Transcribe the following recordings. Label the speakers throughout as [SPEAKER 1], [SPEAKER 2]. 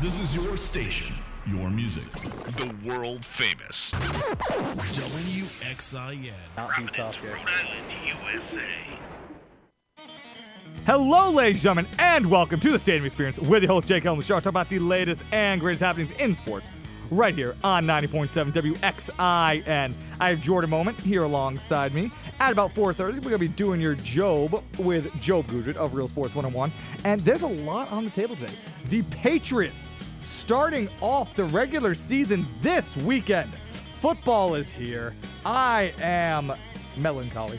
[SPEAKER 1] This is your station, your music.
[SPEAKER 2] The world famous.
[SPEAKER 1] WXIN.
[SPEAKER 3] Not beat Sasuke.
[SPEAKER 4] Hello, ladies and gentlemen, and welcome to the Stadium Experience. We're the host, Jake Helm, the show. Talk about the latest and greatest happenings in sports right here on 90.7 WXIN. I have Jordan Moment here alongside me. At about 4.30, we're going to be doing your Job with Job Goodrich of Real Sports 101. And there's a lot on the table today. The Patriots starting off the regular season this weekend. Football is here. I am melancholy.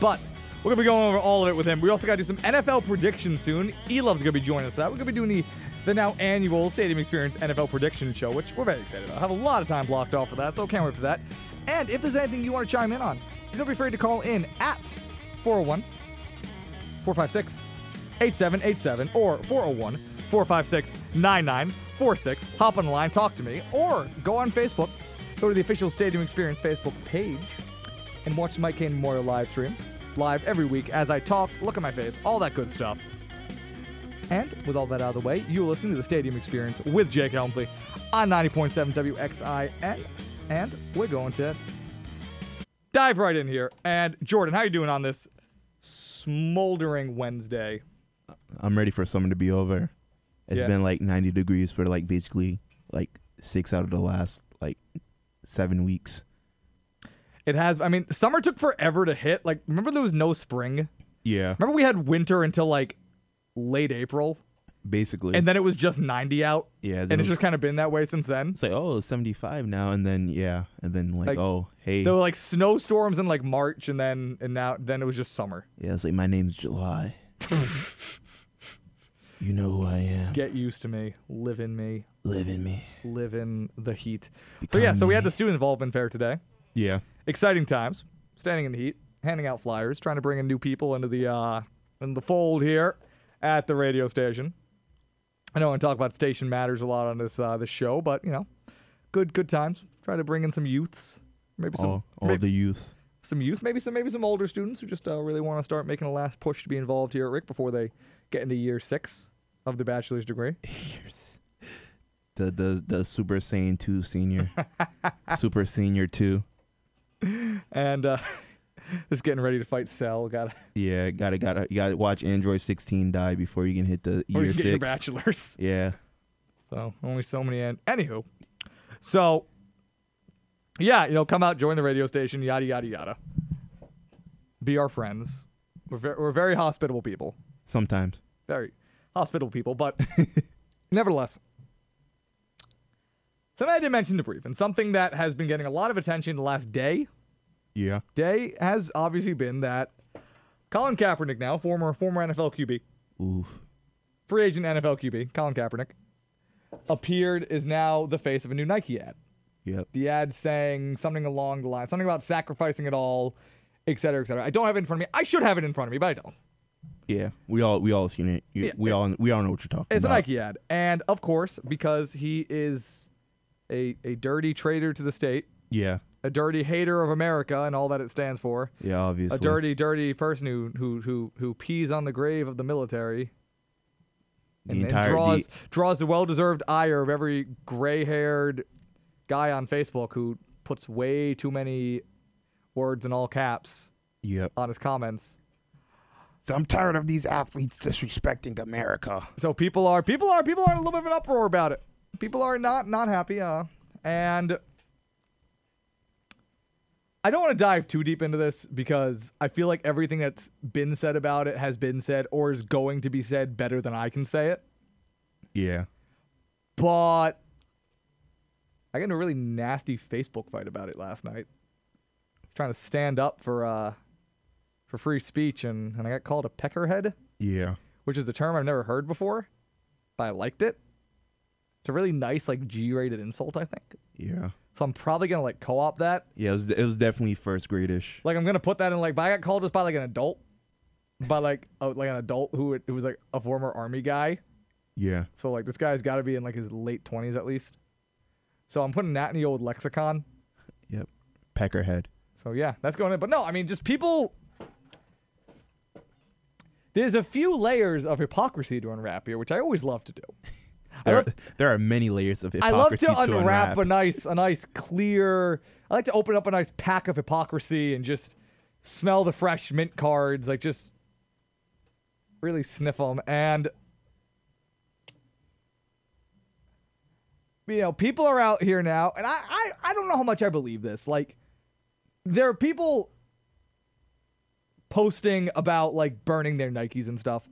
[SPEAKER 4] But we're gonna be going over all of it with him. We also gotta do some NFL predictions soon. E Love's gonna be joining us. That we're gonna be doing the the now annual Stadium Experience NFL prediction show, which we're very excited about. I have a lot of time blocked off for that, so can't wait for that. And if there's anything you want to chime in on, don't be afraid to call in at 401 456 8787 or 401 456 9946. Hop on the line, talk to me, or go on Facebook. Go to the official Stadium Experience Facebook page and watch the Mike Kane Memorial live stream. Live every week as I talk, look at my face, all that good stuff. And with all that out of the way, you're listening to the Stadium Experience with Jake Helmsley on 90.7 WXIN. And we're going to dive right in here. And Jordan, how you doing on this smoldering Wednesday?
[SPEAKER 5] I'm ready for summer to be over. It's
[SPEAKER 4] Yeah.
[SPEAKER 5] been like 90 degrees for like basically like six out of the last like seven weeks.
[SPEAKER 4] It has, I mean, summer took forever to hit. Like, remember there was no spring?
[SPEAKER 5] Yeah,
[SPEAKER 4] Remember we had winter until like late April,
[SPEAKER 5] basically.
[SPEAKER 4] and then it was just 90 out?
[SPEAKER 5] yeah,
[SPEAKER 4] And it's just kind of been that way since then.
[SPEAKER 5] it's like oh 75 now, and then yeah, and then like,
[SPEAKER 4] Like,
[SPEAKER 5] oh hey,
[SPEAKER 4] There were like snowstorms in like March, and then and now then it was just summer.
[SPEAKER 5] yeah, it's like my name's July. you know who I am.
[SPEAKER 4] Get used to me, live in me,
[SPEAKER 5] Live in me.
[SPEAKER 4] live in the heat. so yeah, so we had the student involvement fair today.
[SPEAKER 5] Yeah,
[SPEAKER 4] Exciting times, standing in the heat, handing out flyers, trying to bring in new people into the uh into the fold here at the radio station. I know I talk about station matters a lot on this uh this show, but you know, good good times. Try to bring in some youths, maybe some
[SPEAKER 5] all, all
[SPEAKER 4] maybe-
[SPEAKER 5] the youth.
[SPEAKER 4] some youth, maybe some maybe some older students who just uh, really want to start making a last push to be involved here at Rick before they get into year six of the bachelor's degree.
[SPEAKER 5] The the the Super Saiyan two senior, Super Senior two.
[SPEAKER 4] And uh, just getting ready to fight Cell. Got
[SPEAKER 5] Yeah, gotta gotta you gotta watch Android 16 die before you can hit the
[SPEAKER 4] or
[SPEAKER 5] year
[SPEAKER 4] you get your
[SPEAKER 5] six.
[SPEAKER 4] bachelor's.
[SPEAKER 5] yeah,
[SPEAKER 4] So only so many. And anywho, so yeah, you know, come out, join the radio station, yada yada yada. Be our friends. We're ve- we're very hospitable people.
[SPEAKER 5] sometimes.
[SPEAKER 4] very hospitable people, but nevertheless. Something I didn't mention to brief, and something that has been getting a lot of attention the last day,
[SPEAKER 5] Yeah,
[SPEAKER 4] day has obviously been that Colin Kaepernick now, former former NFL QB,
[SPEAKER 5] oof.
[SPEAKER 4] free agent NFL QB, Colin Kaepernick, appeared is now the face of a new Nike ad.
[SPEAKER 5] Yep.
[SPEAKER 4] The ad saying something along the line, something about sacrificing it all, et cetera, et cetera. I don't have it in front of me. I should have it in front of me, but I don't.
[SPEAKER 5] Yeah, we all we all seen it. You-
[SPEAKER 4] Yeah.
[SPEAKER 5] we all we all know what you're talking
[SPEAKER 4] It's a
[SPEAKER 5] about.
[SPEAKER 4] Nike ad, and of course, because he is a a dirty traitor to the state,
[SPEAKER 5] Yeah,
[SPEAKER 4] a dirty hater of America and all that it stands for,
[SPEAKER 5] yeah, obviously.
[SPEAKER 4] a dirty, dirty person who who who who pees on the grave of the military.
[SPEAKER 5] the
[SPEAKER 4] And, and
[SPEAKER 5] entire
[SPEAKER 4] draws
[SPEAKER 5] the,
[SPEAKER 4] draws the well-deserved ire of every gray-haired guy on Facebook who puts way too many words in all caps
[SPEAKER 5] yep.
[SPEAKER 4] on his comments.
[SPEAKER 6] So I'm tired of these athletes disrespecting America.
[SPEAKER 4] So people are people are people are in a little bit of an uproar about it. People are not not happy, uh, and I don't want to dive too deep into this because I feel like everything that's been said about it has been said or is going to be said better than I can say it.
[SPEAKER 5] Yeah,
[SPEAKER 4] But I got in a really nasty Facebook fight about it last night. I was trying to stand up for uh for free speech and, and I got called a peckerhead
[SPEAKER 5] yeah,
[SPEAKER 4] which is the term I've never heard before, but I liked it. It's a really nice, like G-rated insult, I think.
[SPEAKER 5] yeah,
[SPEAKER 4] So I'm probably gonna like co-op that.
[SPEAKER 5] yeah. It was it was definitely first gradish.
[SPEAKER 4] Like I'm gonna put that in like. But I got called this by like an adult, by like a, like an adult who it was like a former army guy.
[SPEAKER 5] Yeah,
[SPEAKER 4] So like this guy's got to be in like his late 20s at least. So I'm putting that in the old lexicon.
[SPEAKER 5] yep. Peckerhead.
[SPEAKER 4] So yeah, that's going in. But no, I mean just people. There's a few layers of hypocrisy to unwrap here, which I always love to do.
[SPEAKER 5] There,
[SPEAKER 4] love-
[SPEAKER 5] are, there are many layers of
[SPEAKER 4] I love
[SPEAKER 5] hypocrisy
[SPEAKER 4] to unwrap,
[SPEAKER 5] unwrap.
[SPEAKER 4] a nice, a nice clear. I like to open up a nice pack of hypocrisy and just smell the fresh mint cards. Like just really sniff them and. You know, people are out here now, and I, I, I don't know how much I believe this. Like, there are people posting about like burning their Nikes and stuff.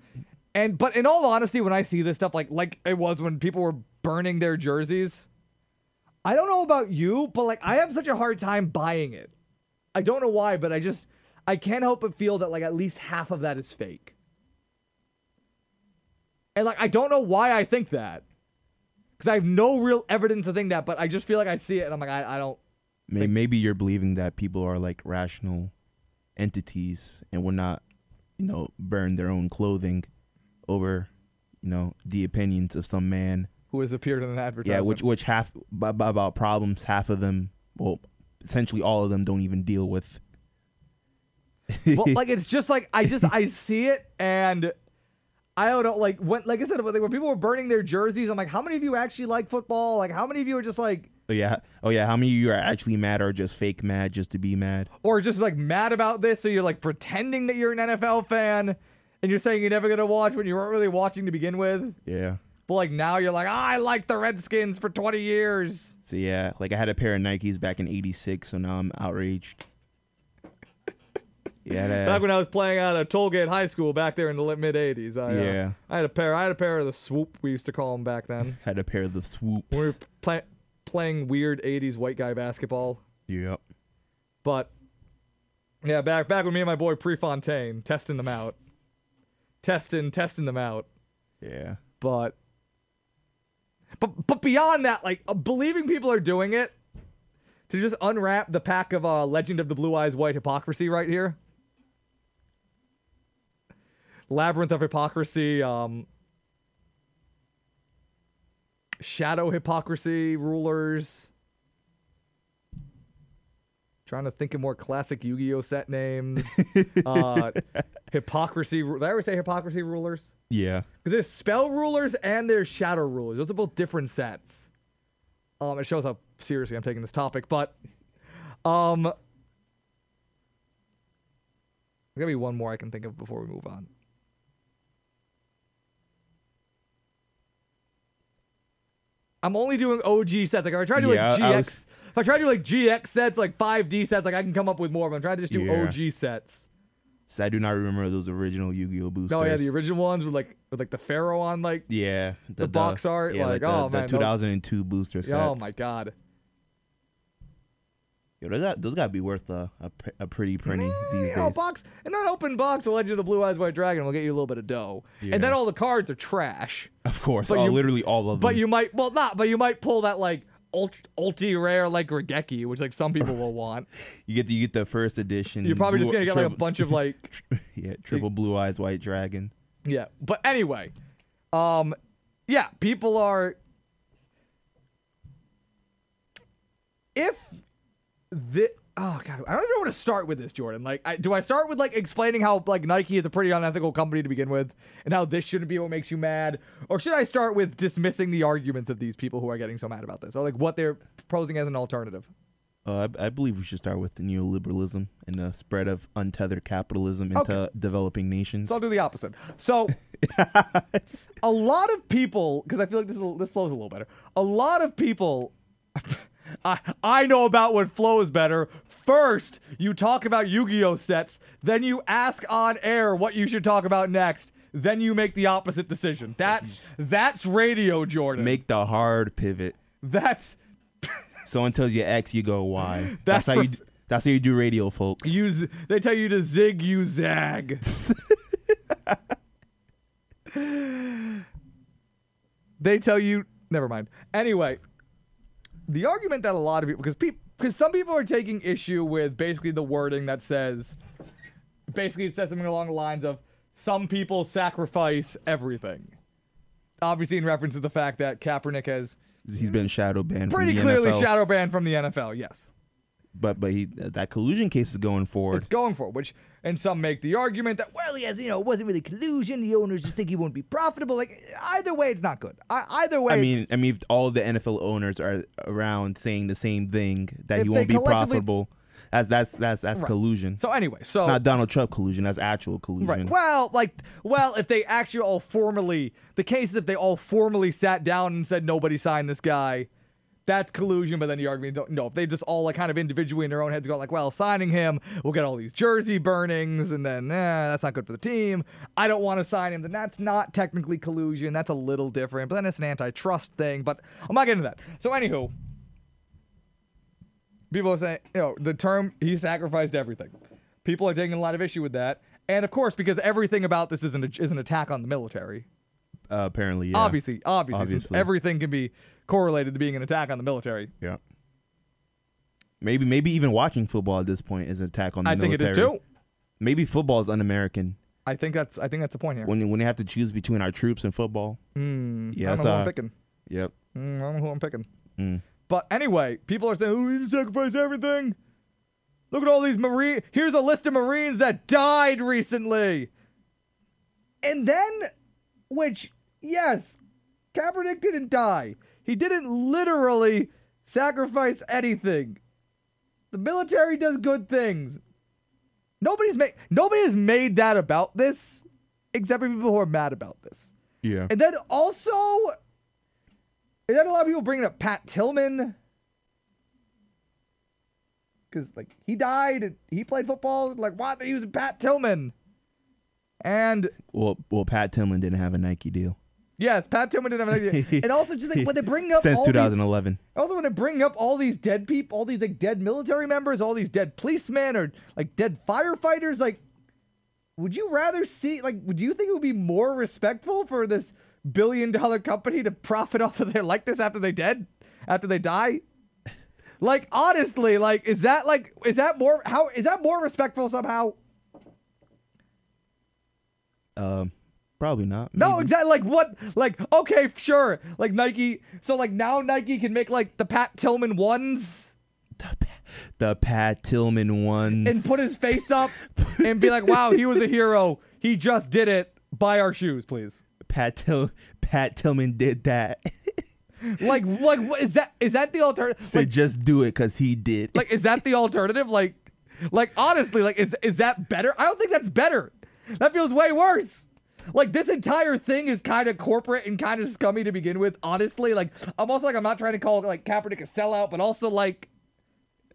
[SPEAKER 4] And but in all honesty, when I see this stuff, like like it was when people were burning their jerseys, I don't know about you, but like I have such a hard time buying it. I don't know why, but I just I can't help but feel that like at least half of that is fake. And like I don't know why I think that. Cause I have no real evidence to think that, but I just feel like I see it and I'm like, I, I don't
[SPEAKER 5] May- Maybe you're believing that people are like rational entities and will not, you know, burn their own clothing over, you know, the opinions of some man.
[SPEAKER 4] who has appeared in an advertisement.
[SPEAKER 5] Yeah, which which half b- b- about problems, half of them, well, essentially all of them don't even deal with.
[SPEAKER 4] well, like it's just like I just I see it and I don't know like when like I said when, when people were burning their jerseys I'm like how many of you actually like football like how many of you are just like
[SPEAKER 5] Oh yeah, oh yeah. How many of you are actually mad or just fake mad just to be mad?
[SPEAKER 4] or just like mad about this so you're like pretending that you're an NFL fan and you're saying you're never gonna watch when you weren't really watching to begin with
[SPEAKER 5] Yeah.
[SPEAKER 4] but like now you're like "Ah, I like the Redskins for 20 years
[SPEAKER 5] So yeah, like I had a pair of Nikes back in '86, so now I'm outraged. Yeah, that,
[SPEAKER 4] back when I was playing out of Tollgate High School back there in the mid 80s I uh,
[SPEAKER 5] Yeah.
[SPEAKER 4] I had a pair I had a pair of the swoop we used to call them back then
[SPEAKER 5] had a pair of the swoops.
[SPEAKER 4] we were play, playing weird 80s white guy basketball
[SPEAKER 5] Yep.
[SPEAKER 4] But yeah, back back with me and my boy Prefontaine testing them out, testing testing them out.
[SPEAKER 5] Yeah.
[SPEAKER 4] But but but beyond that, like uh, believing people are doing it to just unwrap the pack of uh, Legend of the Blue Eyes White hypocrisy right here. Labyrinth of hypocrisy, um, shadow hypocrisy rulers. Trying to think of more classic Yu-Gi-Oh set names. uh, hypocrisy. ru- Did I ever say hypocrisy rulers?
[SPEAKER 5] Yeah.
[SPEAKER 4] Because there's spell rulers and there's shadow rulers. Those are both different sets. Um, it shows how seriously I'm taking this topic, but um, there's gotta be one more I can think of before we move on. I'm only doing OG sets. Like if I try to do
[SPEAKER 5] Yeah,
[SPEAKER 4] like
[SPEAKER 5] I
[SPEAKER 4] GX,
[SPEAKER 5] was-
[SPEAKER 4] if I try to do like GX sets, like 5D sets, like I can come up with more. But I'm trying to just do
[SPEAKER 5] Yeah.
[SPEAKER 4] OG sets.
[SPEAKER 5] So I do not remember those original Yu-Gi-Oh boosters.
[SPEAKER 4] No, yeah, the original ones with like with like the Pharaoh on like
[SPEAKER 5] Yeah,
[SPEAKER 4] the box art,
[SPEAKER 5] Yeah,
[SPEAKER 4] like,
[SPEAKER 5] the,
[SPEAKER 4] oh,
[SPEAKER 5] the
[SPEAKER 4] man, those-
[SPEAKER 5] 2002 booster sets.
[SPEAKER 4] Oh my god.
[SPEAKER 5] Yo, those got those got to be worth a a, pr- a pretty printing these
[SPEAKER 4] You
[SPEAKER 5] days.
[SPEAKER 4] know, a Eh, oh, box and an open box of Legend of the Blue Eyes White Dragon will get you a little bit of dough. And then
[SPEAKER 5] Yeah. Mm-hmm.
[SPEAKER 4] all the cards are trash.
[SPEAKER 5] of course,
[SPEAKER 4] but
[SPEAKER 5] all,
[SPEAKER 4] you-
[SPEAKER 5] literally all of them.
[SPEAKER 4] But you might well not, but you might pull that like ult- ulti rare like Regeki, which like some people will want.
[SPEAKER 5] you get the, you get the first edition.
[SPEAKER 4] You're probably just
[SPEAKER 5] blue-
[SPEAKER 4] gonna get like a
[SPEAKER 5] triple-
[SPEAKER 4] bunch of like
[SPEAKER 5] yeah, triple blue eyes white dragon.
[SPEAKER 4] Yeah. But anyway, um yeah, people are if the oh god, I don't even know where to start with this, Jordan. Like I, do I start with like explaining how like Nike is a pretty unethical company to begin with and how this shouldn't be what makes you mad? Or should I start with dismissing the arguments of these people who are getting so mad about this? Or like what they're proposing as an alternative?
[SPEAKER 5] Uh, I, I believe we should start with the neoliberalism and the spread of untethered capitalism into developing nations.
[SPEAKER 4] So I'll do the opposite. So a lot of people, because I feel like this is, this flows a little better. A lot of people. I, I know about what flows better. First, you talk about Yu-Gi-Oh sets, then you ask on air what you should talk about next, then you make the opposite decision. That's that's radio, Jordan.
[SPEAKER 5] Make the hard pivot.
[SPEAKER 4] that's
[SPEAKER 5] Someone tells you X, you go Y. That's,
[SPEAKER 4] That's
[SPEAKER 5] how you.
[SPEAKER 4] prof-
[SPEAKER 5] d- That's how you do radio, folks.
[SPEAKER 4] use they tell you to zig you zag they tell you never mind anyway the argument that a lot of people because people because some people are taking issue with basically the wording that says basically it says something along the lines of some people sacrifice everything obviously in reference to the fact that kaepernick has
[SPEAKER 5] He's been shadow banned.
[SPEAKER 4] pretty
[SPEAKER 5] from the
[SPEAKER 4] clearly
[SPEAKER 5] NFL.
[SPEAKER 4] shadow banned from the nfl yes
[SPEAKER 5] but but he that collusion case is going forward.
[SPEAKER 4] it's going for, which and some make the argument that well, he has you know, it wasn't really collusion. The owners just think he won't be profitable. Like either way, it's not good. I, either way,
[SPEAKER 5] I
[SPEAKER 4] it's-
[SPEAKER 5] mean, I mean, if all the NFL owners are around saying the same thing that
[SPEAKER 4] If
[SPEAKER 5] he
[SPEAKER 4] they
[SPEAKER 5] won't be
[SPEAKER 4] collectively-
[SPEAKER 5] profitable. That's that's that's that's
[SPEAKER 4] Right.
[SPEAKER 5] collusion.
[SPEAKER 4] so anyway, so
[SPEAKER 5] it's not Donald Trump collusion. That's actual collusion.
[SPEAKER 4] Right. Well, like, well, if they actually all formally, the case is if they all formally sat down and said nobody signed this guy, that's collusion. But then the argument, don't, no, if they just all like kind of individually in their own heads go like, well, signing him, we'll get all these jersey burnings, and then eh, that's not good for the team. I don't want to sign him. Then that's not technically collusion. That's a little different. But then it's an antitrust thing. But I'm not getting into that. So anywho. People are saying, you know, the term he sacrificed everything. People are taking a lot of issue with that, and of course, because everything about this is an is an attack on the military.
[SPEAKER 5] Uh, apparently, yeah.
[SPEAKER 4] Obviously, obviously, since
[SPEAKER 5] Obviously.
[SPEAKER 4] everything can be correlated to being an attack on the military.
[SPEAKER 5] Yeah. Maybe maybe even watching football at this point is an attack on the
[SPEAKER 4] I think
[SPEAKER 5] military.
[SPEAKER 4] it is too.
[SPEAKER 5] Maybe football is un-American.
[SPEAKER 4] I think that's I think that's the point here.
[SPEAKER 5] When when they have to choose between our troops and football.
[SPEAKER 4] Mm,
[SPEAKER 5] Yeah,
[SPEAKER 4] I
[SPEAKER 5] that's
[SPEAKER 4] don't know who I'm
[SPEAKER 5] a-
[SPEAKER 4] picking.
[SPEAKER 5] Yep.
[SPEAKER 4] Mm, I don't know who I'm picking.
[SPEAKER 5] Mm.
[SPEAKER 4] But anyway, people are saying, "Oh, we didn't sacrifice everything." Look at all these Marine. Here's a list of Marines that died recently. And then, which, yes, Kaepernick didn't die. He didn't literally sacrifice anything. The military does good things. Nobody's made nobody has made that about this, except for people who are mad about this.
[SPEAKER 5] Yeah.
[SPEAKER 4] And then also, and then a lot of people bringing up Pat Tillman because like he died, and he played football. Like why are they using Pat Tillman? And
[SPEAKER 5] Well, well, Pat Tillman didn't have a Nike deal
[SPEAKER 4] yes, Pat Tillman didn't have an idea. and also just like when they bring up
[SPEAKER 5] since
[SPEAKER 4] all these
[SPEAKER 5] 2011.
[SPEAKER 4] also want to bring up all these dead people, all these like dead military members, all these dead policemen, or like dead firefighters. Like, would you rather see? Like, would you think it would be more respectful for this billion-dollar company to profit off of their likeness after they dead, after they die? Like, honestly, like, is that like, is that more? How is that more respectful somehow?
[SPEAKER 5] Um, probably not.
[SPEAKER 4] No,
[SPEAKER 5] maybe.
[SPEAKER 4] exactly. Like what? Like okay, sure. Like Nike. So like now Nike can make like the Pat Tillman ones.
[SPEAKER 5] the Pat Tillman ones.
[SPEAKER 4] and put his face up and be like, "Wow, he was a hero. He just did it. Buy our shoes, please."
[SPEAKER 5] Pat Till Pat Tillman did that.
[SPEAKER 4] Like, like what is that? Is that the alternative?
[SPEAKER 5] Said
[SPEAKER 4] Like,
[SPEAKER 5] just do it because he did.
[SPEAKER 4] like, is that the alternative? Like, like honestly, like, is is that better? I don't think that's better. That feels way worse. Like this entire thing is kind of corporate and kind of scummy to begin with. Honestly, like I'm also like I'm not trying to call like Kaepernick a sellout, but also like,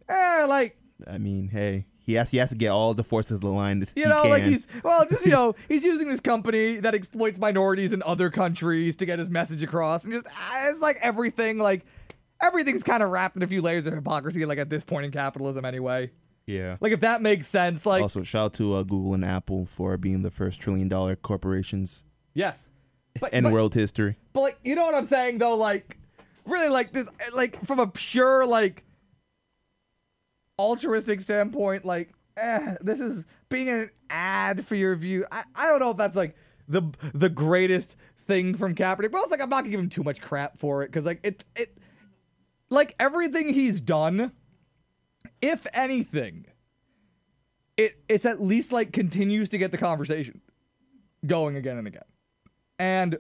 [SPEAKER 4] eh, like
[SPEAKER 5] I mean, hey, he has he has to get all the forces aligned. that
[SPEAKER 4] You
[SPEAKER 5] he
[SPEAKER 4] know,
[SPEAKER 5] can.
[SPEAKER 4] like he's well, just you know, he's using this company that exploits minorities in other countries to get his message across, and just ah, it's like everything, like everything's kind of wrapped in a few layers of hypocrisy, like at this point in capitalism, anyway.
[SPEAKER 5] yeah.
[SPEAKER 4] Like if that makes sense, like
[SPEAKER 5] also, shout out to uh, Google and Apple for being the first trillion dollar corporations
[SPEAKER 4] yes, but
[SPEAKER 5] in
[SPEAKER 4] but,
[SPEAKER 5] world history.
[SPEAKER 4] but like you know what I'm saying though, like really like this, like from a pure like altruistic standpoint, like eh, this is being an ad for your view. I, I don't know if that's like the the greatest thing from Kaepernick, but I was like I'm not gonna give him too much crap for it because like it it like everything he's done, if anything, it it's at least like continues to get the conversation going again and again, and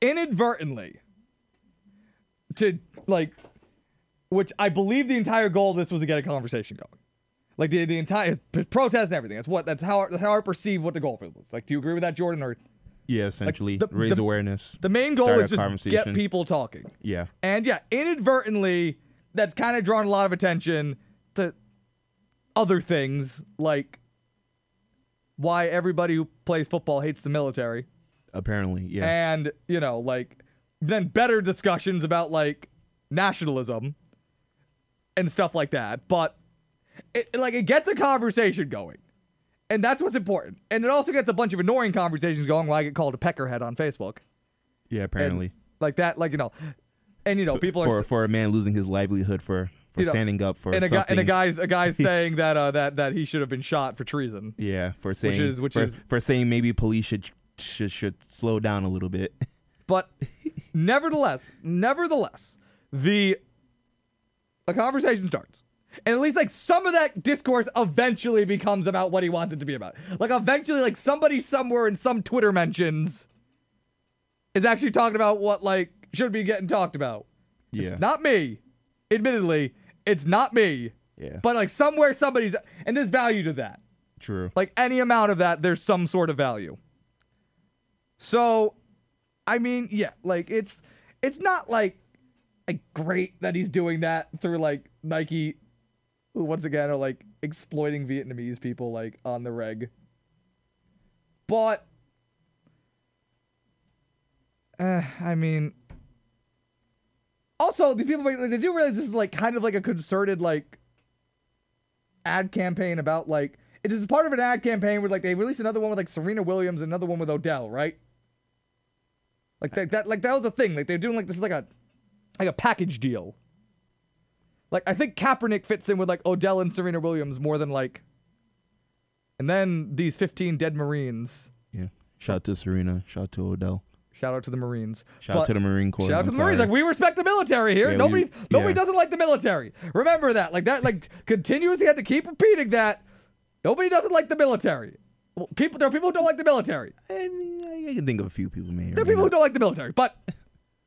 [SPEAKER 4] inadvertently to like which I believe the entire goal of this was to get a conversation going. Like the, the entire p- protest and everything. That's what that's how that's how I perceive what the goal for it was. Like, do you agree with that, Jordan? Or
[SPEAKER 5] Yeah, essentially
[SPEAKER 4] the-
[SPEAKER 5] raise
[SPEAKER 4] the-
[SPEAKER 5] awareness.
[SPEAKER 4] the main goal
[SPEAKER 5] Start
[SPEAKER 4] is
[SPEAKER 5] a
[SPEAKER 4] just get
[SPEAKER 5] conversation.
[SPEAKER 4] people talking.
[SPEAKER 5] yeah,
[SPEAKER 4] And yeah, inadvertently, that's kind of drawn a lot of attention to other things like why everybody who plays football hates the military.
[SPEAKER 5] apparently, yeah.
[SPEAKER 4] and you know like then better discussions about like nationalism and stuff like that but it like it gets a conversation going and that's what's important and it also gets a bunch of annoying conversations going where i get called a peckerhead on facebook
[SPEAKER 5] yeah, apparently.
[SPEAKER 4] like that like you know and you know people
[SPEAKER 5] for
[SPEAKER 4] are
[SPEAKER 5] for a man losing his livelihood for for
[SPEAKER 4] You know,
[SPEAKER 5] standing up for
[SPEAKER 4] and a, guy,
[SPEAKER 5] something.
[SPEAKER 4] and a guy's a guy's saying that uh that that he should have been shot for treason
[SPEAKER 5] yeah, for saying
[SPEAKER 4] is- which
[SPEAKER 5] for,
[SPEAKER 4] is-
[SPEAKER 5] for saying maybe police should should should slow down a little bit.
[SPEAKER 4] But nevertheless, nevertheless, the a conversation starts. And at least like some of that discourse eventually becomes about what he wants it to be about. Like eventually, like somebody somewhere in some Twitter mentions is actually talking about what like should be getting talked about.
[SPEAKER 5] Yeah.
[SPEAKER 4] Not me. Admittedly, it's not me.
[SPEAKER 5] Yeah.
[SPEAKER 4] But like somewhere somebody's and there's value to that.
[SPEAKER 5] True.
[SPEAKER 4] Like any amount of that, there's some sort of value. So, I mean, yeah, like it's it's not like like great that he's doing that through like Nike, who once again are like exploiting Vietnamese people like on the reg. But uh, I mean, also these people like, they do realize this is like kind of like a concerted like ad campaign about like it is part of an ad campaign where like they released another one with like Serena Williams and another one with Odell, right? Like that, that like that was the thing. Like they're doing like this is like a like a package deal. Like I think Kaepernick fits in with like Odell and Serena Williams more than like and then these 15 dead Marines.
[SPEAKER 5] Yeah. Shout out to Serena. Shout out to Odell.
[SPEAKER 4] Shout out to the Marines.
[SPEAKER 5] Shout out
[SPEAKER 4] But-
[SPEAKER 5] to the Marine Corps.
[SPEAKER 4] Shout out
[SPEAKER 5] I'm
[SPEAKER 4] to the Marines.
[SPEAKER 5] sorry.
[SPEAKER 4] Like we respect the military here.
[SPEAKER 5] Yeah,
[SPEAKER 4] nobody
[SPEAKER 5] we-
[SPEAKER 4] nobody
[SPEAKER 5] yeah.
[SPEAKER 4] doesn't like the military. Remember that. Like that like continuously had to keep repeating that. Nobody doesn't like the military. Well, people there are people who don't like the military.
[SPEAKER 5] I, mean, I uh, can think of a few people, man.
[SPEAKER 4] There are people who don't like the military, but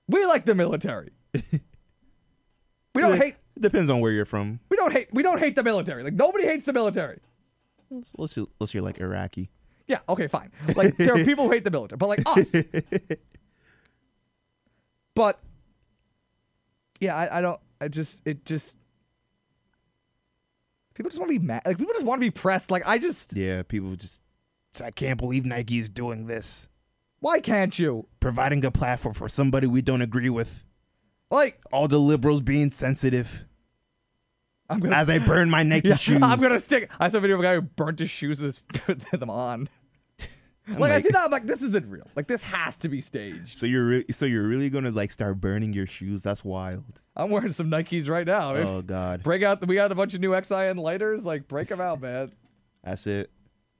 [SPEAKER 4] we like the military. We don't hate
[SPEAKER 5] It depends on where you're from.
[SPEAKER 4] we don't hate we don't hate the military. Like nobody hates the military.
[SPEAKER 5] Let's let's, let's hear like Iraqi.
[SPEAKER 4] Yeah, okay, fine. Like there are people who hate the military, but like us. but yeah, I, I don't I just it just people just want to be mad. Like people just want to be pressed. Like I just
[SPEAKER 5] Yeah, people just
[SPEAKER 6] So I can't believe Nike is doing this,
[SPEAKER 4] why can't you?
[SPEAKER 5] providing a platform for somebody we don't agree with.
[SPEAKER 4] Like
[SPEAKER 5] All the liberals being sensitive.
[SPEAKER 4] I'm gonna
[SPEAKER 5] As I burn my Nike
[SPEAKER 4] Yeah,
[SPEAKER 5] shoes.
[SPEAKER 4] I'm gonna stick. I saw a video of a guy who burnt his shoes with his, put them on. Like, I
[SPEAKER 5] like-
[SPEAKER 4] see that, I'm like, this isn't real. Like this has to be staged.
[SPEAKER 5] So you're really, so you're really gonna like start burning your shoes? That's wild.
[SPEAKER 4] I'm wearing some Nikes right now.
[SPEAKER 5] Oh God,
[SPEAKER 4] Break out. We got a bunch of new XIN lighters. Like break them out, man.
[SPEAKER 5] that's it.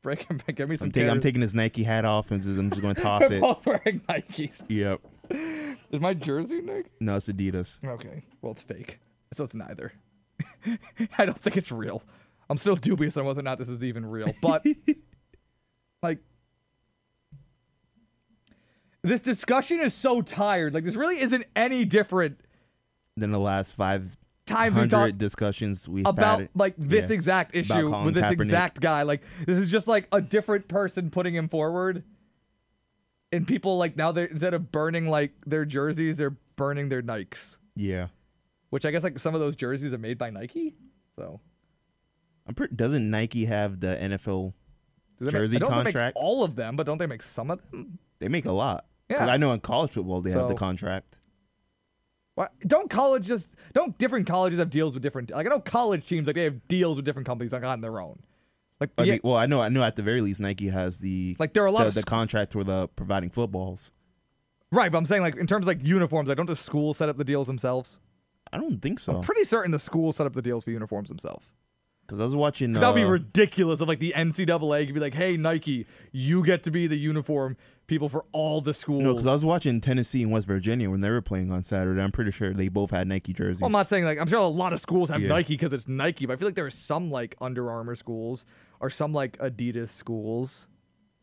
[SPEAKER 4] Break them. Give me some.
[SPEAKER 5] I'm, taking I'm
[SPEAKER 4] cannons.
[SPEAKER 5] taking this Nike hat off and just, I'm just gonna toss
[SPEAKER 4] We're
[SPEAKER 5] it.
[SPEAKER 4] both wearing Nikes.
[SPEAKER 5] Yep.
[SPEAKER 4] Is my jersey Nike?
[SPEAKER 5] No, it's Adidas.
[SPEAKER 4] Okay. Well, it's fake. So it's neither. I don't think it's real. I'm still dubious on whether or not this is even real, but like this discussion is so tired. Like this really isn't any different
[SPEAKER 5] Then the last five
[SPEAKER 4] times we talked
[SPEAKER 5] hundred discussions we've
[SPEAKER 4] about
[SPEAKER 5] had.
[SPEAKER 4] like this
[SPEAKER 5] yeah.
[SPEAKER 4] exact issue
[SPEAKER 5] Colin
[SPEAKER 4] with this
[SPEAKER 5] Kaepernick.
[SPEAKER 4] exact guy. Like this is just like a different person putting him forward. And people like now they're instead of burning like their jerseys, they're burning their Nikes.
[SPEAKER 5] Yeah.
[SPEAKER 4] Which I guess like some of those jerseys are made by Nike. So
[SPEAKER 5] I'm pretty, doesn't Nike have the NFL?
[SPEAKER 4] do they
[SPEAKER 5] Jersey
[SPEAKER 4] make, I don't think
[SPEAKER 5] contract.
[SPEAKER 4] They make all of them, but don't they make some of them?
[SPEAKER 5] They make a lot. 'Cause
[SPEAKER 4] Yeah.
[SPEAKER 5] I know in college football they have the
[SPEAKER 4] So-
[SPEAKER 5] contract.
[SPEAKER 4] Why, don't college just don't different colleges have deals with different like I know college teams like they have deals with different companies like on their own. Like
[SPEAKER 5] I
[SPEAKER 4] the-
[SPEAKER 5] mean, well, I know, I know. At the very least, Nike has the
[SPEAKER 4] Like, there are a lot
[SPEAKER 5] the,
[SPEAKER 4] of
[SPEAKER 5] the
[SPEAKER 4] sc-
[SPEAKER 5] contract for the providing footballs.
[SPEAKER 4] right, but I'm saying like in terms of like uniforms, like don't the schools set up the deals themselves?
[SPEAKER 5] I don't think so.
[SPEAKER 4] Pretty certain the school set up the deals for uniforms themselves.
[SPEAKER 5] Because I was watching.
[SPEAKER 4] Because that would be
[SPEAKER 5] uh,
[SPEAKER 4] ridiculous if like the NCAA could be like, hey Nike, you get to be the uniform people for all the schools.
[SPEAKER 5] No, because I was watching Tennessee and West Virginia when they were playing on Saturday. I'm pretty sure they both had Nike jerseys.
[SPEAKER 4] Well, I'm not saying like I'm sure a lot of schools have
[SPEAKER 5] Yeah.
[SPEAKER 4] Nike because it's Nike, but I feel like there are some like Under Armour schools or some like Adidas schools.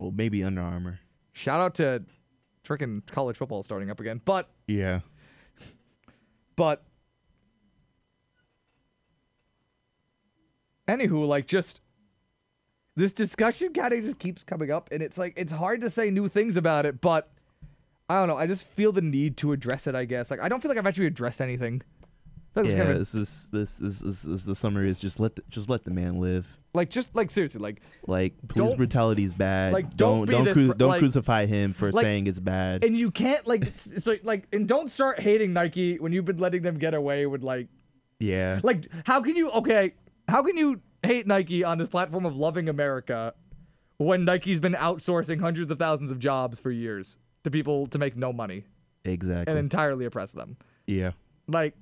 [SPEAKER 5] well, maybe Under Armour.
[SPEAKER 4] Shout out to freaking college football starting up again, but
[SPEAKER 5] Yeah.
[SPEAKER 4] but anywho, like just this discussion kind of just keeps coming up, and it's like it's hard to say new things about it, but I don't know. I just feel the need to address it. I guess like I don't feel like I've actually addressed anything. I feel like it's
[SPEAKER 5] Yeah.
[SPEAKER 4] kind of-
[SPEAKER 5] This is this is, this is the summary is just let the, just let the man live.
[SPEAKER 4] like just like seriously, like
[SPEAKER 5] Like police
[SPEAKER 4] Don't-
[SPEAKER 5] brutality is bad.
[SPEAKER 4] like,
[SPEAKER 5] don't
[SPEAKER 4] don't be
[SPEAKER 5] don't
[SPEAKER 4] this
[SPEAKER 5] cru-
[SPEAKER 4] br-
[SPEAKER 5] don't
[SPEAKER 4] like-
[SPEAKER 5] crucify him for
[SPEAKER 4] like-
[SPEAKER 5] saying it's bad.
[SPEAKER 4] and you can't like it's, it's like like and don't start hating Nike when you've been letting them get away with like
[SPEAKER 5] yeah.
[SPEAKER 4] like how can you okay how can you hate Nike on this platform of loving America when Nike's been outsourcing hundreds of thousands of jobs for years to people to make no money
[SPEAKER 5] exactly.
[SPEAKER 4] and entirely oppress them
[SPEAKER 5] yeah.
[SPEAKER 4] like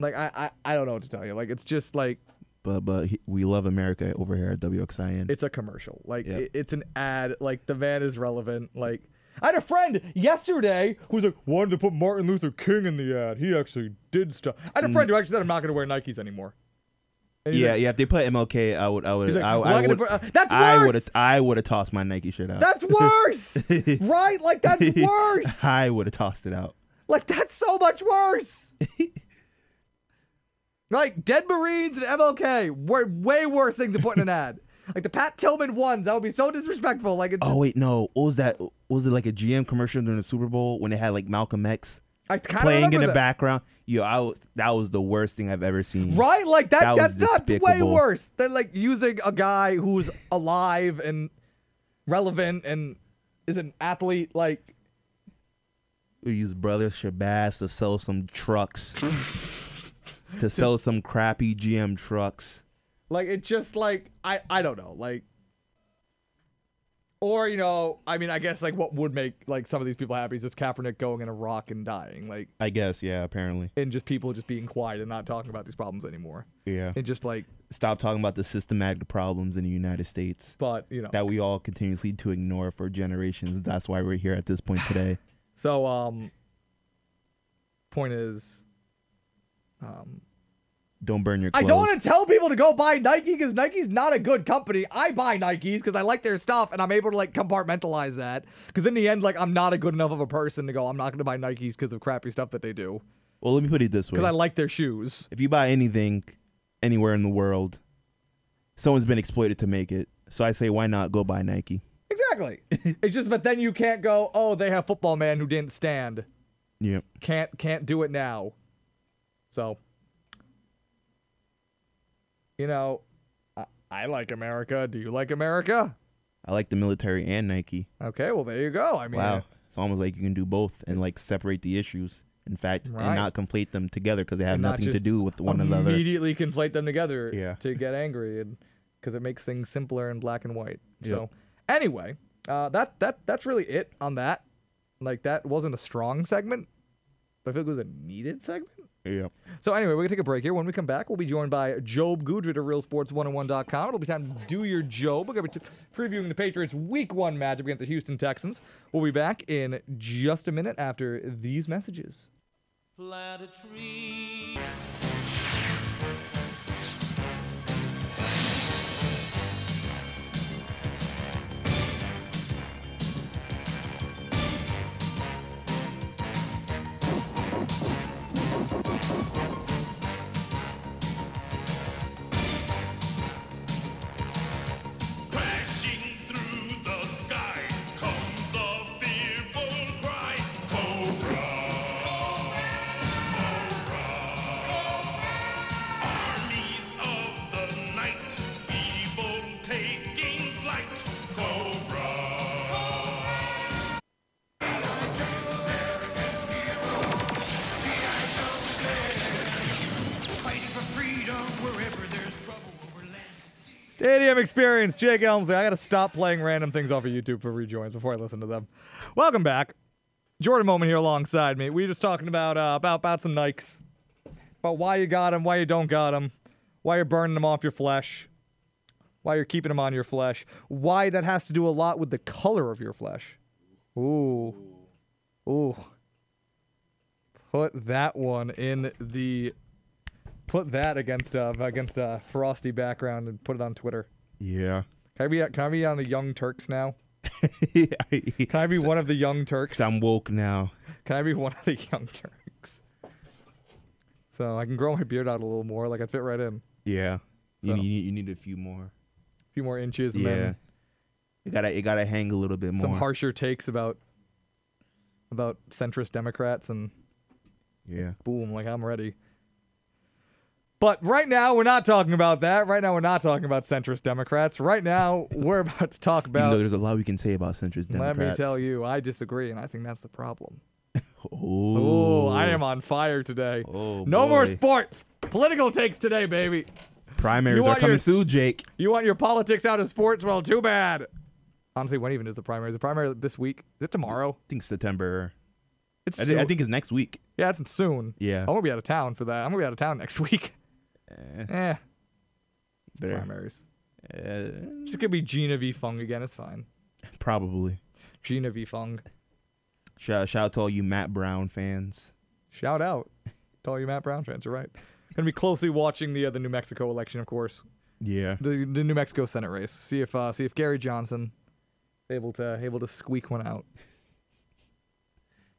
[SPEAKER 4] like I, I I don't know what to tell you like it's just like
[SPEAKER 5] But but he, we love America over here at WXIN.
[SPEAKER 4] it's a commercial like
[SPEAKER 5] Yep.
[SPEAKER 4] it- it's an ad like the man is relevant like I had a friend yesterday who was like, wanted to put Martin Luther King in the ad. He actually did stuff. I had a friend who actually said, I'm not going to wear Nikes anymore. And he's
[SPEAKER 5] Mm. Yeah,
[SPEAKER 4] like-
[SPEAKER 5] yeah. If they put MLK, I would, I would,
[SPEAKER 4] He's like,
[SPEAKER 5] I,
[SPEAKER 4] "Well, I'm
[SPEAKER 5] I
[SPEAKER 4] gonna
[SPEAKER 5] would,
[SPEAKER 4] put- uh, that's
[SPEAKER 5] I
[SPEAKER 4] worse!"
[SPEAKER 5] would, have, I would have tossed my Nike shirt out.
[SPEAKER 4] That's worse. right? Like, that's worse.
[SPEAKER 5] I would have tossed it out.
[SPEAKER 4] Like, that's so much worse. like, Dead Marines and MLK were way worse things to put in an ad. Like, the Pat Tillman ones, that would be so disrespectful. Like, it's,
[SPEAKER 5] Oh wait, no. What was that? Was it like a GM commercial during the Super Bowl when they had like Malcolm X
[SPEAKER 4] I kind of
[SPEAKER 5] playing in the
[SPEAKER 4] that.
[SPEAKER 5] background? Yo, I was, that was the worst thing I've ever seen.
[SPEAKER 4] Right? Like that,
[SPEAKER 5] That was
[SPEAKER 4] that's, that's way
[SPEAKER 5] despicable.
[SPEAKER 4] worse than like using a guy who's alive and relevant and is an athlete. Like
[SPEAKER 5] We use Brother Shabazz to sell some trucks, to sell some crappy GM trucks.
[SPEAKER 4] like it just like I I don't know. Like or you know, I mean I guess like what would make like some of these people happy is just Kaepernick going in Iraq and dying. Like
[SPEAKER 5] I guess, yeah. Apparently,
[SPEAKER 4] and just people just being quiet and not talking about these problems anymore.
[SPEAKER 5] yeah.
[SPEAKER 4] And just like
[SPEAKER 5] Stop talking about the systematic problems in the United States.
[SPEAKER 4] but you know
[SPEAKER 5] that we all continuously to ignore for generations. That's why we're here at this point today.
[SPEAKER 4] So um point is um
[SPEAKER 5] Don't burn your
[SPEAKER 4] I
[SPEAKER 5] clothes.
[SPEAKER 4] don't want to tell people to go buy Nike because Nike's not a good company. I buy Nikes because I like their stuff and I'm able to like compartmentalize that. Because in the end, like I'm not a good enough of a person to go. I'm not going to buy Nikes because of crappy stuff that they do.
[SPEAKER 5] well, let me put it this way:
[SPEAKER 4] Because I like their shoes.
[SPEAKER 5] if you buy anything anywhere in the world, someone's been exploited to make it. So I say, why not go buy Nike?
[SPEAKER 4] Exactly. it's just, but then you can't go. Oh, they have football man who didn't stand.
[SPEAKER 5] Yeah.
[SPEAKER 4] Can't can't do it now. So you know, I, I like America. Do you like America?
[SPEAKER 5] I like the military and Nike.
[SPEAKER 4] Okay, well there you go. I mean,
[SPEAKER 5] Wow. It's almost like you can do both and like separate the issues. In fact,
[SPEAKER 4] Right.
[SPEAKER 5] and not conflate them together because they have
[SPEAKER 4] and not
[SPEAKER 5] nothing to
[SPEAKER 4] just
[SPEAKER 5] do with one another.
[SPEAKER 4] Immediately conflate them together
[SPEAKER 5] Yeah.
[SPEAKER 4] to get angry, and because it makes things simpler in black and white.
[SPEAKER 5] Yep.
[SPEAKER 4] So anyway, uh, that that that's really it on that. Like that wasn't a strong segment, but I feel like it was a needed segment.
[SPEAKER 5] Yeah.
[SPEAKER 4] So anyway, we're gonna take a break here. When we come back, we'll be joined by Job Gudrid of RealSports101.com. It'll be time to do your Job. We're gonna be t- previewing the Patriots' Week One matchup against the Houston Texans. We'll be back in just a minute after these messages.
[SPEAKER 3] Plant a tree.
[SPEAKER 1] Crashing through the sky comes a fearful cry. Cobra. Cobra. Armies of the night, evil taking flight. Cobra.
[SPEAKER 7] Fighting for freedom wherever there's trouble over land.
[SPEAKER 4] Stadium experience, Jake Elmsley. I gotta stop playing random things off of YouTube for rejoins before I listen to them. Welcome back, Jordan Moment here alongside me. We were just talking about uh, about about some Nikes, about why you got them, why you don't got them, why you're burning them off your flesh, why you're keeping them on your flesh, why that has to do a lot with the color of your flesh. Ooh, ooh. Put that one in the. Put that against uh, against a frosty background and put it on Twitter.
[SPEAKER 5] Yeah.
[SPEAKER 4] Can I be can I be on the Young Turks now? Can I be one of the Young Turks?
[SPEAKER 5] I'm woke now.
[SPEAKER 4] Can I be one of the Young Turks? So I can grow my beard out a little more, like I'd fit right in. A
[SPEAKER 5] Yeah. You,
[SPEAKER 4] So-
[SPEAKER 5] need, you need a few more.
[SPEAKER 4] few more inches and
[SPEAKER 5] Yeah.
[SPEAKER 4] then
[SPEAKER 5] It gotta it gotta hang a little bit more.
[SPEAKER 4] some harsher takes about about centrist Democrats and
[SPEAKER 5] yeah.
[SPEAKER 4] boom, like I'm ready. But right now we're not talking about that. Right now we're not talking about centrist Democrats. Right now we're about to talk
[SPEAKER 5] Even though
[SPEAKER 4] about
[SPEAKER 5] there's a lot we can say about centrist
[SPEAKER 4] let
[SPEAKER 5] Democrats.
[SPEAKER 4] me tell you, I disagree and I think that's the problem.
[SPEAKER 5] Oh,
[SPEAKER 4] Oh, I am on fire today.
[SPEAKER 5] Oh,
[SPEAKER 4] no more
[SPEAKER 5] boy.
[SPEAKER 4] sports. Political takes today, baby. You
[SPEAKER 5] Primaries are
[SPEAKER 4] want
[SPEAKER 5] coming
[SPEAKER 4] your-
[SPEAKER 5] soon, Jake.
[SPEAKER 4] You want your politics out of sports? Well, too bad. Honestly, when even is the primary? Is the primary this week? Is it tomorrow?
[SPEAKER 5] I think September.
[SPEAKER 4] It's
[SPEAKER 5] I, thi- I
[SPEAKER 4] soon.
[SPEAKER 5] think it's next week.
[SPEAKER 4] yeah, it's soon.
[SPEAKER 5] Yeah.
[SPEAKER 4] I'm gonna be out of town for that. I'm gonna be out of town next week. Eh,
[SPEAKER 5] Better.
[SPEAKER 4] primaries.
[SPEAKER 5] Uh,
[SPEAKER 4] It's gonna be Gina V Fung again. It's fine.
[SPEAKER 5] Uh, probably.
[SPEAKER 4] Gina V Fung.
[SPEAKER 5] Shout, shout out to all you Matt Brown fans.
[SPEAKER 4] Shout out to all you Matt Brown fans. You're right. Going to be closely watching the uh, the New Mexico election, of course,
[SPEAKER 5] Yeah.
[SPEAKER 4] the, the New Mexico Senate race. See if uh, see if Gary Johnson is able to able to squeak one out.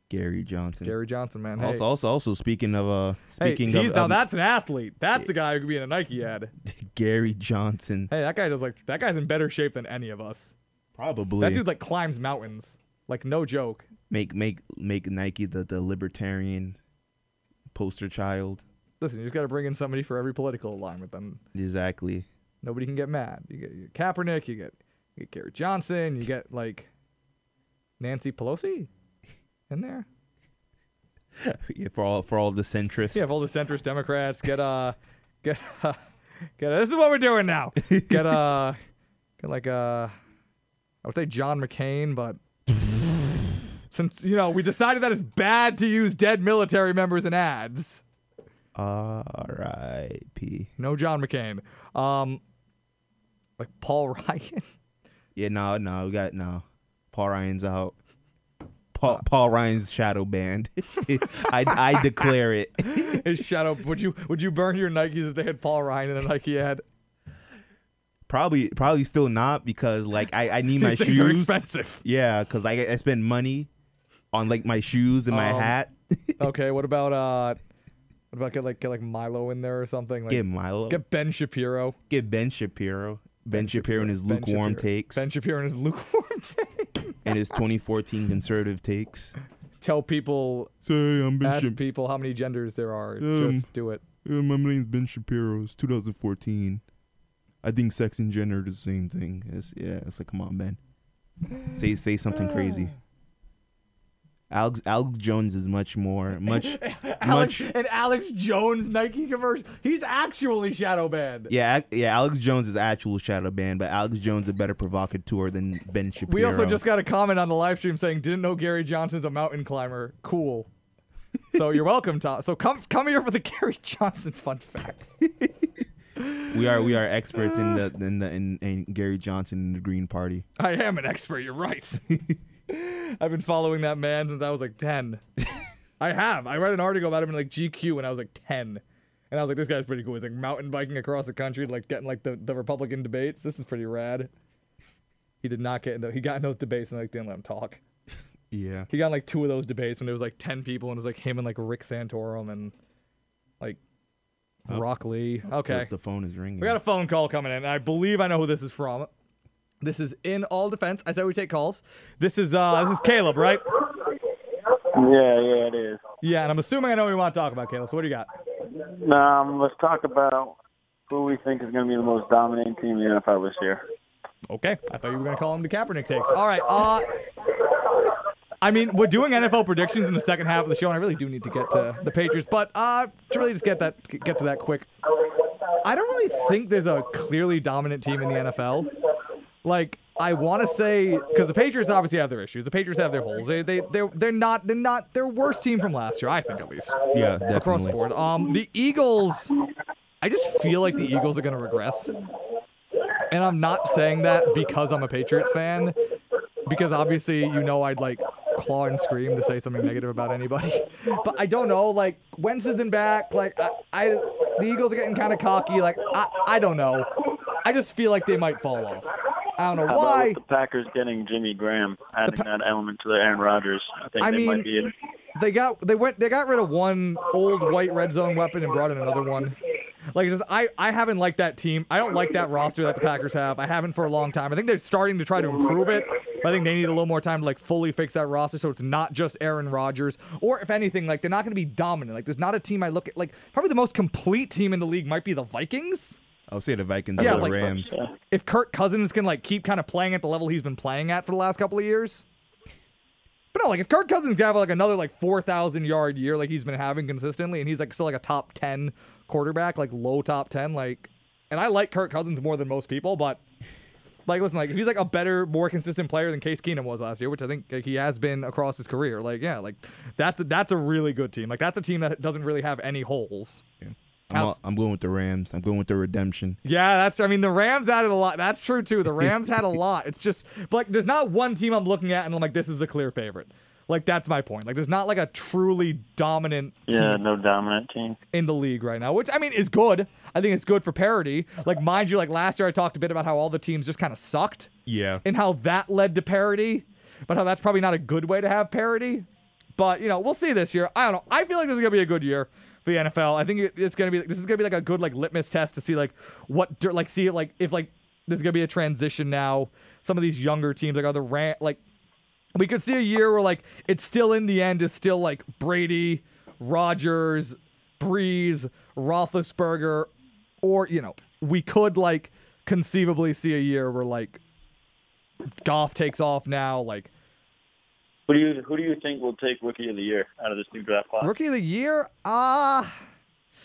[SPEAKER 5] Gary Johnson.
[SPEAKER 4] Gary Johnson, man. Hey.
[SPEAKER 5] Also, also, also. Speaking of, uh,
[SPEAKER 4] Hey,
[SPEAKER 5] speaking
[SPEAKER 4] he's-
[SPEAKER 5] of
[SPEAKER 4] now
[SPEAKER 5] um,
[SPEAKER 4] that's an athlete. That's the guy who could be in a Nike ad.
[SPEAKER 5] Gary Johnson,
[SPEAKER 4] Hey, that guy does like that guy's in better shape than any of us.
[SPEAKER 5] probably
[SPEAKER 4] That dude like climbs mountains. Like no joke.
[SPEAKER 5] make make make Nike the the libertarian poster child.
[SPEAKER 4] Listen, you just got to bring in somebody for every political alignment. Then
[SPEAKER 5] Exactly.
[SPEAKER 4] nobody can get mad. You get, you get Kaepernick. You get you get Gary Johnson. You get like Nancy Pelosi in there.
[SPEAKER 5] Yeah, for all for all the centrists.
[SPEAKER 4] Yeah, have all the centrist Democrats get uh get uh, get. Uh, this is what we're doing now. Get uh get like uh I would say John McCain, but since you know we decided that it's bad to use dead military members in ads.
[SPEAKER 5] R.I.P.
[SPEAKER 4] No John McCain. Um, like Paul Ryan.
[SPEAKER 5] Yeah, no, no, we got no. Paul Ryan's out. Paul, Paul Ryan's shadow banned. I, I declare it.
[SPEAKER 4] His shadow. Would you would you burn your Nikes if they had Paul Ryan in a Nike ad?
[SPEAKER 5] Probably, probably still not because like I, I need my
[SPEAKER 4] These things
[SPEAKER 5] shoes.
[SPEAKER 4] are expensive.
[SPEAKER 5] Yeah, because I I spend money on like my shoes and my
[SPEAKER 4] Um,
[SPEAKER 5] hat.
[SPEAKER 4] Okay. What about uh? What about get like get like Milo in there or something? Like,
[SPEAKER 5] Get Milo. Get,
[SPEAKER 4] get Ben Shapiro.
[SPEAKER 5] Ben Shapiro. Ben, Shapiro and his
[SPEAKER 4] Ben
[SPEAKER 5] lukewarm
[SPEAKER 4] Shapiro.
[SPEAKER 5] takes
[SPEAKER 4] Ben Shapiro and his lukewarm take.
[SPEAKER 5] and his 2014 conservative takes.
[SPEAKER 4] Tell people,
[SPEAKER 5] Say I'm Ben.
[SPEAKER 4] ask
[SPEAKER 5] Shap-
[SPEAKER 4] people how many genders there are.
[SPEAKER 5] Um,
[SPEAKER 4] Just do it.
[SPEAKER 5] uh, my name's Ben Shapiro. It's 2014. I think sex and gender are the same thing. It's, yeah, it's like come on, Ben. Say say something crazy. Alex Alex Jones is much more much
[SPEAKER 4] Alex,
[SPEAKER 5] much
[SPEAKER 4] and Alex Jones Nike conversion. He's actually shadow banned.
[SPEAKER 5] Yeah, ac- yeah. Alex Jones is actual shadow band, but Alex Jones is a better provocateur than Ben Shapiro.
[SPEAKER 4] We also just got a comment on the live stream saying, "Didn't know Gary Johnson's a mountain climber." Cool. So you're welcome, Tom. So come come here for the Gary Johnson fun facts.
[SPEAKER 5] we are we are experts in the in the in, in Gary Johnson and the Green Party.
[SPEAKER 4] I am an expert. You're right. I've been following that man since I was like ten. I have. I read an article about him in like GQ when I was like ten, and I was like, "This guy's pretty cool." He's like mountain biking across the country, like getting like the, the Republican debates. This is pretty rad. He did not get in. The, he got in those debates and like didn't let him talk.
[SPEAKER 5] Yeah,
[SPEAKER 4] he got in, like two of those debates when there was like 10 people and it was like him and like Rick Santorum and like Rock Lee. Okay.
[SPEAKER 5] The, phone is ringing.
[SPEAKER 4] We got a phone call coming in. I believe I know who this is from. This is in all defense. I said we take calls. This is uh this is Caleb, right?
[SPEAKER 8] Yeah, yeah, it is.
[SPEAKER 4] Yeah, and I'm assuming I know what you want to talk about, Caleb. So what do you got?
[SPEAKER 8] Um, let's talk about who we think is going to be the most dominating team in the NFL this year.
[SPEAKER 4] Okay. I thought you were gonna call him the Kaepernick takes. All right. Uh I mean, we're doing NFL predictions in the second half of the show, and I really do need to get to the Patriots, but uh, to really just get that get to that quick. I don't really think there's a clearly dominant team in the NFL. Like I want to say because the Patriots obviously have their issues. The Patriots have their holes. They they they they're not they're not their worst team from last year. I think at least
[SPEAKER 5] yeah, definitely.
[SPEAKER 4] across the board. Um, the Eagles. I just feel like the Eagles are going to regress, and I'm not saying that because I'm a Patriots fan, because obviously you know I'd like claw and scream to say something negative about anybody, but I don't know. Like Wentz isn't back. Like I, I the Eagles are getting kind of cocky. Like I, I don't know. I just feel like they might fall off. I don't know
[SPEAKER 8] How
[SPEAKER 4] why.
[SPEAKER 8] about with the Packers getting Jimmy Graham, adding that element to their Aaron Rodgers? I think
[SPEAKER 4] I
[SPEAKER 8] they
[SPEAKER 4] mean-
[SPEAKER 8] might be in.
[SPEAKER 4] they got they went they got rid of one old white red zone weapon and brought in another one. Like it's just I I haven't liked that team. I don't like that roster that the Packers have. I haven't for a long time. I think they're starting to try to improve it, but I think they need a little more time to like fully fix that roster so it's not just Aaron Rodgers or if anything like they're not going to be dominant. Like there's not a team I look at like probably the most complete team in the league might be the Vikings
[SPEAKER 5] I'll say the Vikings
[SPEAKER 4] Yeah,
[SPEAKER 5] or the
[SPEAKER 4] like-
[SPEAKER 5] Rams.
[SPEAKER 4] if Kirk Cousins can like keep kind of playing at the level he's been playing at for the last couple of years. But no, like if Kirk Cousins can have like another like four thousand yard year like he's been having consistently, and he's like still like a top ten quarterback, like low top ten, like. And I like Kirk Cousins more than most people, but like listen, like if he's like a better, more consistent player than Case Keenum was last year, which I think like, he has been across his career. Like yeah, like that's a, that's a really good team. Like that's a team that doesn't really have any holes.
[SPEAKER 5] I'm,
[SPEAKER 4] How's-
[SPEAKER 5] all- I'm going with the Rams. I'm going with the redemption.
[SPEAKER 4] Yeah, that's. I mean, the Rams added a lot. That's true too. The Rams had a lot. It's just but, like there's not one team I'm looking at and I'm like, this is a clear favorite. Like that's my point. Like there's not like a truly dominant
[SPEAKER 8] Yeah,
[SPEAKER 4] team
[SPEAKER 8] no dominant team.
[SPEAKER 4] in the league right now, which I mean is good. I think it's good for parity. Like mind you, like last year I talked a bit about how all the teams just kind of sucked
[SPEAKER 5] Yeah.
[SPEAKER 4] and how that led to parity, but how that's probably not a good way to have parity. But you know, we'll see this year. I don't know. I feel like this is gonna be a good year for the NFL. I think it- it's gonna be this is gonna be like a good like litmus test to see like what dir- like see like if like there's gonna be a transition now. Some of these younger teams like are the ran like we could see a year where like it's still in the end is still like Brady, Rogers, Breeze, Roethlisberger, or you know we could like conceivably see a year where like Goff takes off now. Like
[SPEAKER 8] Who do you who do you think will take rookie of the year out of this new draft class?
[SPEAKER 4] rookie of the year, ah.
[SPEAKER 8] do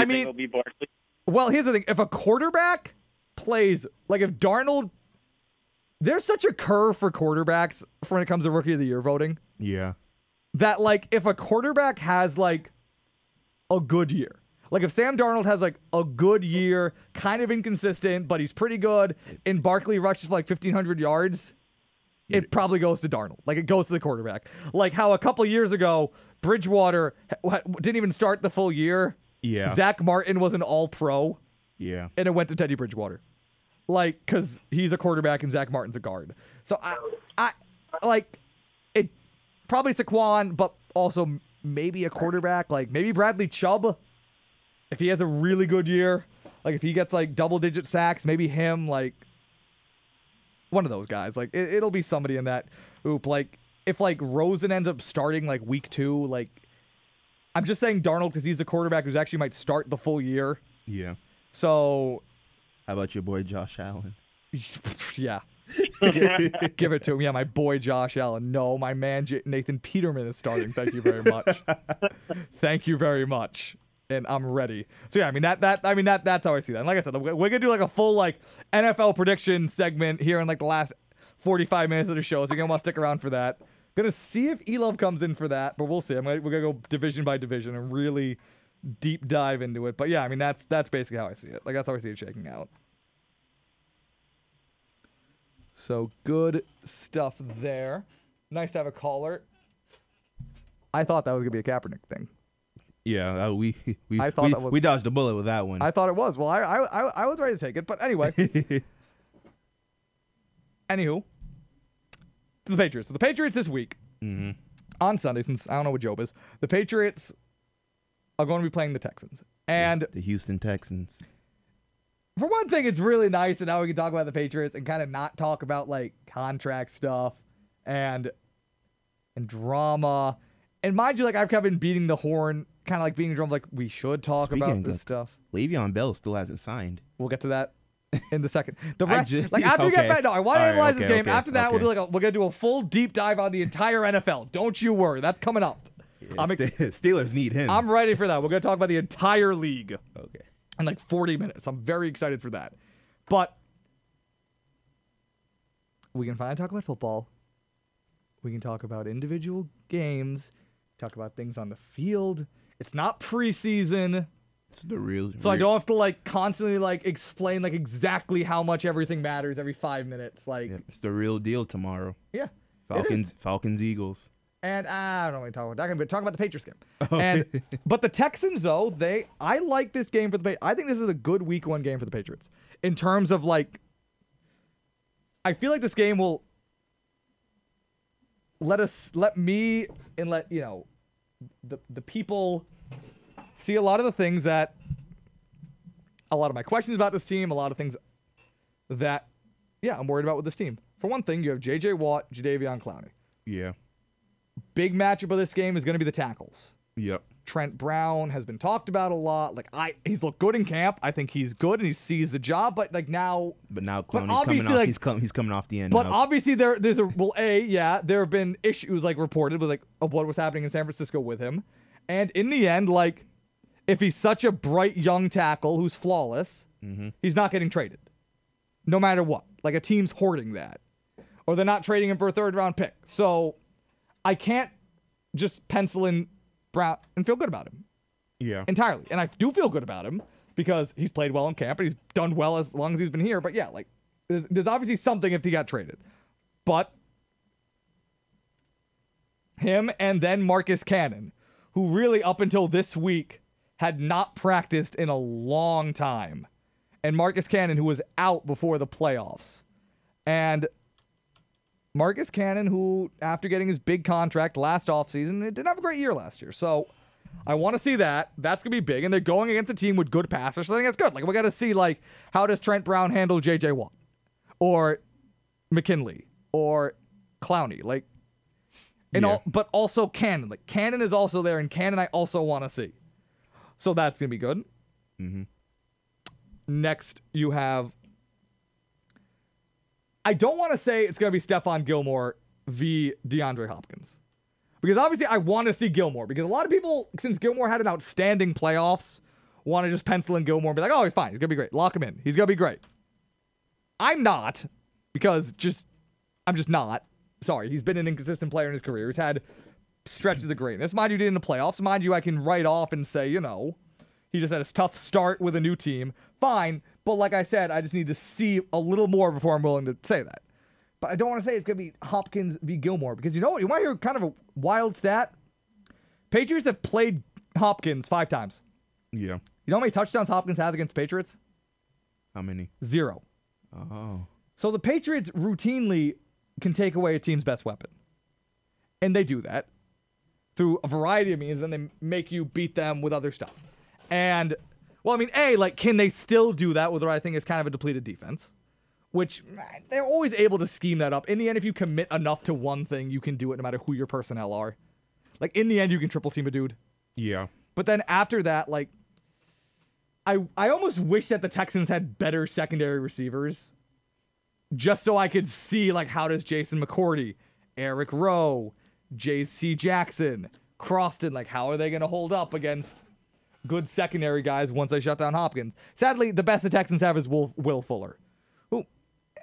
[SPEAKER 4] I
[SPEAKER 8] think
[SPEAKER 4] mean-
[SPEAKER 8] it'll be Barkley?
[SPEAKER 4] Well, here's the thing: if a quarterback plays like if Darnold, there's such a curve for quarterbacks when it comes to rookie of the year voting
[SPEAKER 5] Yeah.
[SPEAKER 4] that like if a quarterback has like a good year. Like if Sam Darnold has like a good year, kind of inconsistent, but he's pretty good, and Barkley rushes for like 1500 yards, it probably goes to Darnold. Like it goes to the quarterback. Like how a couple years ago, Bridgewater ha- ha- didn't even start the full year.
[SPEAKER 5] Yeah.
[SPEAKER 4] Zach Martin was an All Pro
[SPEAKER 5] Yeah.
[SPEAKER 4] and it went to Teddy Bridgewater, like because he's a quarterback and Zach Martin's a guard. So I, I like it. Probably Saquon, but also m- maybe a quarterback, like maybe Bradley Chubb, if he has a really good year, like if he gets like double digit sacks, maybe him, like one of those guys. Like it, it'll be somebody in that oop. Like if like Rosen ends up starting like week two, like. I'm just saying Darnold because he's the quarterback who's actually might start the full year.
[SPEAKER 5] Yeah.
[SPEAKER 4] So
[SPEAKER 5] How about your boy Josh Allen?
[SPEAKER 4] yeah. Give it to him. Yeah, my boy Josh Allen. No, my man J- Nathan Peterman is starting. Thank you very much. Thank you very much. And I'm ready. So yeah, I mean that that I mean that that's how I see that. And like I said, we're we're gonna do like a full like NFL prediction segment here in like the last 45 minutes of the show. So you're gonna want to stick around for that. Gonna see if Elove comes in for that, but we'll see. I'm gonna, we're gonna go division by division and really deep dive into it. But yeah, I mean that's that's basically how I see it. Like that's how I see it shaking out. So good stuff there. Nice to have a caller. I thought that was gonna be a Kaepernick thing.
[SPEAKER 5] Yeah, uh, we we
[SPEAKER 4] I thought
[SPEAKER 5] we,
[SPEAKER 4] that was-
[SPEAKER 5] we dodged a bullet with that one.
[SPEAKER 4] I thought it was. Well, I I, I, I was ready to take it, but anyway. Anywho, to the Patriots. So the Patriots this week on Sunday, since I don't know what Job is, the Patriots are going to be playing the Texans. And
[SPEAKER 5] the Houston Texans.
[SPEAKER 4] for one thing, it's really nice that now we can talk about the Patriots and kind of not talk about like contract stuff and and drama. And mind you, like I've kind of been beating the horn, kind of like beating the drum, like we should talk
[SPEAKER 5] Speaking
[SPEAKER 4] about
[SPEAKER 5] of
[SPEAKER 4] this
[SPEAKER 5] that-
[SPEAKER 4] stuff.
[SPEAKER 5] Le'Veon Bell still hasn't signed.
[SPEAKER 4] We'll get to that in the second. The
[SPEAKER 5] I
[SPEAKER 4] rest,
[SPEAKER 5] ju-
[SPEAKER 4] like after we get
[SPEAKER 5] okay.
[SPEAKER 4] back, no, I want to
[SPEAKER 5] All right,
[SPEAKER 4] analyze this
[SPEAKER 5] okay,
[SPEAKER 4] game.
[SPEAKER 5] okay,
[SPEAKER 4] after that, we'll
[SPEAKER 5] okay.
[SPEAKER 4] do like a, we're gonna do a full deep dive on the entire NFL. Don't you worry, that's coming up. I'm, ex-
[SPEAKER 5] Ste- Steelers need him.
[SPEAKER 4] I'm ready for that. We're gonna talk about the entire league
[SPEAKER 5] okay.
[SPEAKER 4] in like 40 minutes. I'm very excited for that. But we can finally talk about football. We can talk about individual games, talk about things on the field. It's not preseason,
[SPEAKER 5] It's the real.
[SPEAKER 4] so I
[SPEAKER 5] real-
[SPEAKER 4] don't have to like constantly like explain like exactly how much everything matters every 5 minutes like
[SPEAKER 5] Yep, it's the real deal tomorrow.
[SPEAKER 4] yeah. it is.
[SPEAKER 5] Falcons, Falcons, Eagles.
[SPEAKER 4] And uh, I don't want to talk about that. But talk about the Patriots game. And but the Texans though, they I like this game for the Patriots. I think this is a good week one game for the Patriots in terms of like. I feel like this game will let us let me and let you know the the people see a lot of the things that a lot of my questions about this team, a lot of things that yeah I'm worried about with this team. For one thing, you have J.J. Watt, Jadavion Clowney
[SPEAKER 5] Yeah.
[SPEAKER 4] big matchup of this game is going to be the tackles.
[SPEAKER 5] Yep.
[SPEAKER 4] Trent Brown has been talked about a lot. Like I, he's looked good in camp. I think he's good and he sees the job. But like now,
[SPEAKER 5] But now
[SPEAKER 4] But
[SPEAKER 5] Clowney's coming
[SPEAKER 4] obviously,
[SPEAKER 5] off.
[SPEAKER 4] like-
[SPEAKER 5] he's com- He's coming off the end.
[SPEAKER 4] but
[SPEAKER 5] now.
[SPEAKER 4] obviously there, there's a well, a yeah, there have been issues like reported with like of what was happening in San Francisco with him, and in the end, like if he's such a bright young tackle who's flawless, he's not getting traded, no matter what. Like a team's hoarding that, or they're not trading him for a third round pick. So I can't just pencil in Brown and feel good about him.
[SPEAKER 5] yeah.
[SPEAKER 4] entirely. And I do feel good about him because he's played well in camp and he's done well as long as he's been here. But yeah, like there's, there's obviously something if he got traded, but Him and then Marcus Cannon, who really up until this week had not practiced in a long time. And Marcus Cannon, who was out before the playoffs. And Marcus Cannon, who, after getting his big contract last offseason, it didn't have a great year last year. So I want to see that. That's going to be big. And they're going against a team with good passers. So I think that's good. Like, we got to see, like, how does Trent Brown handle J.J. Watt? Or McKinley? Or Clowney? Like, and all, but also Cannon. Like, Cannon is also there, and Cannon I also want to see. So that's going to be good. Next, you have I don't want to say it's going to be Stefan Gilmore v. DeAndre Hopkins. Because obviously, I want to see Gilmore. Because a lot of people, since Gilmore had an outstanding playoffs, want to just pencil in Gilmore and be like, oh, he's fine. He's going to be great. Lock him in. He's going to be great. I'm not. Because just, I'm just not. Sorry. He's been an inconsistent player in his career. He's had stretches of greatness. Mind you, did in the playoffs. Mind you, I can write off and say, you know, he just had his tough start with a new team. Fine, but like I said, I just need to see a little more before I'm willing to say that. But I don't want to say it's going to be Hopkins v. Gilmore because you know what? You want to hear kind of a wild stat? Patriots have played Hopkins five times.
[SPEAKER 5] Yeah.
[SPEAKER 4] You know how many touchdowns Hopkins has against Patriots?
[SPEAKER 5] How many?
[SPEAKER 4] Zero.
[SPEAKER 5] Oh.
[SPEAKER 4] So the Patriots routinely can take away a team's best weapon. And they do that through a variety of means, and they make you beat them with other stuff. And, well, I mean, A, like, can they still do that with what I think is kind of a depleted defense? Which eh, they're always able to scheme that up. In the end, if you commit enough to one thing, you can do it no matter who your personnel are. Like, in the end, you can triple team a dude.
[SPEAKER 5] Yeah.
[SPEAKER 4] But then after that, like, I I almost wish that the Texans had better secondary receivers, just so I could see like how does Jason McCourty, Eric Rowe, J.C. Jackson, Croston, like how are they gonna hold up against good secondary guys once they shut down Hopkins? Sadly, the best the Texans have is Will, Will Fuller, who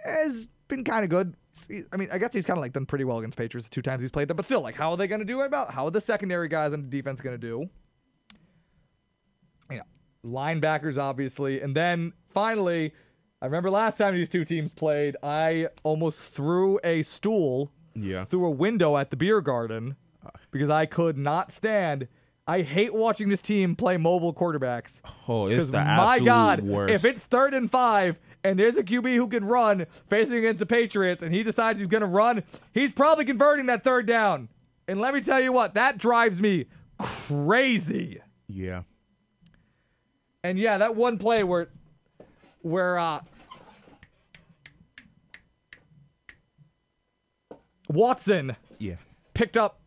[SPEAKER 4] has been kind of good. See, I mean, I guess he's kind of like done pretty well against Patriots the two times he's played them, but still, like, how are they gonna do about how are the secondary guys on the defense gonna do? you know, linebackers, obviously. And then finally, I remember last time these two teams played, I almost threw a stool
[SPEAKER 5] Yeah.
[SPEAKER 4] through a window at the beer garden because I could not stand. I hate watching this team play mobile quarterbacks.
[SPEAKER 5] Oh, it's
[SPEAKER 4] Because
[SPEAKER 5] the
[SPEAKER 4] my
[SPEAKER 5] absolute
[SPEAKER 4] God,
[SPEAKER 5] worst.
[SPEAKER 4] if it's third and five and there's a QB who can run facing against the Patriots and he decides he's going to run, he's probably converting that third down. And let me tell you what, that drives me crazy.
[SPEAKER 5] yeah.
[SPEAKER 4] And yeah, that one play where where uh Watson
[SPEAKER 5] Yeah.
[SPEAKER 4] picked up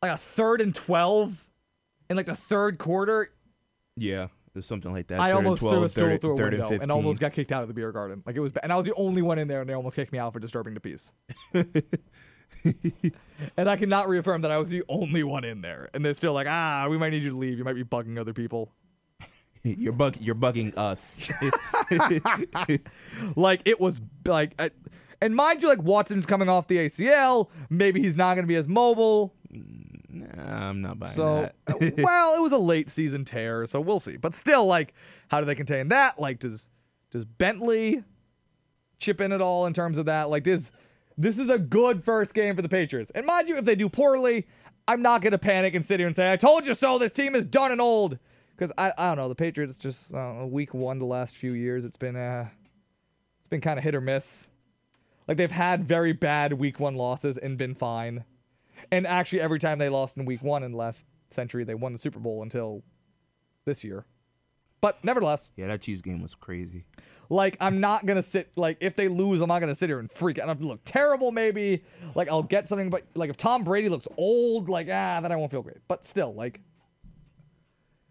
[SPEAKER 4] like a third and 12 in like the third quarter.
[SPEAKER 5] Yeah. There's something like that.
[SPEAKER 4] I
[SPEAKER 5] Third and
[SPEAKER 4] almost
[SPEAKER 5] 12,
[SPEAKER 4] threw a stool
[SPEAKER 5] third,
[SPEAKER 4] through a
[SPEAKER 5] third
[SPEAKER 4] window and,
[SPEAKER 5] and, 15.
[SPEAKER 4] almost got kicked out of the beer garden. Like it was, ba- and I was the only one in there, and they almost kicked me out for disturbing the peace. and I cannot reaffirm that I was the only one in there. And they're still like, ah, we might need you to leave. You might be bugging other people.
[SPEAKER 5] You're bug. You're bugging us.
[SPEAKER 4] Like it was like, I, and mind you, like Watson's coming off the ACL. Maybe he's not going to be as mobile.
[SPEAKER 5] nah, I'm not buying
[SPEAKER 4] So, uh,
[SPEAKER 5] that.
[SPEAKER 4] well, it was a late season tear, so we'll see. But still, like, how do they contain that? Like, does does Bentley chip in at all in terms of that? Like, this this is a good first game for the Patriots. And mind you, if they do poorly, I'm not gonna panic and sit here and say, "I told you so." This team is done and old. Because I, I don't know, the Patriots just I don't know, week one the last few years, it's been uh, it's been kind of hit or miss. Like they've had very bad week one losses and been fine. And actually, every time they lost in week one in the last century, they won the Super Bowl until this year. But nevertheless,
[SPEAKER 5] Yeah, that Chiefs game was crazy.
[SPEAKER 4] like, I'm not going to sit, like, if they lose, I'm not going to sit here and freak out. I'm going to look terrible, maybe. Like, I'll get something, but, like, if Tom Brady looks old, like, ah, then I won't feel great. But still, like,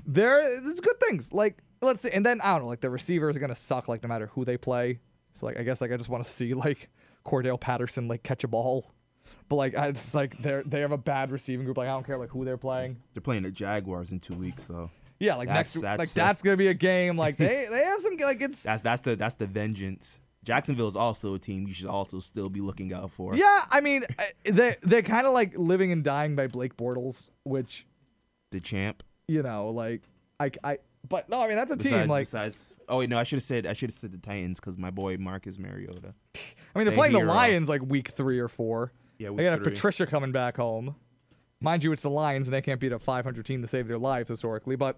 [SPEAKER 4] there there's good things. Like, let's see. And then, I don't know, like, the receivers are going to suck, like, no matter who they play. So, like, I guess, like, I just want to see, like, Cordell Patterson, like, catch a ball. But, like, I just, like, they're, they have a bad receiving group. Like, I don't care, like, who they're playing.
[SPEAKER 5] They're playing the Jaguars in two weeks, though.
[SPEAKER 4] Yeah, like
[SPEAKER 5] That's-
[SPEAKER 4] next,
[SPEAKER 5] that's
[SPEAKER 4] like
[SPEAKER 5] it.
[SPEAKER 4] that's gonna be a game. Like they, they have some like it's.
[SPEAKER 5] That's that's the that's the vengeance. Jacksonville is also a team you should also still be looking out for.
[SPEAKER 4] Yeah, I mean, I- they they're kind of like living and dying by Blake Bortles, which
[SPEAKER 5] The champ.
[SPEAKER 4] you know, like I, I, but no, I mean that's a
[SPEAKER 5] Besides,
[SPEAKER 4] team. Like,
[SPEAKER 5] besides, oh wait, no, I should have said I should have said the Titans because my boy Marcus Mariota.
[SPEAKER 4] I mean they're
[SPEAKER 5] they
[SPEAKER 4] playing the
[SPEAKER 5] hero.
[SPEAKER 4] Lions like week three or four.
[SPEAKER 5] Yeah,
[SPEAKER 4] they
[SPEAKER 5] week
[SPEAKER 4] gotta have
[SPEAKER 5] three.
[SPEAKER 4] Patricia coming back home. Mind you, it's the Lions, and they can't beat a 500 team to save their lives historically. But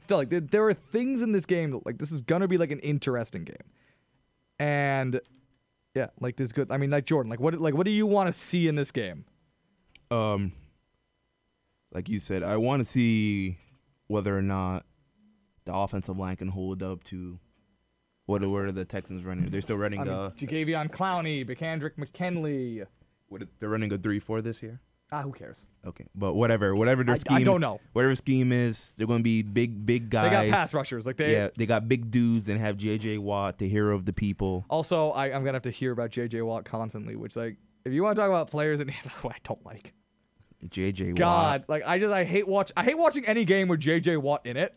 [SPEAKER 4] still, like there, there are things in this game. that, Like this is gonna be like an interesting game, and yeah, like this good. I mean, like Jordan, like what, like what do you want to see in this game?
[SPEAKER 5] Um, like you said, I want to see whether or not the offensive line can hold up to what what are the Texans running? They're still running
[SPEAKER 4] I mean,
[SPEAKER 5] the
[SPEAKER 4] Ja'Gavion Um, Clowney, Bacandrick McKinley.
[SPEAKER 5] what, they're running a three four this year.
[SPEAKER 4] Ah, who cares?
[SPEAKER 5] Okay, but whatever, whatever
[SPEAKER 4] I- I
[SPEAKER 5] their scheme,
[SPEAKER 4] don't know.
[SPEAKER 5] Whatever scheme is, they're going to be big, big
[SPEAKER 4] They
[SPEAKER 5] guys.
[SPEAKER 4] got pass rushers. Like they.
[SPEAKER 5] Yeah, they got big dudes and have J.J. Watt, the hero of the people.
[SPEAKER 4] Also, I, I'm gonna have to hear about J.J. Watt constantly, which like, if you want to talk about players that who I don't like,
[SPEAKER 5] J.J.
[SPEAKER 4] God,
[SPEAKER 5] Watt.
[SPEAKER 4] like I just I hate watch I hate watching any game with J.J. Watt in it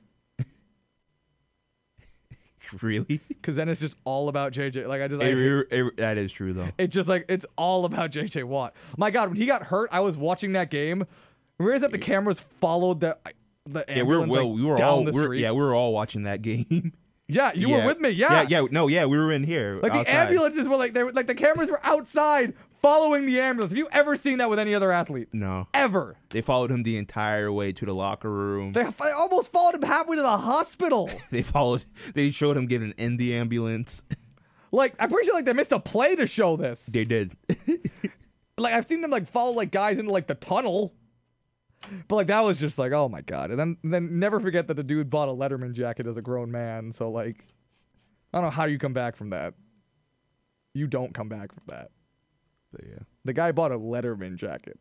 [SPEAKER 5] really?
[SPEAKER 4] because then it's just all about J.J. Like I just I,
[SPEAKER 5] It-
[SPEAKER 4] hate-
[SPEAKER 5] it- it- that is true though.
[SPEAKER 4] it's just like it's all about J.J. Watt. My God, when he got hurt, I was watching that game. Realize that the cameras followed the the
[SPEAKER 5] Yeah, we're
[SPEAKER 4] ambulance,
[SPEAKER 5] well,
[SPEAKER 4] like,
[SPEAKER 5] we were
[SPEAKER 4] down
[SPEAKER 5] all
[SPEAKER 4] the
[SPEAKER 5] we're,
[SPEAKER 4] street.
[SPEAKER 5] yeah, we were all watching that game.
[SPEAKER 4] Yeah, you
[SPEAKER 5] yeah.
[SPEAKER 4] were with me.
[SPEAKER 5] yeah, yeah, no, yeah, we were in here.
[SPEAKER 4] Like
[SPEAKER 5] outside.
[SPEAKER 4] the ambulances were like they were like the cameras were outside following the ambulance. Have you ever seen that with any other athlete?
[SPEAKER 5] No,
[SPEAKER 4] Ever.
[SPEAKER 5] they followed him the entire way to the locker room.
[SPEAKER 4] They, they almost followed him halfway to the hospital.
[SPEAKER 5] They followed. They showed him getting in the ambulance.
[SPEAKER 4] like I'm pretty sure like they missed a play to show this.
[SPEAKER 5] they did.
[SPEAKER 4] Like I've seen them like follow like guys into like the tunnel. But like that was just like oh my god. And then then never forget that the dude bought a Letterman jacket as a grown man. So like I don't know how you come back from that. You don't come back from that.
[SPEAKER 5] but yeah,
[SPEAKER 4] The guy bought a Letterman jacket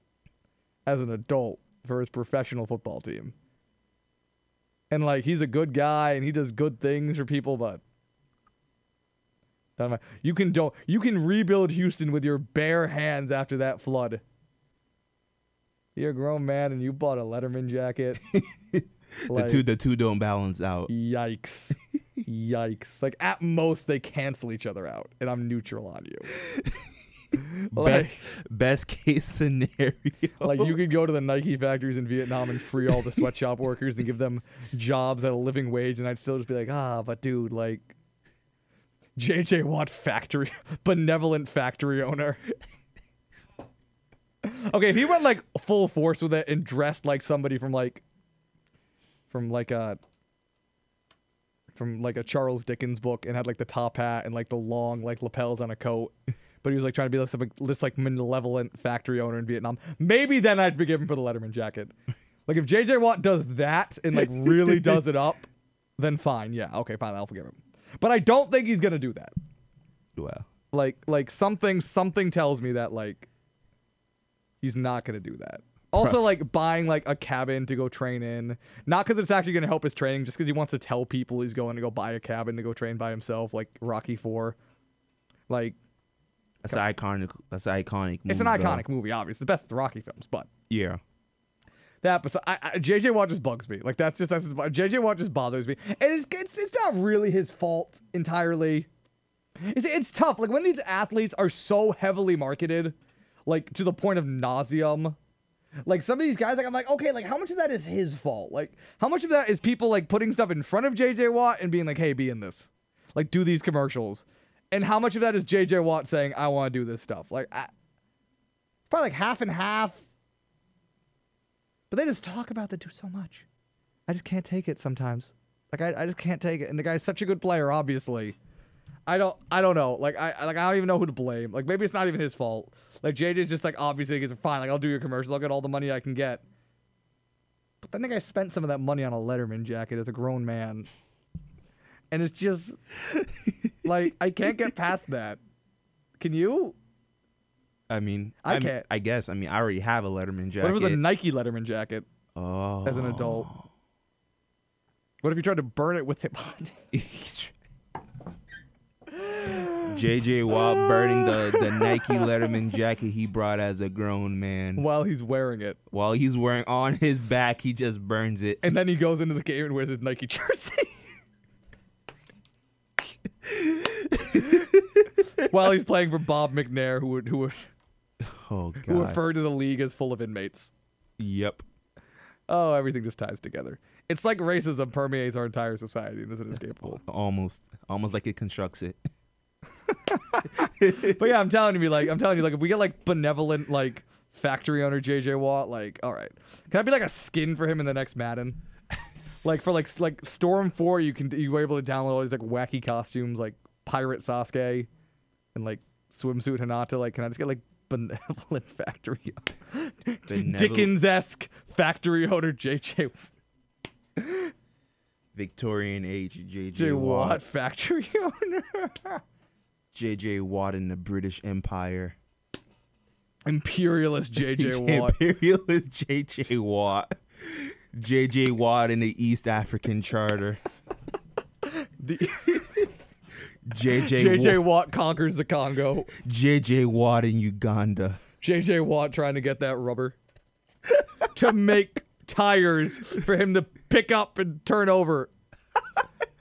[SPEAKER 4] as an adult for his professional football team. And like he's a good guy and he does good things for people, but Doesn't matter. you can don't you can rebuild Houston with your bare hands after that flood. You're a grown man and you bought a Letterman jacket.
[SPEAKER 5] the
[SPEAKER 4] Like-
[SPEAKER 5] two the two don't balance out.
[SPEAKER 4] Yikes. Yikes. Like at most they cancel each other out and I'm neutral on you. Like-
[SPEAKER 5] Best best case scenario.
[SPEAKER 4] Like you could go to the Nike factories in Vietnam and free all the sweatshop workers and give them jobs at a living wage, and I'd still just be like, ah, but dude, like JJ Watt factory benevolent factory owner. okay, if he went like full force with it and dressed like somebody from like from like uh, a from like a Charles Dickens book and had like the top hat and like the long like lapels on a coat. But he was like trying to be this, like, this like malevolent factory owner in Vietnam. Maybe then I'd forgive him for the Letterman jacket. Like if JJ Watt does that and like really does it up, then fine. Yeah, okay, fine, I'll forgive him. But I don't think he's gonna do that.
[SPEAKER 5] wow.
[SPEAKER 4] Like like something something tells me that like he's not gonna do that. Also, like buying like a cabin to go train in, not because it's actually gonna help his training, just because he wants to tell people he's going to go buy a cabin to go train by himself, like Rocky Four. Like
[SPEAKER 5] That's an iconic. That's an iconic.
[SPEAKER 4] it's an
[SPEAKER 5] move, though.
[SPEAKER 4] iconic movie, obviously, the best of the Rocky films, but
[SPEAKER 5] Yeah.
[SPEAKER 4] That besi- I, I, JJ Watt just bugs me. Like that's just that's just, JJ Watt just bothers me, and it's it's, it's not really his fault entirely. It's, it's tough. Like when these athletes are so heavily marketed, like to the point of nauseum. Like some of these guys, like I'm like, okay, like how much of that is his fault? Like how much of that is people like putting stuff in front of JJ Watt and being like, hey, be in this, like do these commercials, and how much of that is JJ Watt saying, I want to do this stuff? Like, I, probably like half and half. But they just talk about the dude so much. I just can't take it sometimes. Like I, I just can't take it. And the guy's such a good player, obviously. I don't I don't know. Like I I- like I don't even know who to blame. Like maybe it's not even his fault. Like JJ's just like obviously he's fine. Like I'll do your commercials. I'll get all the money I can get. But then the guy spent some of that money on a Letterman jacket as a grown man. And it's just like I can't get past that. Can you?
[SPEAKER 5] I mean,
[SPEAKER 4] I
[SPEAKER 5] mean-
[SPEAKER 4] can't.
[SPEAKER 5] I guess. I mean, I already have a Letterman jacket.
[SPEAKER 4] What if it was a Nike Letterman jacket
[SPEAKER 5] oh.
[SPEAKER 4] as an adult? What if you tried to burn it with him?
[SPEAKER 5] JJ Watt burning the, the Nike Letterman jacket he brought as a grown man.
[SPEAKER 4] while he's wearing it.
[SPEAKER 5] While he's wearing on his back, he just burns it.
[SPEAKER 4] And then he goes into the game and wears his Nike jersey. while he's playing for Bob McNair, who would, who would,
[SPEAKER 5] Oh
[SPEAKER 4] who
[SPEAKER 5] god.
[SPEAKER 4] referred to the league as full of inmates.
[SPEAKER 5] yep.
[SPEAKER 4] Oh, everything just ties together. It's like racism permeates our entire society and isn't escapable.
[SPEAKER 5] Almost, almost like it constructs it.
[SPEAKER 4] but yeah, I'm telling you, like I'm telling you, like if we get like benevolent like factory owner JJ Watt, like all right, can I be like a skin for him in the next Madden? like for like s- like Storm Four, you can you were able to download all these like wacky costumes, like pirate Sasuke, and like swimsuit Hinata. Like, can I just get like benevolent factory,
[SPEAKER 5] Benevolent-
[SPEAKER 4] Dickens esque factory owner JJ
[SPEAKER 5] Victorian age, J.J.
[SPEAKER 4] J
[SPEAKER 5] Watt.
[SPEAKER 4] Watt factory owner?
[SPEAKER 5] J.J. Watt in the British Empire.
[SPEAKER 4] Imperialist JJ Watt.
[SPEAKER 5] Imperialist J.J. Watt. J.J. Watt in the East African Charter.
[SPEAKER 4] The-
[SPEAKER 5] J.J.
[SPEAKER 4] JJ
[SPEAKER 5] Watt.
[SPEAKER 4] Watt conquers the Congo.
[SPEAKER 5] J.J. Watt in Uganda.
[SPEAKER 4] JJ Watt trying to get that rubber to make tires for him to pick up and turn over.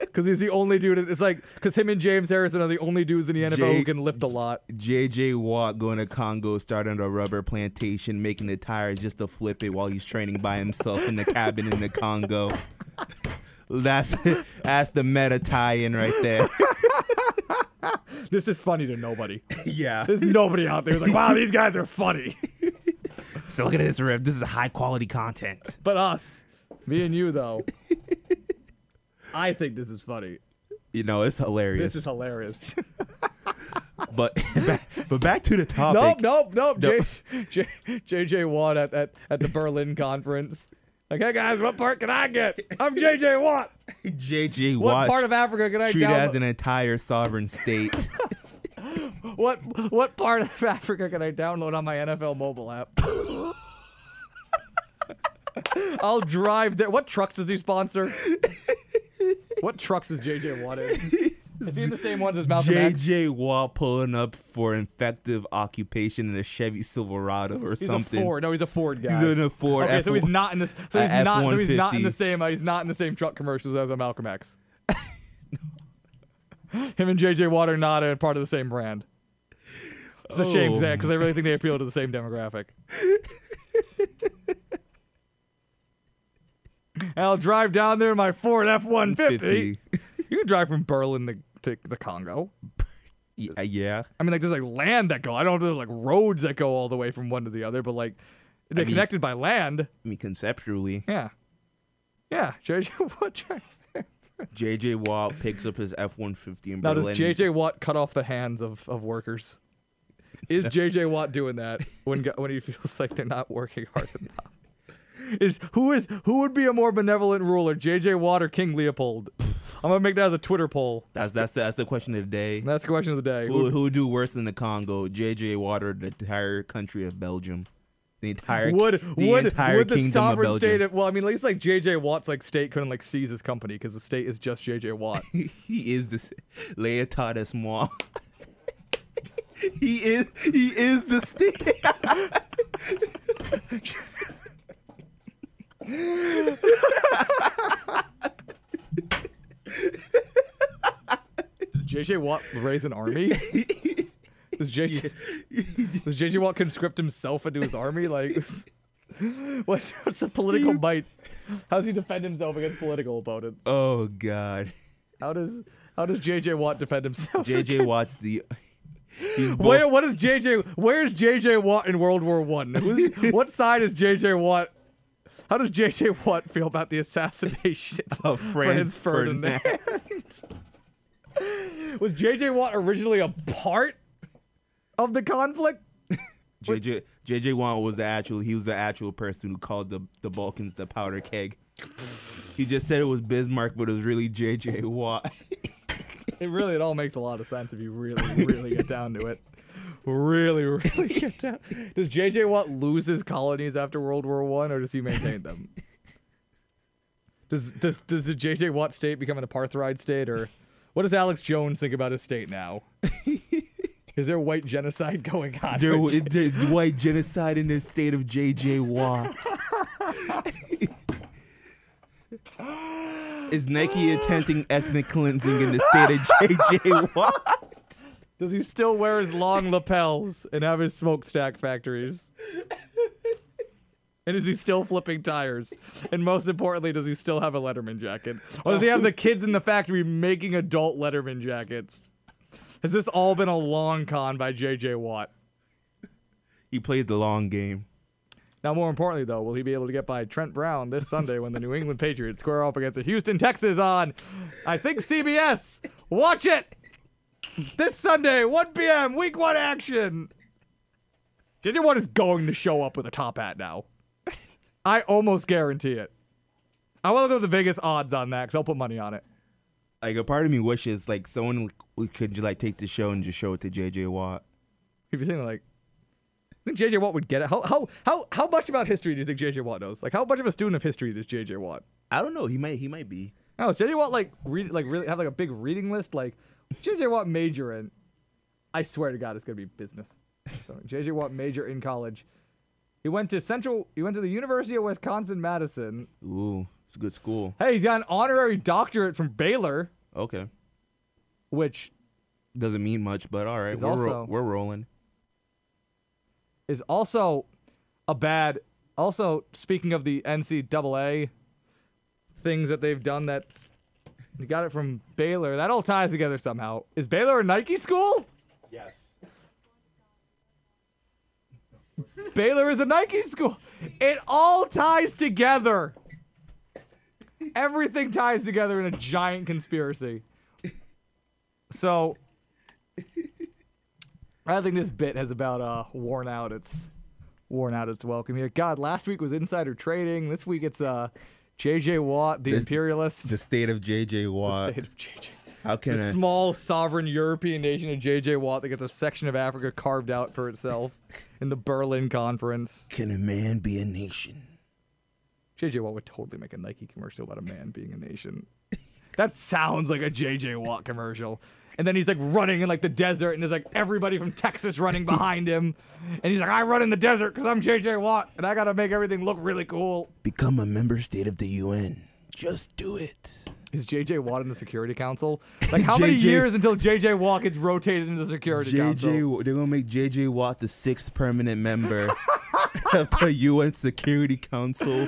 [SPEAKER 4] Because he's the only dude. It's like because him and James Harrison are the only dudes in the NFL who
[SPEAKER 5] Jake-
[SPEAKER 4] can lift a lot.
[SPEAKER 5] J.J. Watt going to Congo, starting a rubber plantation, making the tires just to flip it while he's training by himself in the cabin in the Congo. That's that's the meta tie-in right there.
[SPEAKER 4] This is funny to nobody.
[SPEAKER 5] yeah.
[SPEAKER 4] There's nobody out there who's like, wow, these guys are funny.
[SPEAKER 5] So look at this rip. This is high quality content.
[SPEAKER 4] But us, me and you though, I think this is funny.
[SPEAKER 5] You know, it's hilarious.
[SPEAKER 4] This is hilarious.
[SPEAKER 5] but but back to the topic.
[SPEAKER 4] Nope, nope, nope.
[SPEAKER 5] No.
[SPEAKER 4] J, J, JJ Watt at, at, at the Berlin conference. Like, hey guys, what part can I get? I'm JJ Watt.
[SPEAKER 5] JJ
[SPEAKER 4] What
[SPEAKER 5] Watt
[SPEAKER 4] part of Africa can I
[SPEAKER 5] treated as
[SPEAKER 4] download?
[SPEAKER 5] an entire sovereign state.
[SPEAKER 4] what what part of Africa can I download on my NFL mobile app? I'll drive there. What trucks does he sponsor? what trucks is JJ Watt in? Is he in the same ones as Malcolm X?
[SPEAKER 5] JJ Watt pulling up for effective occupation in a Chevy Silverado or
[SPEAKER 4] He's
[SPEAKER 5] something.
[SPEAKER 4] a Ford. No, he's a Ford guy.
[SPEAKER 5] He's in a Ford.
[SPEAKER 4] Okay, so he's
[SPEAKER 5] F1.
[SPEAKER 4] not in this. So
[SPEAKER 5] Uh,
[SPEAKER 4] he's not. So he's not in the
[SPEAKER 5] F-150.
[SPEAKER 4] same. uh, He's not in the same truck commercials as a Malcolm X. Him and JJ Watt are not a part of the same brand. It's a shame,
[SPEAKER 5] Oh.
[SPEAKER 4] Zach, because I really think they appeal to the same demographic. And I'll drive down there in my Ford F one fifty.
[SPEAKER 5] 50.
[SPEAKER 4] You can drive from Berlin to, to the Congo.
[SPEAKER 5] Yeah, yeah.
[SPEAKER 4] I mean, like there's like land that go. I don't know if there's like roads that go all the way from one to the other, but like they're
[SPEAKER 5] mean-
[SPEAKER 4] connected by land.
[SPEAKER 5] I mean, conceptually,
[SPEAKER 4] Yeah. Yeah, JJ Watt drives there.
[SPEAKER 5] JJ Watt picks up his F one fifty in
[SPEAKER 4] Now, does
[SPEAKER 5] Berlin.
[SPEAKER 4] JJ Watt cut off the hands of, of workers? Is JJ Watt doing that when go- when he feels like they're not working hard enough? Is who is who would be a more benevolent ruler, JJ Watt or King Leopold? I'm gonna make that as a Twitter poll.
[SPEAKER 5] That's that's the, that's the question of the day.
[SPEAKER 4] And that's the question of the day.
[SPEAKER 5] Who who would do worse than the Congo? JJ Watt or the entire country of Belgium? The entire
[SPEAKER 4] Would
[SPEAKER 5] the
[SPEAKER 4] would
[SPEAKER 5] entire
[SPEAKER 4] would the
[SPEAKER 5] kingdom
[SPEAKER 4] sovereign
[SPEAKER 5] of Belgium.
[SPEAKER 4] state? Of, well, I mean, at least like JJ Watt's like state couldn't like seize his company because the state is just JJ Watt.
[SPEAKER 5] he is this Leotard as moi. he is he is the state.
[SPEAKER 4] Does JJ Watt raise an army? Does JJ Does JJ Watt conscript himself into his army? Like, this- what's what's the political bite? How does he defend himself against political opponents?
[SPEAKER 5] oh God.
[SPEAKER 4] How does How does JJ Watt defend himself?
[SPEAKER 5] JJ Watt's the he's both
[SPEAKER 4] Where what is JJ? Where's JJ Watt in World War One? Who's- what side is JJ Watt? How does JJ Watt feel about the assassination
[SPEAKER 5] of Franz
[SPEAKER 4] Franz
[SPEAKER 5] Ferdinand.
[SPEAKER 4] Was JJ Watt originally a part of the conflict?
[SPEAKER 5] JJ JJ Watt was the actual he was the actual person who called the the Balkans the powder keg. He just said it was Bismarck, but it was really JJ Watt.
[SPEAKER 4] It really, it all makes a lot of sense if you really, really get down to it. Really, really get down. Does JJ Watt lose his colonies after World War One, or does he maintain them? Does does does the JJ Watt state become an apartheid state, or what does Alex Jones think about his state now? Is there white genocide going on?
[SPEAKER 5] There
[SPEAKER 4] with
[SPEAKER 5] was there, white genocide in the state of JJ Watt. Is Nike attempting ethnic cleansing in the state of JJ Watt?
[SPEAKER 4] Does he still wear his long lapels and have his smokestack factories? And is he still flipping tires? And most importantly, does he still have a Letterman jacket? Or does he have the kids in the factory making adult Letterman jackets? Has this all been a long con by JJ Watt?
[SPEAKER 5] He played the long game.
[SPEAKER 4] Now, more importantly, though, will he be able to get by Trent Brown this Sunday when the New England Patriots square off against the Houston Texans on, I think, CBS? Watch it! This Sunday, 1 p.m., week one action! JJ Watt is going to show up with a top hat now. I almost guarantee it. I want to go to the Vegas odds on that because I'll put money on it.
[SPEAKER 5] Like a part of me wishes like someone we could like take the show and just show it to JJ Watt.
[SPEAKER 4] If you're saying like, I think JJ Watt would get it. How how how how much about history do you think JJ Watt knows? Like, how much of a student of history is JJ Watt?
[SPEAKER 5] I don't know. He might he might be.
[SPEAKER 4] Oh, so JJ Watt like read like really have like a big reading list? Like JJ Watt major in I swear to God it's gonna be business. So, JJ Watt major in college. He went to Central he went to the University of Wisconsin Madison.
[SPEAKER 5] Ooh, it's a good school.
[SPEAKER 4] Hey, he's got an honorary doctorate from Baylor,
[SPEAKER 5] Okay,
[SPEAKER 4] which
[SPEAKER 5] doesn't mean much, but all right,
[SPEAKER 4] He's
[SPEAKER 5] we're
[SPEAKER 4] also-
[SPEAKER 5] ro- we're rolling.
[SPEAKER 4] is also a bad also speaking of the NCAA things that they've done that's you got it from Baylor. That all ties together somehow. Is Baylor a Nike school?
[SPEAKER 5] Yes.
[SPEAKER 4] Baylor is a Nike school. It all ties together. Everything ties together in a giant conspiracy. So, I think this bit has about uh, worn out its worn out its welcome here. God, last week was insider trading. This week it's uh, J.J. Watt, the imperialist,
[SPEAKER 5] The state of JJ
[SPEAKER 4] the
[SPEAKER 5] Watt.
[SPEAKER 4] state of J.J.
[SPEAKER 5] How can
[SPEAKER 4] The
[SPEAKER 5] I?
[SPEAKER 4] small sovereign European nation of J.J. Watt that gets a section of Africa carved out for itself in the Berlin Conference.
[SPEAKER 5] can a man be a nation?
[SPEAKER 4] JJ Watt would totally make a Nike commercial about a man being a nation. That sounds like a JJ Watt commercial. And then he's like running in like the desert, and there's like everybody from Texas running behind him. And he's like, I run in the desert because I'm JJ Watt, and I gotta make everything look really cool.
[SPEAKER 5] Become a member state of the UN. Just do it.
[SPEAKER 4] Is JJ Watt in the Security Council? Like, how many
[SPEAKER 5] JJ
[SPEAKER 4] years until JJ Watt gets rotated into the Security
[SPEAKER 5] JJ,
[SPEAKER 4] Council?
[SPEAKER 5] Wa- they're gonna make JJ Watt the sixth permanent member of the UN Security Council.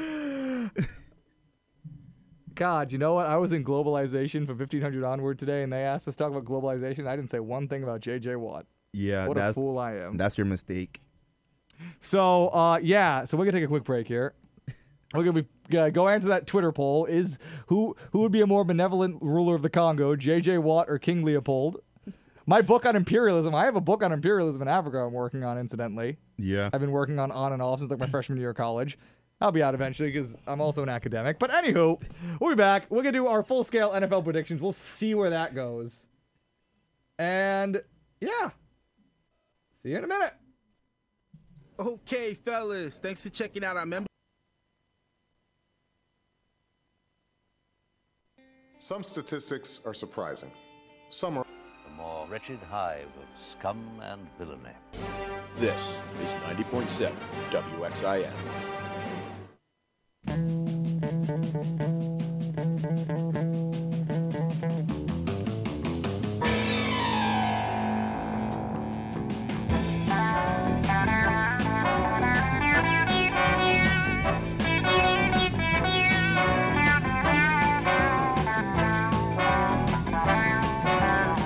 [SPEAKER 4] God, you know what? I was in globalization from 1500 onward today, and they asked us to talk about globalization. I didn't say one thing about JJ Watt.
[SPEAKER 5] Yeah,
[SPEAKER 4] What a
[SPEAKER 5] Uh, that's
[SPEAKER 4] fool I am.
[SPEAKER 5] that's your mistake.
[SPEAKER 4] So uh, yeah, so we're gonna take a quick break here. We're gonna be, uh, go answer that Twitter poll: Is who who would be a more benevolent ruler of the Congo, J.J. Watt or King Leopold? My book on imperialism. I have a book on imperialism in Africa. I'm working on, incidentally.
[SPEAKER 5] Yeah.
[SPEAKER 4] I've been working on on and off since like my freshman year of college. I'll be out eventually because I'm also an academic. But anywho, we'll be back. We're gonna do our full scale NFL predictions. We'll see where that goes. And yeah, see you in a minute.
[SPEAKER 9] Okay, fellas, thanks for checking out our member.
[SPEAKER 10] Some statistics are surprising. Some are.
[SPEAKER 11] the more wretched hive of scum and villainy.
[SPEAKER 1] This is 90.7 WXIN.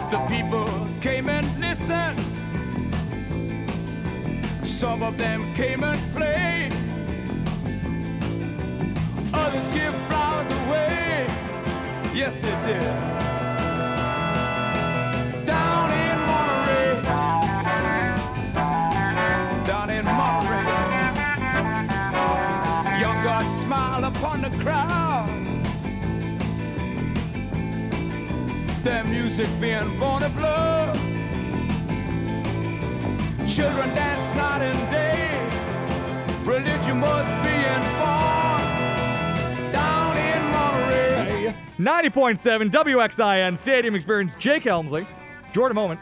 [SPEAKER 7] The people came and listened. Some of them came and played. Others give flowers away. Yes, they did. Down in Monterey. Down in Monterey. Young God smiled upon the crowd. their music being born of love. Children dance night and day. Religion was being born down in Monterey.
[SPEAKER 4] 90.7 WXIN Stadium Experience. Jake Helmsley, Jordan Moment,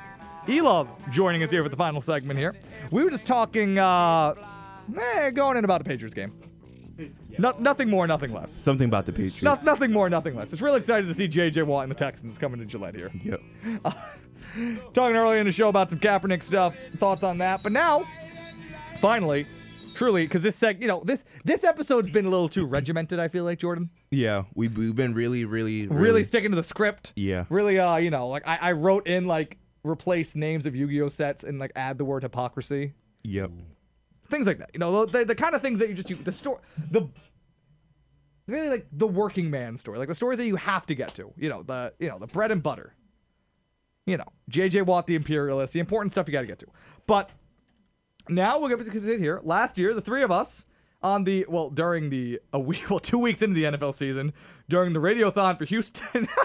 [SPEAKER 4] E-Love joining us here for the final segment here. We were just talking, uh, eh, going in about the Patriots game. No, nothing more, nothing less.
[SPEAKER 5] Something about the Patriots.
[SPEAKER 4] No, nothing more, nothing less. It's really exciting to see J.J. Watt and the Texans coming to Gillette here.
[SPEAKER 5] Yep.
[SPEAKER 4] Talking earlier in the show about some Kaepernick stuff, thoughts on that. But now, finally, Truly, because this seg, you know, this this episode's been a little too regimented. I feel like Jordan
[SPEAKER 5] Yeah, we we've been really, really,
[SPEAKER 4] really, sticking to the script.
[SPEAKER 5] Yeah.
[SPEAKER 4] Really, uh, you know, like I, I wrote in like replace names of Yu-Gi-Oh sets and like add the word hypocrisy,
[SPEAKER 5] Yep.
[SPEAKER 4] things like that. You know, the the kind of things that you just you, the story the really like the working man story, like the stories that you have to get to. You know, the you know the bread and butter. You know, J.J. Watt, the Imperialist, the important stuff you got to get to. But now we're going to sit here. Last year, the three of us on the well during the a week well two weeks into the NFL season during the radiothon for Houston.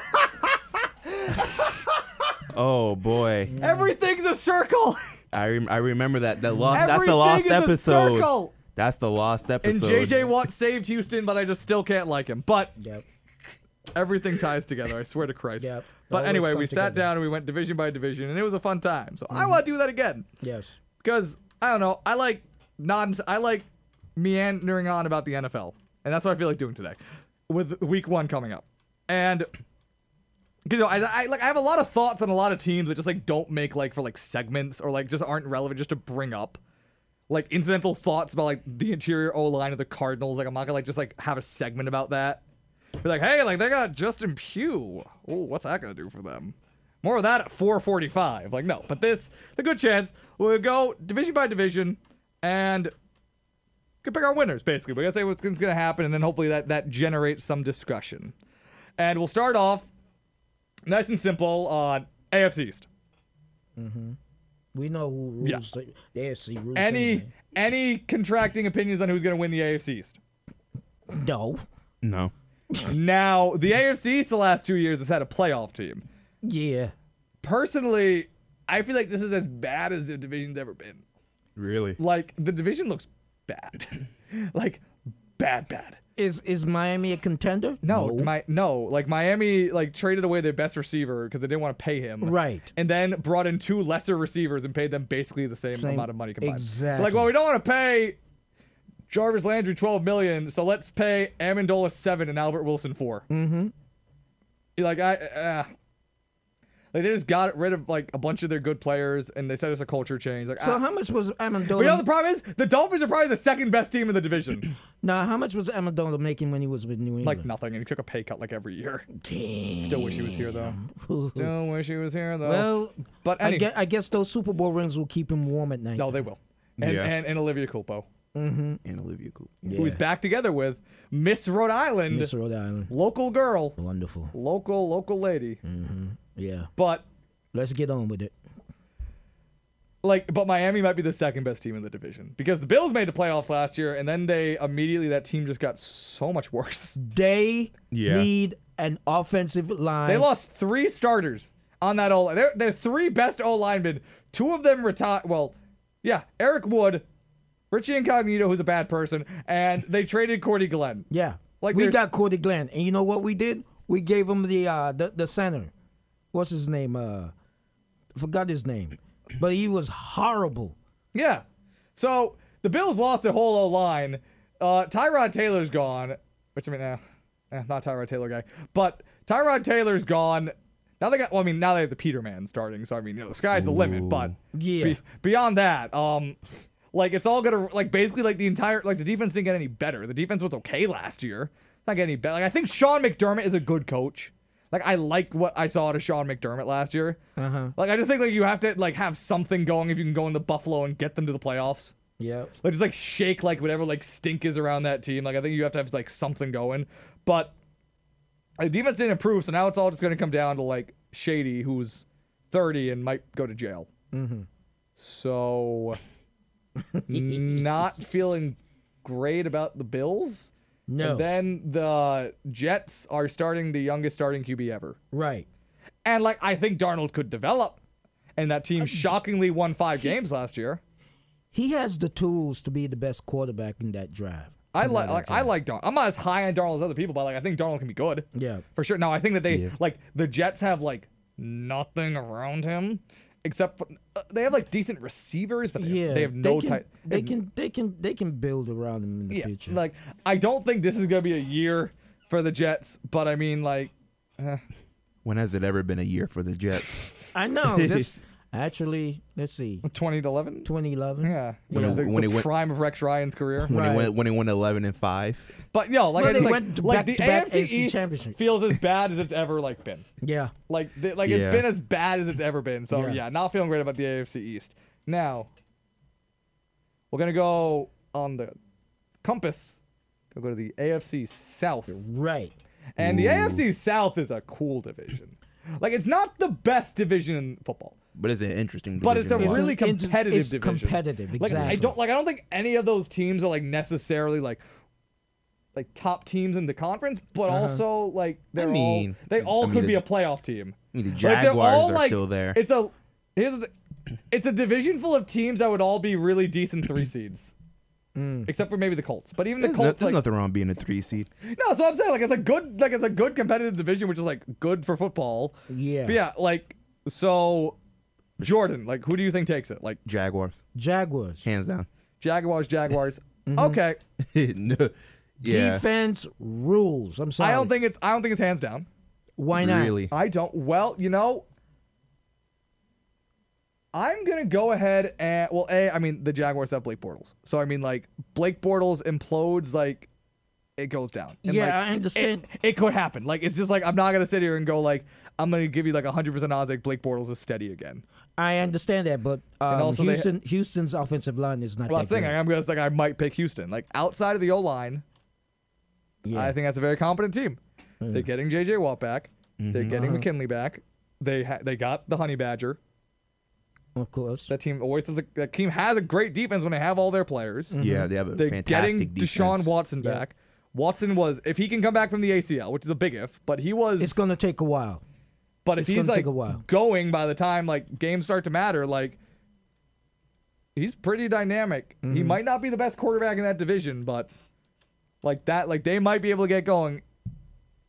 [SPEAKER 5] Oh boy,
[SPEAKER 4] Everything's a circle.
[SPEAKER 5] I rem- I remember that that lost. Um, That's the
[SPEAKER 4] Everything
[SPEAKER 5] lost
[SPEAKER 4] is a
[SPEAKER 5] episode.
[SPEAKER 4] circle.
[SPEAKER 5] That's the lost
[SPEAKER 4] And
[SPEAKER 5] episode.
[SPEAKER 4] JJ Watt saved Houston, but I just still can't like him. But
[SPEAKER 12] Yep.
[SPEAKER 4] everything ties together, I swear to Christ.
[SPEAKER 12] Yep.
[SPEAKER 4] But
[SPEAKER 12] Always
[SPEAKER 4] anyway,
[SPEAKER 12] come
[SPEAKER 4] we sat
[SPEAKER 12] together. Mm-hmm.
[SPEAKER 4] down and we went division by division, and it was a fun time. So I want to do that again
[SPEAKER 12] Yes.
[SPEAKER 4] because I don't know. I like non. I like meandering on about the NFL, and that's what I feel like doing today, with Week One coming up, and. 'cause, You know, I, I like I have a lot of thoughts on a lot of teams that just like don't make like for like segments or like just aren't relevant just to bring up, like incidental thoughts about like the interior O line of the Cardinals. Like I'm not gonna like just like have a segment about that. Be like, hey, like they got Justin Pugh. Oh, what's that gonna do for them? More of that at 445. Like, no, but this, the good chance, we'll go division by division and can pick our winners, basically. We're gonna say what's gonna gonna happen, and then hopefully that, that generates some discussion. And we'll start off nice and simple on AFC East.
[SPEAKER 12] We know who
[SPEAKER 4] Yeah.
[SPEAKER 12] rules the, the AFC rules.
[SPEAKER 4] Any
[SPEAKER 12] everything.
[SPEAKER 4] any contracting opinions on who's gonna win the AFC East?
[SPEAKER 12] No.
[SPEAKER 5] no,
[SPEAKER 4] Now, the AFC East the last two years has had a playoff team.
[SPEAKER 12] Yeah.
[SPEAKER 4] Personally, I feel like this is as bad as the division's ever been.
[SPEAKER 5] really.
[SPEAKER 4] Like the division looks bad, like bad, bad.
[SPEAKER 12] Is is Miami a contender?
[SPEAKER 4] No, my no, like Miami like traded away their best receiver because they didn't want to pay him.
[SPEAKER 12] Right.
[SPEAKER 4] And then brought in two lesser receivers and paid them basically the same,
[SPEAKER 12] Same-
[SPEAKER 4] amount of money combined.
[SPEAKER 12] exactly.
[SPEAKER 4] Like, well, we don't want to pay Jarvis Landry twelve million, so let's pay Amendola seven and Albert Wilson 4 Mm-hmm. Like I, uh, like they just got rid of like a bunch of their good players and they set us a culture change. Like,
[SPEAKER 12] So
[SPEAKER 4] I-
[SPEAKER 12] how much was Amendola?
[SPEAKER 4] but you know the problem is the Dolphins are probably the second best team in the division.
[SPEAKER 12] Nah, how much was Amendola making when he was with New
[SPEAKER 4] like
[SPEAKER 12] England?
[SPEAKER 4] nothing, and he took a pay cut like every year.
[SPEAKER 12] Damn.
[SPEAKER 4] Still wish he was here though. Still wish he was here though.
[SPEAKER 12] well,
[SPEAKER 4] but
[SPEAKER 12] I,
[SPEAKER 4] anyway.
[SPEAKER 12] guess, I guess those Super Bowl rings will keep him warm at night.
[SPEAKER 4] no, they will. And,
[SPEAKER 5] Yeah.
[SPEAKER 4] and, and Olivia Culpo,
[SPEAKER 5] And Olivia Cooper.
[SPEAKER 4] who's back together with Miss Rhode Island,
[SPEAKER 12] Miss Rhode Island.
[SPEAKER 4] local girl,
[SPEAKER 12] Wonderful.
[SPEAKER 4] local local lady.
[SPEAKER 12] Mm. Yeah.
[SPEAKER 4] But
[SPEAKER 12] Let's get on with it.
[SPEAKER 4] like, but Miami might be the second best team in the division because the Bills made the playoffs last year, and then they immediately that team just got so much worse.
[SPEAKER 12] They
[SPEAKER 5] Yeah.
[SPEAKER 12] need an offensive line.
[SPEAKER 4] They lost three starters on that O line. Their, their three best O linemen, two of them retired. Well, yeah, Eric Wood, Richie Incognito, who's a bad person, and they traded Cordy Glenn.
[SPEAKER 12] Yeah.
[SPEAKER 4] Like
[SPEAKER 12] Like we
[SPEAKER 4] there's-
[SPEAKER 12] got Cody Glenn, and you know what we did? We gave him the uh the, the center. What's his name? Uh, forgot his name, but he was horrible.
[SPEAKER 4] Yeah. So the Bills lost their whole O line. Uh, Tyrod Taylor's gone. Which I mean, eh, eh, not Tyrod Taylor guy, but Tyrod Taylor's gone. Now they got. Well, I mean, now they have the Peterman starting. So I mean, you know, the sky's the limit. But
[SPEAKER 12] Yeah.
[SPEAKER 4] beyond that, um, like it's all gonna like basically like the entire like the defense didn't get any better. The defense was okay last year. Not getting any better. Like I think Sean McDermott is a good coach. Like I like what I saw out of Sean McDermott last year. Uh-huh. Like I just think like you have to like have something going if you can go into Buffalo and get them to the playoffs.
[SPEAKER 12] Yeah.
[SPEAKER 4] Like just like shake like whatever like stink is around that team. Like I think you have to have like something going. But the defense didn't improve, so now it's all just gonna come down to like Shady, who's 30 and might go to jail. Mm-hmm. So not feeling great about the Bills.
[SPEAKER 12] No.
[SPEAKER 4] And then the Jets are starting the youngest starting QB ever.
[SPEAKER 12] right.
[SPEAKER 4] And like I think Darnold could develop. And that team shockingly won five games last year.
[SPEAKER 12] He has the tools to be the best quarterback in that drive.
[SPEAKER 4] I like, like I like Darnold. I'm not as high on Darnold as other people, but like I think Darnold can be good.
[SPEAKER 12] Yeah.
[SPEAKER 4] For sure. Now I think that they like the Jets have like nothing around him except for, uh, they have like decent receivers, but they,
[SPEAKER 12] Yeah.
[SPEAKER 4] have, they have no
[SPEAKER 12] can,
[SPEAKER 4] tight.
[SPEAKER 12] They can. They can. They can build around him in the
[SPEAKER 4] yeah,
[SPEAKER 12] future.
[SPEAKER 4] Like I don't think this is gonna be a year for the Jets, but I mean like
[SPEAKER 5] When has it ever been a year for the Jets?
[SPEAKER 12] I know this. Actually, let's see.
[SPEAKER 4] 2011?
[SPEAKER 12] 2011.
[SPEAKER 4] Yeah. When,
[SPEAKER 5] it-
[SPEAKER 4] The,
[SPEAKER 5] when
[SPEAKER 4] the
[SPEAKER 5] it went-
[SPEAKER 4] prime of Rex Ryan's career.
[SPEAKER 5] When it went when it went eleven and five.
[SPEAKER 4] But yo, like,
[SPEAKER 12] Well,
[SPEAKER 4] it's
[SPEAKER 12] they
[SPEAKER 4] like,
[SPEAKER 12] went
[SPEAKER 4] like
[SPEAKER 12] back
[SPEAKER 4] the
[SPEAKER 12] to back
[SPEAKER 4] AFC
[SPEAKER 12] AFC
[SPEAKER 4] East
[SPEAKER 12] championships.
[SPEAKER 4] feels as bad as it's ever like been.
[SPEAKER 12] Yeah.
[SPEAKER 4] Like, the, like
[SPEAKER 5] Yeah.
[SPEAKER 4] it's been as bad as it's ever been. So
[SPEAKER 12] Yeah.
[SPEAKER 4] yeah. not feeling great about the AFC East. Now, we're gonna go on the compass. Go go to the AFC South.
[SPEAKER 12] Right.
[SPEAKER 4] And the AFC South is a cool division. Like it's not the best division in football.
[SPEAKER 5] But it's an interesting.
[SPEAKER 4] But it's a
[SPEAKER 5] division.
[SPEAKER 4] really
[SPEAKER 12] It's- it's
[SPEAKER 4] competitive division.
[SPEAKER 12] competitive,
[SPEAKER 4] Like I
[SPEAKER 12] exactly.
[SPEAKER 4] don't like I don't think any of those teams are like necessarily like like top teams in the conference, but
[SPEAKER 5] Uh-huh.
[SPEAKER 4] also like they're
[SPEAKER 5] mean-
[SPEAKER 4] all they all
[SPEAKER 5] I mean,
[SPEAKER 4] could
[SPEAKER 5] the-
[SPEAKER 4] be a playoff team.
[SPEAKER 5] I mean, the
[SPEAKER 4] Like, they're
[SPEAKER 5] Jaguars
[SPEAKER 4] all,
[SPEAKER 5] are
[SPEAKER 4] like-
[SPEAKER 5] still there.
[SPEAKER 4] It's a here's the, it's a division full of teams that would all be really decent three seeds.
[SPEAKER 5] Mm.
[SPEAKER 4] Except for maybe the Colts. But even the
[SPEAKER 5] There's, no-
[SPEAKER 4] Colts
[SPEAKER 5] there's
[SPEAKER 4] like,
[SPEAKER 5] nothing wrong being a three seed.
[SPEAKER 4] no, so I'm saying like it's a good like it's a good competitive division, which is like good for football.
[SPEAKER 12] Yeah.
[SPEAKER 4] But yeah, like so Jordan, like who do you think takes it? Like
[SPEAKER 5] Jaguars,
[SPEAKER 12] Jaguars.
[SPEAKER 5] hands down.
[SPEAKER 4] Jaguars, Jaguars.
[SPEAKER 5] Mm-hmm.
[SPEAKER 4] Okay.
[SPEAKER 5] no, yeah.
[SPEAKER 12] Defense rules. I'm sorry.
[SPEAKER 4] I don't think it's I don't think it's hands down.
[SPEAKER 12] Why not?
[SPEAKER 5] Really?
[SPEAKER 4] I don't well, you know. I'm gonna go ahead and well, A, I mean the Jaguars have Blake Bortles. So I mean like Blake Bortles implodes like it goes down. And,
[SPEAKER 12] Yeah,
[SPEAKER 4] like,
[SPEAKER 12] I understand.
[SPEAKER 4] It, it could happen. Like it's just like I'm not gonna sit here and go like I'm gonna give you like hundred percent odds like Blake Bortles is steady again.
[SPEAKER 12] I understand that, but
[SPEAKER 4] And
[SPEAKER 12] um,
[SPEAKER 4] also they-
[SPEAKER 12] Houston, Houston's offensive line is not
[SPEAKER 4] Well,
[SPEAKER 12] that
[SPEAKER 4] that's the thing.
[SPEAKER 12] good.
[SPEAKER 4] I'm gonna like I might pick Houston. Like outside of the O line,
[SPEAKER 12] Yeah.
[SPEAKER 4] I think that's a very competent team. They're getting J.J. Watt back. They're getting
[SPEAKER 12] Uh-huh.
[SPEAKER 4] McKinley back. They ha- they got the Honey Badger.
[SPEAKER 12] Of course.
[SPEAKER 4] That team always has a, that team has a great defense when they have all their players.
[SPEAKER 5] Yeah, they have a
[SPEAKER 4] They're getting
[SPEAKER 5] fantastic defense.
[SPEAKER 4] Deshaun Watson
[SPEAKER 12] Mm-hmm. Yeah.
[SPEAKER 4] back. Watson was if he can come back from the ACL, which is a big if, but he was.
[SPEAKER 12] It's gonna take a while.
[SPEAKER 4] but if
[SPEAKER 12] it's
[SPEAKER 4] he's
[SPEAKER 12] gonna
[SPEAKER 4] like
[SPEAKER 12] take a while.
[SPEAKER 4] going by the time like games start to matter, like he's pretty dynamic.
[SPEAKER 12] Mm-hmm.
[SPEAKER 4] He might not be the best quarterback in that division, but like that, like they might be able to get going.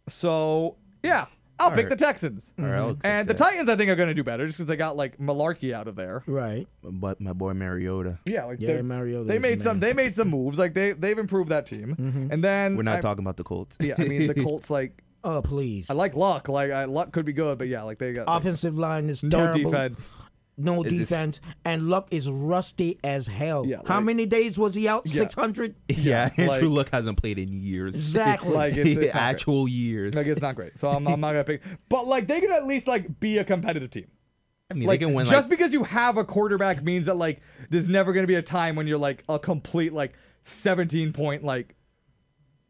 [SPEAKER 4] So yeah, I'll pick
[SPEAKER 5] Alright.
[SPEAKER 4] the Texans. Mm-hmm.
[SPEAKER 5] All right, I'll accept
[SPEAKER 4] And the
[SPEAKER 5] that.
[SPEAKER 4] Titans, I think, are going to do better just because they got like Malarkey out of there.
[SPEAKER 12] Right.
[SPEAKER 5] But my boy Mariota.
[SPEAKER 4] Yeah, like
[SPEAKER 12] Yeah,
[SPEAKER 4] they're-
[SPEAKER 12] Mariota
[SPEAKER 4] They
[SPEAKER 12] is the
[SPEAKER 4] made some.
[SPEAKER 12] man.
[SPEAKER 4] They made some moves. Like they they've improved that team. And then
[SPEAKER 5] Mm-hmm. We're not
[SPEAKER 4] I-
[SPEAKER 5] talking about the Colts.
[SPEAKER 4] Yeah, I mean the Colts. Like
[SPEAKER 12] Oh please.
[SPEAKER 4] I like Luck. Like I, Luck could be good, but yeah, like they got like,
[SPEAKER 12] offensive line is
[SPEAKER 4] no
[SPEAKER 12] terrible.
[SPEAKER 4] defense.
[SPEAKER 12] No
[SPEAKER 5] Is this-
[SPEAKER 12] defense, and Luck is rusty as hell.
[SPEAKER 4] Yeah,
[SPEAKER 12] How
[SPEAKER 4] like-
[SPEAKER 12] many days was he out?
[SPEAKER 4] Yeah.
[SPEAKER 12] Six hundred.
[SPEAKER 5] yeah, Andrew
[SPEAKER 4] like-
[SPEAKER 5] Luck hasn't played in years.
[SPEAKER 12] Exactly.
[SPEAKER 4] Like, it's- it's not great.
[SPEAKER 5] actual years.
[SPEAKER 4] Like it's not great. So I'm, I'm not gonna pick. But like they could at least like be a competitive team.
[SPEAKER 5] I mean,
[SPEAKER 4] Like
[SPEAKER 5] they can win. like,
[SPEAKER 4] just because you have a quarterback means that like there's never gonna be a time when you're like a complete like 17 point like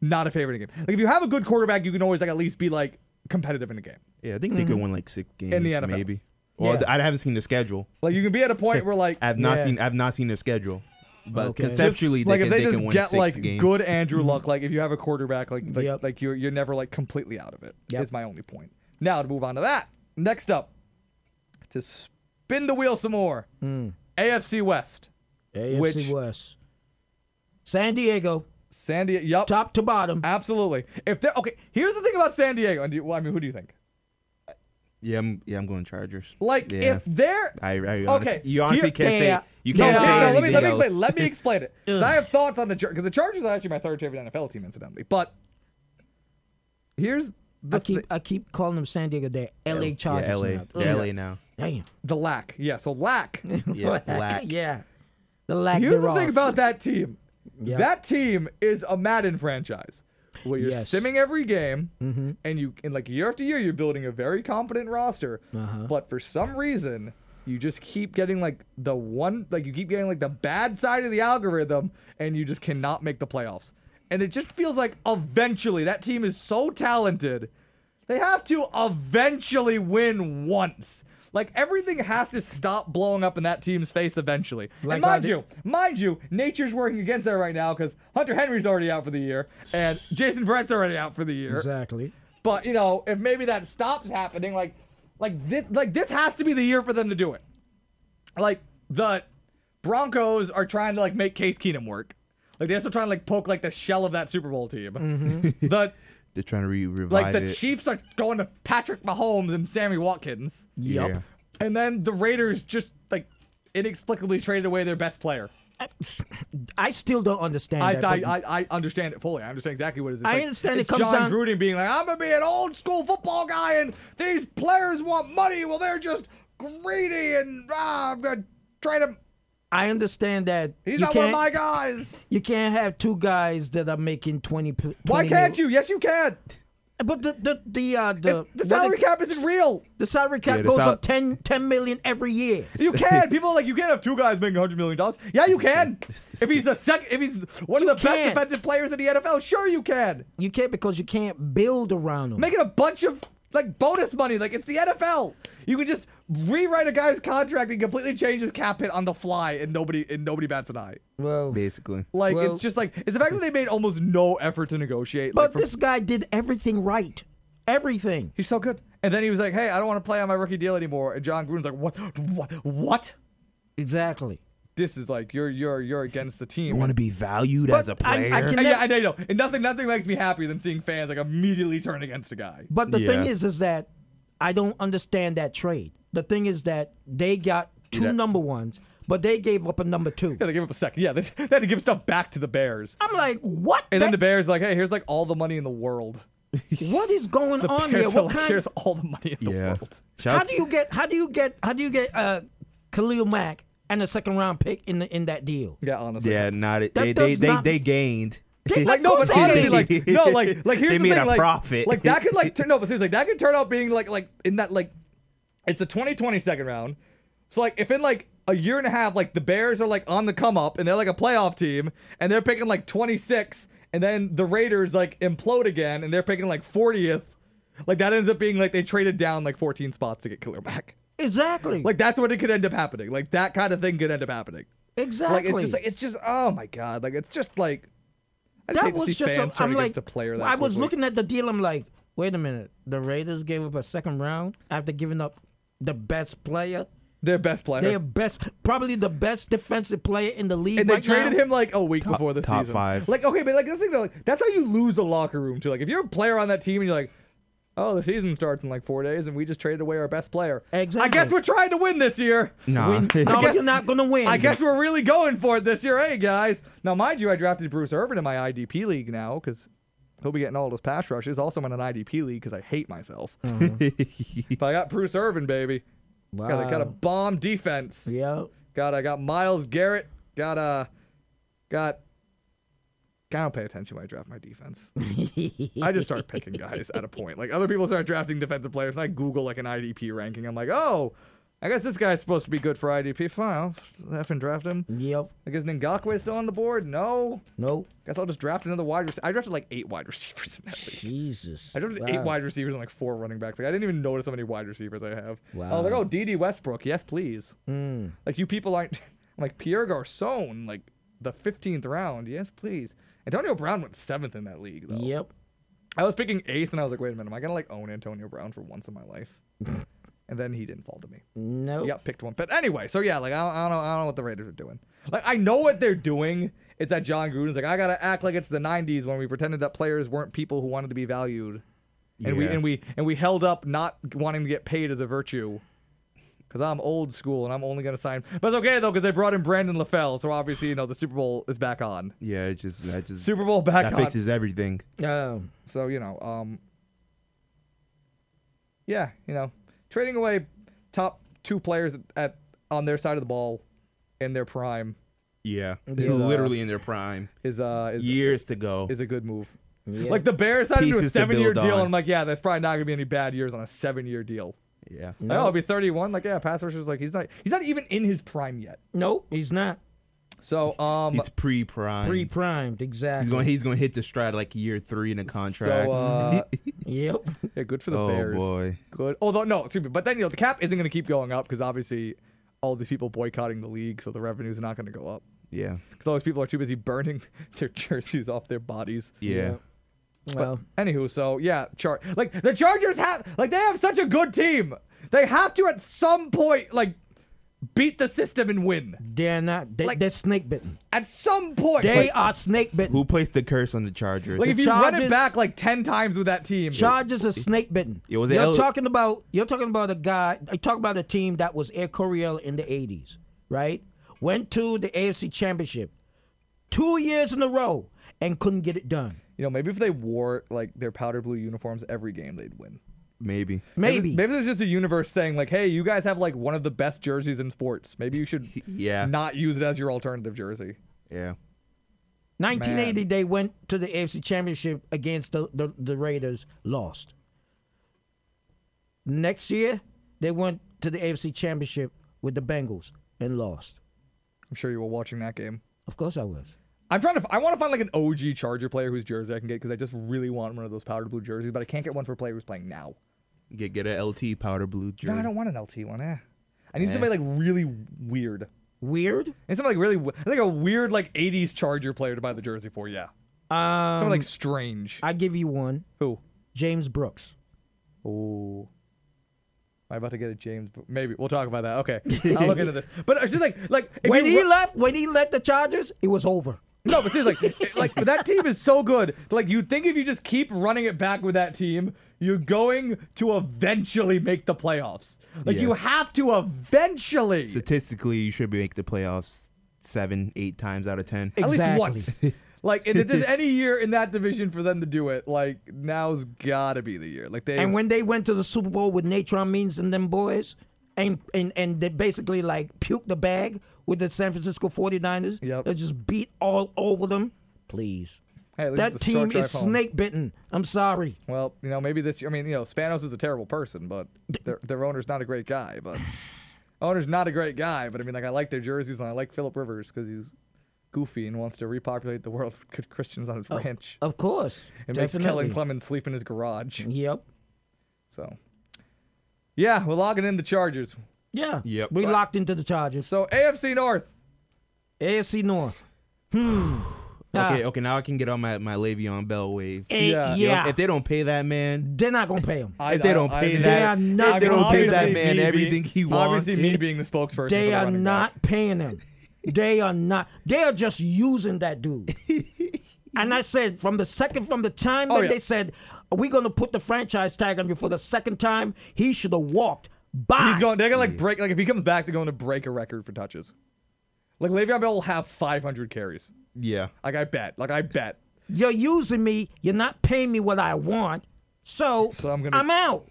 [SPEAKER 4] not a favorite in a game. Like if you have a good quarterback, you can always like at least be like competitive in the game.
[SPEAKER 5] yeah, I think they could win like six games,
[SPEAKER 4] Mhm. the NFL.
[SPEAKER 5] maybe. Well,
[SPEAKER 12] Yeah.
[SPEAKER 5] I haven't seen the schedule.
[SPEAKER 4] Like you can be at a point where like
[SPEAKER 5] I've not
[SPEAKER 12] Yeah.
[SPEAKER 5] seen. I've not seen their schedule. But
[SPEAKER 12] Okay.
[SPEAKER 4] just-
[SPEAKER 5] conceptually, they
[SPEAKER 4] like
[SPEAKER 5] can,
[SPEAKER 4] if they, just
[SPEAKER 5] can win
[SPEAKER 4] get
[SPEAKER 5] six
[SPEAKER 4] like
[SPEAKER 5] games. Mm-hmm.
[SPEAKER 4] good Andrew Luck, like if you have a quarterback, like like,
[SPEAKER 12] Yep.
[SPEAKER 4] like you're you're never like completely out of it. Is
[SPEAKER 12] Yep.
[SPEAKER 4] my only point. Now to move on to that. Next up, to spin the wheel some more.
[SPEAKER 12] Hmm.
[SPEAKER 4] AFC West.
[SPEAKER 12] AFC
[SPEAKER 4] Which-
[SPEAKER 12] West. San Diego,
[SPEAKER 4] San Diego. Yup.
[SPEAKER 12] top to bottom.
[SPEAKER 4] Absolutely. If they're okay, here's the thing about San Diego. And do you, well, I mean, who do you think?
[SPEAKER 5] yeah, I'm. Yeah, I'm going Chargers.
[SPEAKER 4] Like,
[SPEAKER 5] yeah.
[SPEAKER 4] if they're
[SPEAKER 5] I, I honestly,
[SPEAKER 4] Okay,
[SPEAKER 5] you honestly
[SPEAKER 4] here-
[SPEAKER 5] can't
[SPEAKER 12] yeah.
[SPEAKER 5] say you
[SPEAKER 4] No,
[SPEAKER 5] can't
[SPEAKER 4] no,
[SPEAKER 5] say
[SPEAKER 4] no, no,
[SPEAKER 5] anything
[SPEAKER 4] let me let me
[SPEAKER 5] else.
[SPEAKER 4] explain. Let me explain it. 'Cause I have thoughts on the because the Chargers are actually my third favorite NFL team, incidentally. But here's the
[SPEAKER 12] I keep
[SPEAKER 4] thi-
[SPEAKER 12] I keep calling them San Diego. They're LA Chargers.
[SPEAKER 5] yeah, LA,
[SPEAKER 12] now.
[SPEAKER 5] They're
[SPEAKER 12] Ugh.
[SPEAKER 5] LA now.
[SPEAKER 12] Damn.
[SPEAKER 4] the lack. Yeah, so lack.
[SPEAKER 5] Yeah, black.
[SPEAKER 12] Yeah. The lack
[SPEAKER 4] Here's the
[SPEAKER 12] thereof.
[SPEAKER 4] thing about that team.
[SPEAKER 12] Yeah.
[SPEAKER 4] That team is a Madden franchise where you're
[SPEAKER 12] Yes.
[SPEAKER 4] simming every game, and you and like year after year you're building a very competent roster. But for some reason, you just keep getting like the one like you keep getting like the bad side of the algorithm, and you just cannot make the playoffs. And it just feels like eventually that team is so talented, they have to eventually win once. Like everything has to stop blowing up in that team's face eventually.
[SPEAKER 12] Like
[SPEAKER 4] and mind
[SPEAKER 12] how they-
[SPEAKER 4] you, mind you, nature's working against that right now because Hunter Henry's already out for the year and Jason Verrett's already out for the year.
[SPEAKER 12] Exactly.
[SPEAKER 4] But you know, if maybe that stops happening, like, like this, like this has to be the year for them to do it. Like the Broncos are trying to like make Case Keenum work. Like they're still trying to like poke like the shell of that Super Bowl team.
[SPEAKER 12] Mm-hmm.
[SPEAKER 4] the
[SPEAKER 5] They're trying to re- revive
[SPEAKER 4] like the
[SPEAKER 5] it.
[SPEAKER 4] Chiefs are going to Patrick Mahomes and Sammy Watkins.
[SPEAKER 12] Yup.
[SPEAKER 5] Yeah.
[SPEAKER 4] And then the Raiders just like inexplicably traded away their best player.
[SPEAKER 12] I still don't understand
[SPEAKER 4] I,
[SPEAKER 12] that.
[SPEAKER 4] I,
[SPEAKER 12] but-
[SPEAKER 4] I, I understand it fully. I understand exactly what it is. It's
[SPEAKER 12] I
[SPEAKER 4] like-
[SPEAKER 12] understand it
[SPEAKER 4] it's
[SPEAKER 12] comes
[SPEAKER 4] John
[SPEAKER 12] down-
[SPEAKER 4] Gruden being like, I'm gonna be an old school football guy, and these players want money. Well, they're just greedy and ah, I'm gonna try to.
[SPEAKER 12] I understand that.
[SPEAKER 4] He's
[SPEAKER 12] you
[SPEAKER 4] not one of
[SPEAKER 12] can't-
[SPEAKER 4] my guys.
[SPEAKER 12] You can't have two guys that are making 20. p- 20
[SPEAKER 4] Why can't you? Yes, you can.
[SPEAKER 12] But the the the uh, the,
[SPEAKER 4] the salary cap isn't real.
[SPEAKER 12] The salary cap
[SPEAKER 4] Yeah, the
[SPEAKER 12] goes
[SPEAKER 4] sal-
[SPEAKER 12] up 10, 10 million every year.
[SPEAKER 4] You can. People are like you can't have two guys making hundred million dollars. Yeah, you can. if he's the second, if he's one of the
[SPEAKER 12] can.
[SPEAKER 4] best defensive players in the NFL, sure you can.
[SPEAKER 12] You can't because you can't build around them.
[SPEAKER 4] Making a bunch of like bonus money, like it's the NFL. You can just rewrite a guy's contract and completely change his cap hit on the fly, and nobody and nobody bats an eye.
[SPEAKER 12] Well,
[SPEAKER 5] basically,
[SPEAKER 4] Like
[SPEAKER 12] Well-
[SPEAKER 4] it's just like it's the fact that they made almost no effort to negotiate. like,
[SPEAKER 12] But
[SPEAKER 4] from-
[SPEAKER 12] this guy did everything right. Everything.
[SPEAKER 4] He's so good. And then he was like, "Hey, I don't want to play on my rookie deal anymore." And John Gruden's like, "What? What? What?"
[SPEAKER 12] Exactly.
[SPEAKER 4] This is like you're you're you're against the team.
[SPEAKER 5] You want to be valued as a player?
[SPEAKER 4] yeah, I know, I know. And nothing, nothing makes me happier than seeing fans like immediately turn against a guy.
[SPEAKER 12] But the thing
[SPEAKER 5] Yeah.
[SPEAKER 12] is, is that I don't understand that trade. The thing is that they got two number ones, but they gave up a number two.
[SPEAKER 4] yeah, they give up a second. Yeah, they, they had to give stuff back to the Bears.
[SPEAKER 12] I'm like, what?
[SPEAKER 4] And then the
[SPEAKER 12] That-
[SPEAKER 4] Bears like, "Hey, here's like all the money in the world."
[SPEAKER 12] what is going
[SPEAKER 4] The Bears
[SPEAKER 12] on here?
[SPEAKER 4] are
[SPEAKER 12] What
[SPEAKER 4] like,
[SPEAKER 12] kind?
[SPEAKER 4] Here's all the money in the
[SPEAKER 5] yeah.
[SPEAKER 4] world.
[SPEAKER 5] Shout
[SPEAKER 12] How
[SPEAKER 5] out
[SPEAKER 12] do you get? How do you get? How do you get uh, Khalil Mack and a second round pick in the in that deal?
[SPEAKER 4] Yeah, honestly.
[SPEAKER 5] yeah, not it.
[SPEAKER 12] That
[SPEAKER 5] They
[SPEAKER 12] does
[SPEAKER 5] they, they,
[SPEAKER 12] not-
[SPEAKER 5] they gained.
[SPEAKER 12] They-
[SPEAKER 4] Like no, but
[SPEAKER 12] Of course
[SPEAKER 4] honestly,
[SPEAKER 12] they
[SPEAKER 4] like no, like like here's
[SPEAKER 5] they
[SPEAKER 4] the
[SPEAKER 5] made
[SPEAKER 4] thing,
[SPEAKER 5] a
[SPEAKER 4] like,
[SPEAKER 5] profit.
[SPEAKER 4] Like that could like turn no, but seriously, like that could turn out being like like in that like it's a 2020 second round. So like if in like a year and a half, like the Bears are like on the come up and they're like a playoff team and they're picking like 26, and then the Raiders like implode again and they're picking like 40th. Like that ends up being like they traded down like 14 spots to get Killer back.
[SPEAKER 12] Exactly.
[SPEAKER 4] Like that's what it could end up happening. Like that kind of thing could end up happening.
[SPEAKER 12] exactly.
[SPEAKER 4] Like it's just like it's just oh my god. Like it's just like I just
[SPEAKER 12] that
[SPEAKER 4] hate to
[SPEAKER 12] was
[SPEAKER 4] see
[SPEAKER 12] just.
[SPEAKER 4] fans
[SPEAKER 12] A,
[SPEAKER 4] turn
[SPEAKER 12] I'm
[SPEAKER 4] against
[SPEAKER 12] like,
[SPEAKER 4] a player. That
[SPEAKER 12] I was
[SPEAKER 4] quickly.
[SPEAKER 12] looking at the deal. I'm like, wait a minute. The Raiders gave up a second round after giving up the best player.
[SPEAKER 4] their best player,
[SPEAKER 12] Their best, probably the best defensive player in the league.
[SPEAKER 4] and they
[SPEAKER 12] right
[SPEAKER 4] traded
[SPEAKER 12] now.
[SPEAKER 4] him like a week before the
[SPEAKER 5] top
[SPEAKER 4] season.
[SPEAKER 5] five.
[SPEAKER 4] Like okay, but like this thing though, like, that's how you lose a locker room too. Like if you're a player on that team and you're like, oh, the season starts in like four days and we just traded away our best player. I
[SPEAKER 12] Exactly.
[SPEAKER 4] guess we're trying to win this year.
[SPEAKER 5] Nah.
[SPEAKER 12] No,
[SPEAKER 4] guess-
[SPEAKER 12] you're not gonna win.
[SPEAKER 4] I guess we're really going for it this year, hey guys. Now, mind you, I drafted Bruce Irvin in my IDP league now because he'll be getting all those pass rushes. Also, I'm in an IDP league because I hate myself. if I got Bruce Irvin, baby, got, a, got a
[SPEAKER 12] Mm-hmm. Wow.
[SPEAKER 4] bomb defense.
[SPEAKER 12] Yeah.
[SPEAKER 4] Got I got Miles Garrett. Got uh, got. I don't pay attention when I draft my defense. I just start picking guys at a point. Like other people start drafting defensive players, and I Google like an IDP ranking. I'm like, oh, I guess this guy's supposed to be good for IDP. Fine, I'll f and draft him.
[SPEAKER 12] Yep.
[SPEAKER 4] I guess Ngakwe is still on the board. No,
[SPEAKER 12] Nope.
[SPEAKER 4] guess I'll just draft another wide receiver. I drafted like eight wide receivers. In that league.
[SPEAKER 12] Jesus.
[SPEAKER 4] I drafted eight wide receivers and like four running backs. Like I didn't even notice how many wide receivers I have. I
[SPEAKER 12] Wow.
[SPEAKER 4] was like, oh, D.D. Westbrook, yes please.
[SPEAKER 12] Mm.
[SPEAKER 4] Like you people aren't I'm like Pierre Garcon, like the fifteenth round. Yes, please. Antonio Brown went seventh in that league though.
[SPEAKER 12] Yep.
[SPEAKER 4] I was picking eighth and I was like, wait a minute, am I gonna like own Antonio Brown for once in my life? and then he didn't fall to me.
[SPEAKER 12] Nope.
[SPEAKER 4] He got picked one. But anyway, so yeah, like I don't, I don't know I don't know what the Raiders are doing. Like I know what they're doing. It's that John Gruden's like, I gotta act like it's the nineties when we pretended that players weren't people who wanted to be valued. And we
[SPEAKER 5] Yeah.
[SPEAKER 4] and we and we held up not wanting to get paid as a virtue. Cause I'm old school and I'm only gonna sign. But it's okay though, cause they brought in Brandon LaFell, so obviously you know the Super Bowl is back on.
[SPEAKER 5] Yeah, it just that just
[SPEAKER 4] Super Bowl back
[SPEAKER 5] that
[SPEAKER 4] on.
[SPEAKER 5] fixes everything.
[SPEAKER 12] Um,
[SPEAKER 4] So you know, um, yeah, you know, trading away top two players at, at on their side of the ball in their prime
[SPEAKER 5] Yeah,
[SPEAKER 4] Yeah.
[SPEAKER 5] they're literally in their prime.
[SPEAKER 4] is uh is
[SPEAKER 5] Years to go.
[SPEAKER 4] is a good move.
[SPEAKER 12] yeah.
[SPEAKER 4] Like the Bears signed him to a
[SPEAKER 5] Pieces to
[SPEAKER 4] seven year
[SPEAKER 5] build
[SPEAKER 4] deal, and
[SPEAKER 5] on.
[SPEAKER 4] I'm like, yeah, that's probably not gonna be any bad years on a seven year deal.
[SPEAKER 5] Yeah,
[SPEAKER 4] Like, oh, I'll be 31. Like, yeah, pass rushers. Like, he's not he's not even in his prime yet.
[SPEAKER 12] nope. He's not
[SPEAKER 4] So um,
[SPEAKER 5] it's pre-prime.
[SPEAKER 12] pre primed. Exactly.
[SPEAKER 5] he's going. He's going to hit the stride like year three in a contract.
[SPEAKER 4] So, uh,
[SPEAKER 12] Yep.
[SPEAKER 4] yeah, good for the
[SPEAKER 5] oh
[SPEAKER 4] Bears.
[SPEAKER 5] boy.
[SPEAKER 4] good. Although no, excuse me. But then you know the cap isn't going to keep going up because obviously all these people boycotting the league, so the revenue's not going to go up
[SPEAKER 5] Yeah.
[SPEAKER 4] because all these people are too busy burning their jerseys off their bodies.
[SPEAKER 5] Yeah.
[SPEAKER 12] Well,
[SPEAKER 4] Anywho, so yeah, char like the Chargers have like they have such a good team. They have to at some point like beat the system and win.
[SPEAKER 12] they're not. They,
[SPEAKER 4] Like-
[SPEAKER 12] they're snake bitten.
[SPEAKER 4] At some point,
[SPEAKER 12] They
[SPEAKER 4] like,
[SPEAKER 12] are snake bitten.
[SPEAKER 5] Who placed the curse on the Chargers?
[SPEAKER 4] like, if you run it
[SPEAKER 12] Chargers-
[SPEAKER 4] back like ten times with that team,
[SPEAKER 12] Chargers are snake bitten.
[SPEAKER 5] Yo, was it
[SPEAKER 12] you're
[SPEAKER 5] L-
[SPEAKER 12] talking about you're talking about a guy. I talk about a team that was Air Coryell in the '80s, right? Went to the AFC Championship two years in a row and couldn't get it done.
[SPEAKER 4] you know maybe if they wore like their powder blue uniforms every game, they'd win.
[SPEAKER 5] Maybe.
[SPEAKER 4] Maybe. Maybe there's just a universe saying like, "Hey, you guys have like one of the best jerseys in sports. Maybe you should
[SPEAKER 5] yeah.
[SPEAKER 4] not use it as your alternative jersey."
[SPEAKER 5] Yeah.
[SPEAKER 12] 1980, they went to the AFC Championship against the, the, the Raiders, lost. Next year, they went to the AFC Championship with the Bengals and lost.
[SPEAKER 4] I'm sure you were watching that game.
[SPEAKER 12] Of course, I was.
[SPEAKER 4] I'm trying to. f- I want to find like an OG Charger player whose jersey I can get because I just really want one of those powder blue jerseys, but I can't get one for a player who's playing now.
[SPEAKER 5] Get get a LT powder blue jersey.
[SPEAKER 4] No, I don't want an LT one. Eh. I need somebody like really weird.
[SPEAKER 12] Weird?
[SPEAKER 4] And somebody like really, we- I think a weird like '80s Charger player to buy the jersey for. Yeah.
[SPEAKER 12] Um,
[SPEAKER 4] Someone like strange.
[SPEAKER 12] I give you one.
[SPEAKER 4] Who?
[SPEAKER 12] James Brooks.
[SPEAKER 4] Oh. Am I about to get a James? Bro- Maybe we'll talk about that. Okay, I'll look into this. But it's just like like if
[SPEAKER 12] When
[SPEAKER 4] you
[SPEAKER 12] he
[SPEAKER 4] ru-
[SPEAKER 12] left, when he left the Chargers, it was over.
[SPEAKER 4] No, but seriously, like, like but that team is so good. Like you'd think if you just keep running it back with that team, you're going to eventually make the playoffs. Like
[SPEAKER 5] Yeah.
[SPEAKER 4] you have to eventually.
[SPEAKER 5] Statistically, you should make the playoffs seven, eight times out of ten.
[SPEAKER 4] At least once. like if there's any year in that division for them to do it, like now's gotta be the year. Like they
[SPEAKER 12] And when they went to the Super Bowl with Natron Means and them boys, and, and, and they basically like puked the bag with the San Francisco 49ers, yep. they just beat all over them. Please.
[SPEAKER 4] Hey, at least
[SPEAKER 12] that
[SPEAKER 4] it's a short
[SPEAKER 12] team
[SPEAKER 4] drive
[SPEAKER 12] is
[SPEAKER 4] home.
[SPEAKER 12] snake bitten. I'm sorry.
[SPEAKER 4] Well, you know, maybe this. I mean, you know, Spanos is a terrible person, but their their owner's not a great guy. But owner's not a great guy. But I mean, like, I like their jerseys and I like Philip Rivers because he's goofy and wants to repopulate the world with good Christians on his ranch.
[SPEAKER 12] Of course.
[SPEAKER 4] It makes Kellen
[SPEAKER 12] Oh, definitely.
[SPEAKER 4] Clemens sleep in his garage.
[SPEAKER 12] Yep.
[SPEAKER 4] So, yeah, we're logging in the Chargers.
[SPEAKER 12] Yeah.
[SPEAKER 5] Yep.
[SPEAKER 12] We locked into the Chargers.
[SPEAKER 4] So AFC North.
[SPEAKER 12] AFC North. Hmm. Ah,
[SPEAKER 5] Okay, okay, now I can get on my, my Le'Veon Bell wave.
[SPEAKER 12] Eh, Yeah. yeah.
[SPEAKER 5] If they don't pay that man,
[SPEAKER 12] They're not gonna pay him.
[SPEAKER 5] if they don't pay that,
[SPEAKER 12] They are not
[SPEAKER 5] if they don't pay that
[SPEAKER 4] Obviously
[SPEAKER 5] man
[SPEAKER 4] me be-
[SPEAKER 5] everything he wants,
[SPEAKER 4] Obviously, me being the spokesperson. for
[SPEAKER 12] They
[SPEAKER 4] the
[SPEAKER 12] are
[SPEAKER 4] running back.
[SPEAKER 12] not paying him. They are not. They are just using that dude. and I said from the second, from the time
[SPEAKER 4] Oh,
[SPEAKER 12] that
[SPEAKER 4] yeah.
[SPEAKER 12] they said we're gonna put the franchise tag on you for the second time, he should have walked. Bye.
[SPEAKER 4] He's going. They're gonna like break. Like if he comes back, they're going to break a record for touches. Like Le'Veon Bell will have 500 carries.
[SPEAKER 5] yeah.
[SPEAKER 4] Like I bet. Like I bet.
[SPEAKER 12] You're using me. You're not paying me what I want. So,
[SPEAKER 4] So I'm
[SPEAKER 12] I'm,
[SPEAKER 4] gonna.
[SPEAKER 12] out.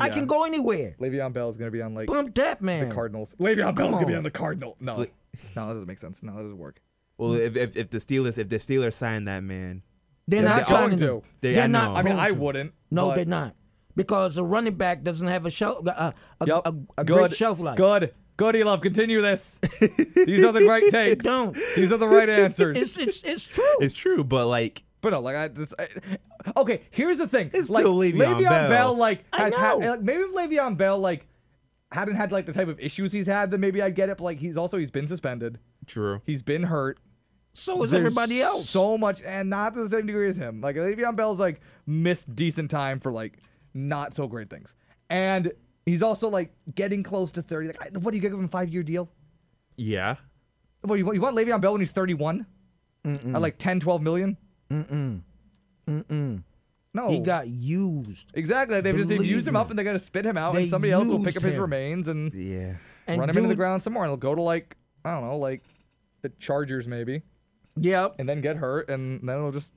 [SPEAKER 12] I
[SPEAKER 4] Yeah.
[SPEAKER 12] can go anywhere.
[SPEAKER 4] Le'Veon Bell is gonna be on like
[SPEAKER 12] Bump that man.
[SPEAKER 4] the Cardinals. Le'Veon Bell is gonna be
[SPEAKER 12] on.
[SPEAKER 4] on the Cardinal. No, no, that doesn't make sense. No, that doesn't work.
[SPEAKER 5] Well, if, if if the Steelers if the Steelers sign that man,
[SPEAKER 12] They're not
[SPEAKER 5] they're
[SPEAKER 4] going
[SPEAKER 12] signing
[SPEAKER 4] to.
[SPEAKER 12] him.
[SPEAKER 5] They- I
[SPEAKER 12] they're
[SPEAKER 5] know.
[SPEAKER 12] not.
[SPEAKER 5] I
[SPEAKER 4] I mean,
[SPEAKER 12] going
[SPEAKER 4] I
[SPEAKER 12] to.
[SPEAKER 4] wouldn't.
[SPEAKER 12] No,
[SPEAKER 4] but-
[SPEAKER 12] they're not. Because a running back doesn't have a shelf, uh, a,
[SPEAKER 4] Yup.
[SPEAKER 12] a, a
[SPEAKER 4] good.
[SPEAKER 12] great shelf life.
[SPEAKER 4] Good. Good. Elov, continue this. These are the right takes.
[SPEAKER 12] Don't.
[SPEAKER 4] These are the right answers.
[SPEAKER 12] It's, it's, it's true.
[SPEAKER 5] it's true, but like
[SPEAKER 4] But no, like I this. I, okay, here's the thing.
[SPEAKER 5] It's
[SPEAKER 4] like
[SPEAKER 5] still Le'Veon Bell.
[SPEAKER 4] like
[SPEAKER 12] I
[SPEAKER 4] has had
[SPEAKER 12] know.
[SPEAKER 4] like, maybe if Le'Veon Bell like hadn't had like the type of issues he's had, then maybe I'd get it. But like he's also he's been suspended.
[SPEAKER 5] true.
[SPEAKER 4] He's been hurt.
[SPEAKER 12] so is
[SPEAKER 4] There's
[SPEAKER 12] everybody else.
[SPEAKER 4] So much, and not to the same degree as him. Like Le'Veon Bell's like missed decent time for like not so great things, and he's also like getting close to thirty. Like, I- what do you give him a five year deal?
[SPEAKER 5] Yeah.
[SPEAKER 4] What you want? You want Le'Veon Bell when he's thirty one? At like 10, 12 million? Mm mm. Mm mm. No.
[SPEAKER 12] he got used.
[SPEAKER 4] Exactly. They've just they've
[SPEAKER 12] Believe
[SPEAKER 4] used him
[SPEAKER 12] me.
[SPEAKER 4] up and they're gonna spit him out,
[SPEAKER 12] They
[SPEAKER 4] and somebody else will pick
[SPEAKER 12] used
[SPEAKER 4] up his
[SPEAKER 12] him.
[SPEAKER 4] remains and,
[SPEAKER 5] Yeah.
[SPEAKER 12] And
[SPEAKER 4] run him into the
[SPEAKER 12] dude-
[SPEAKER 4] ground somewhere. And he'll go to like I don't know, like the Chargers maybe,
[SPEAKER 12] Yep.
[SPEAKER 4] and then get hurt, and then it'll just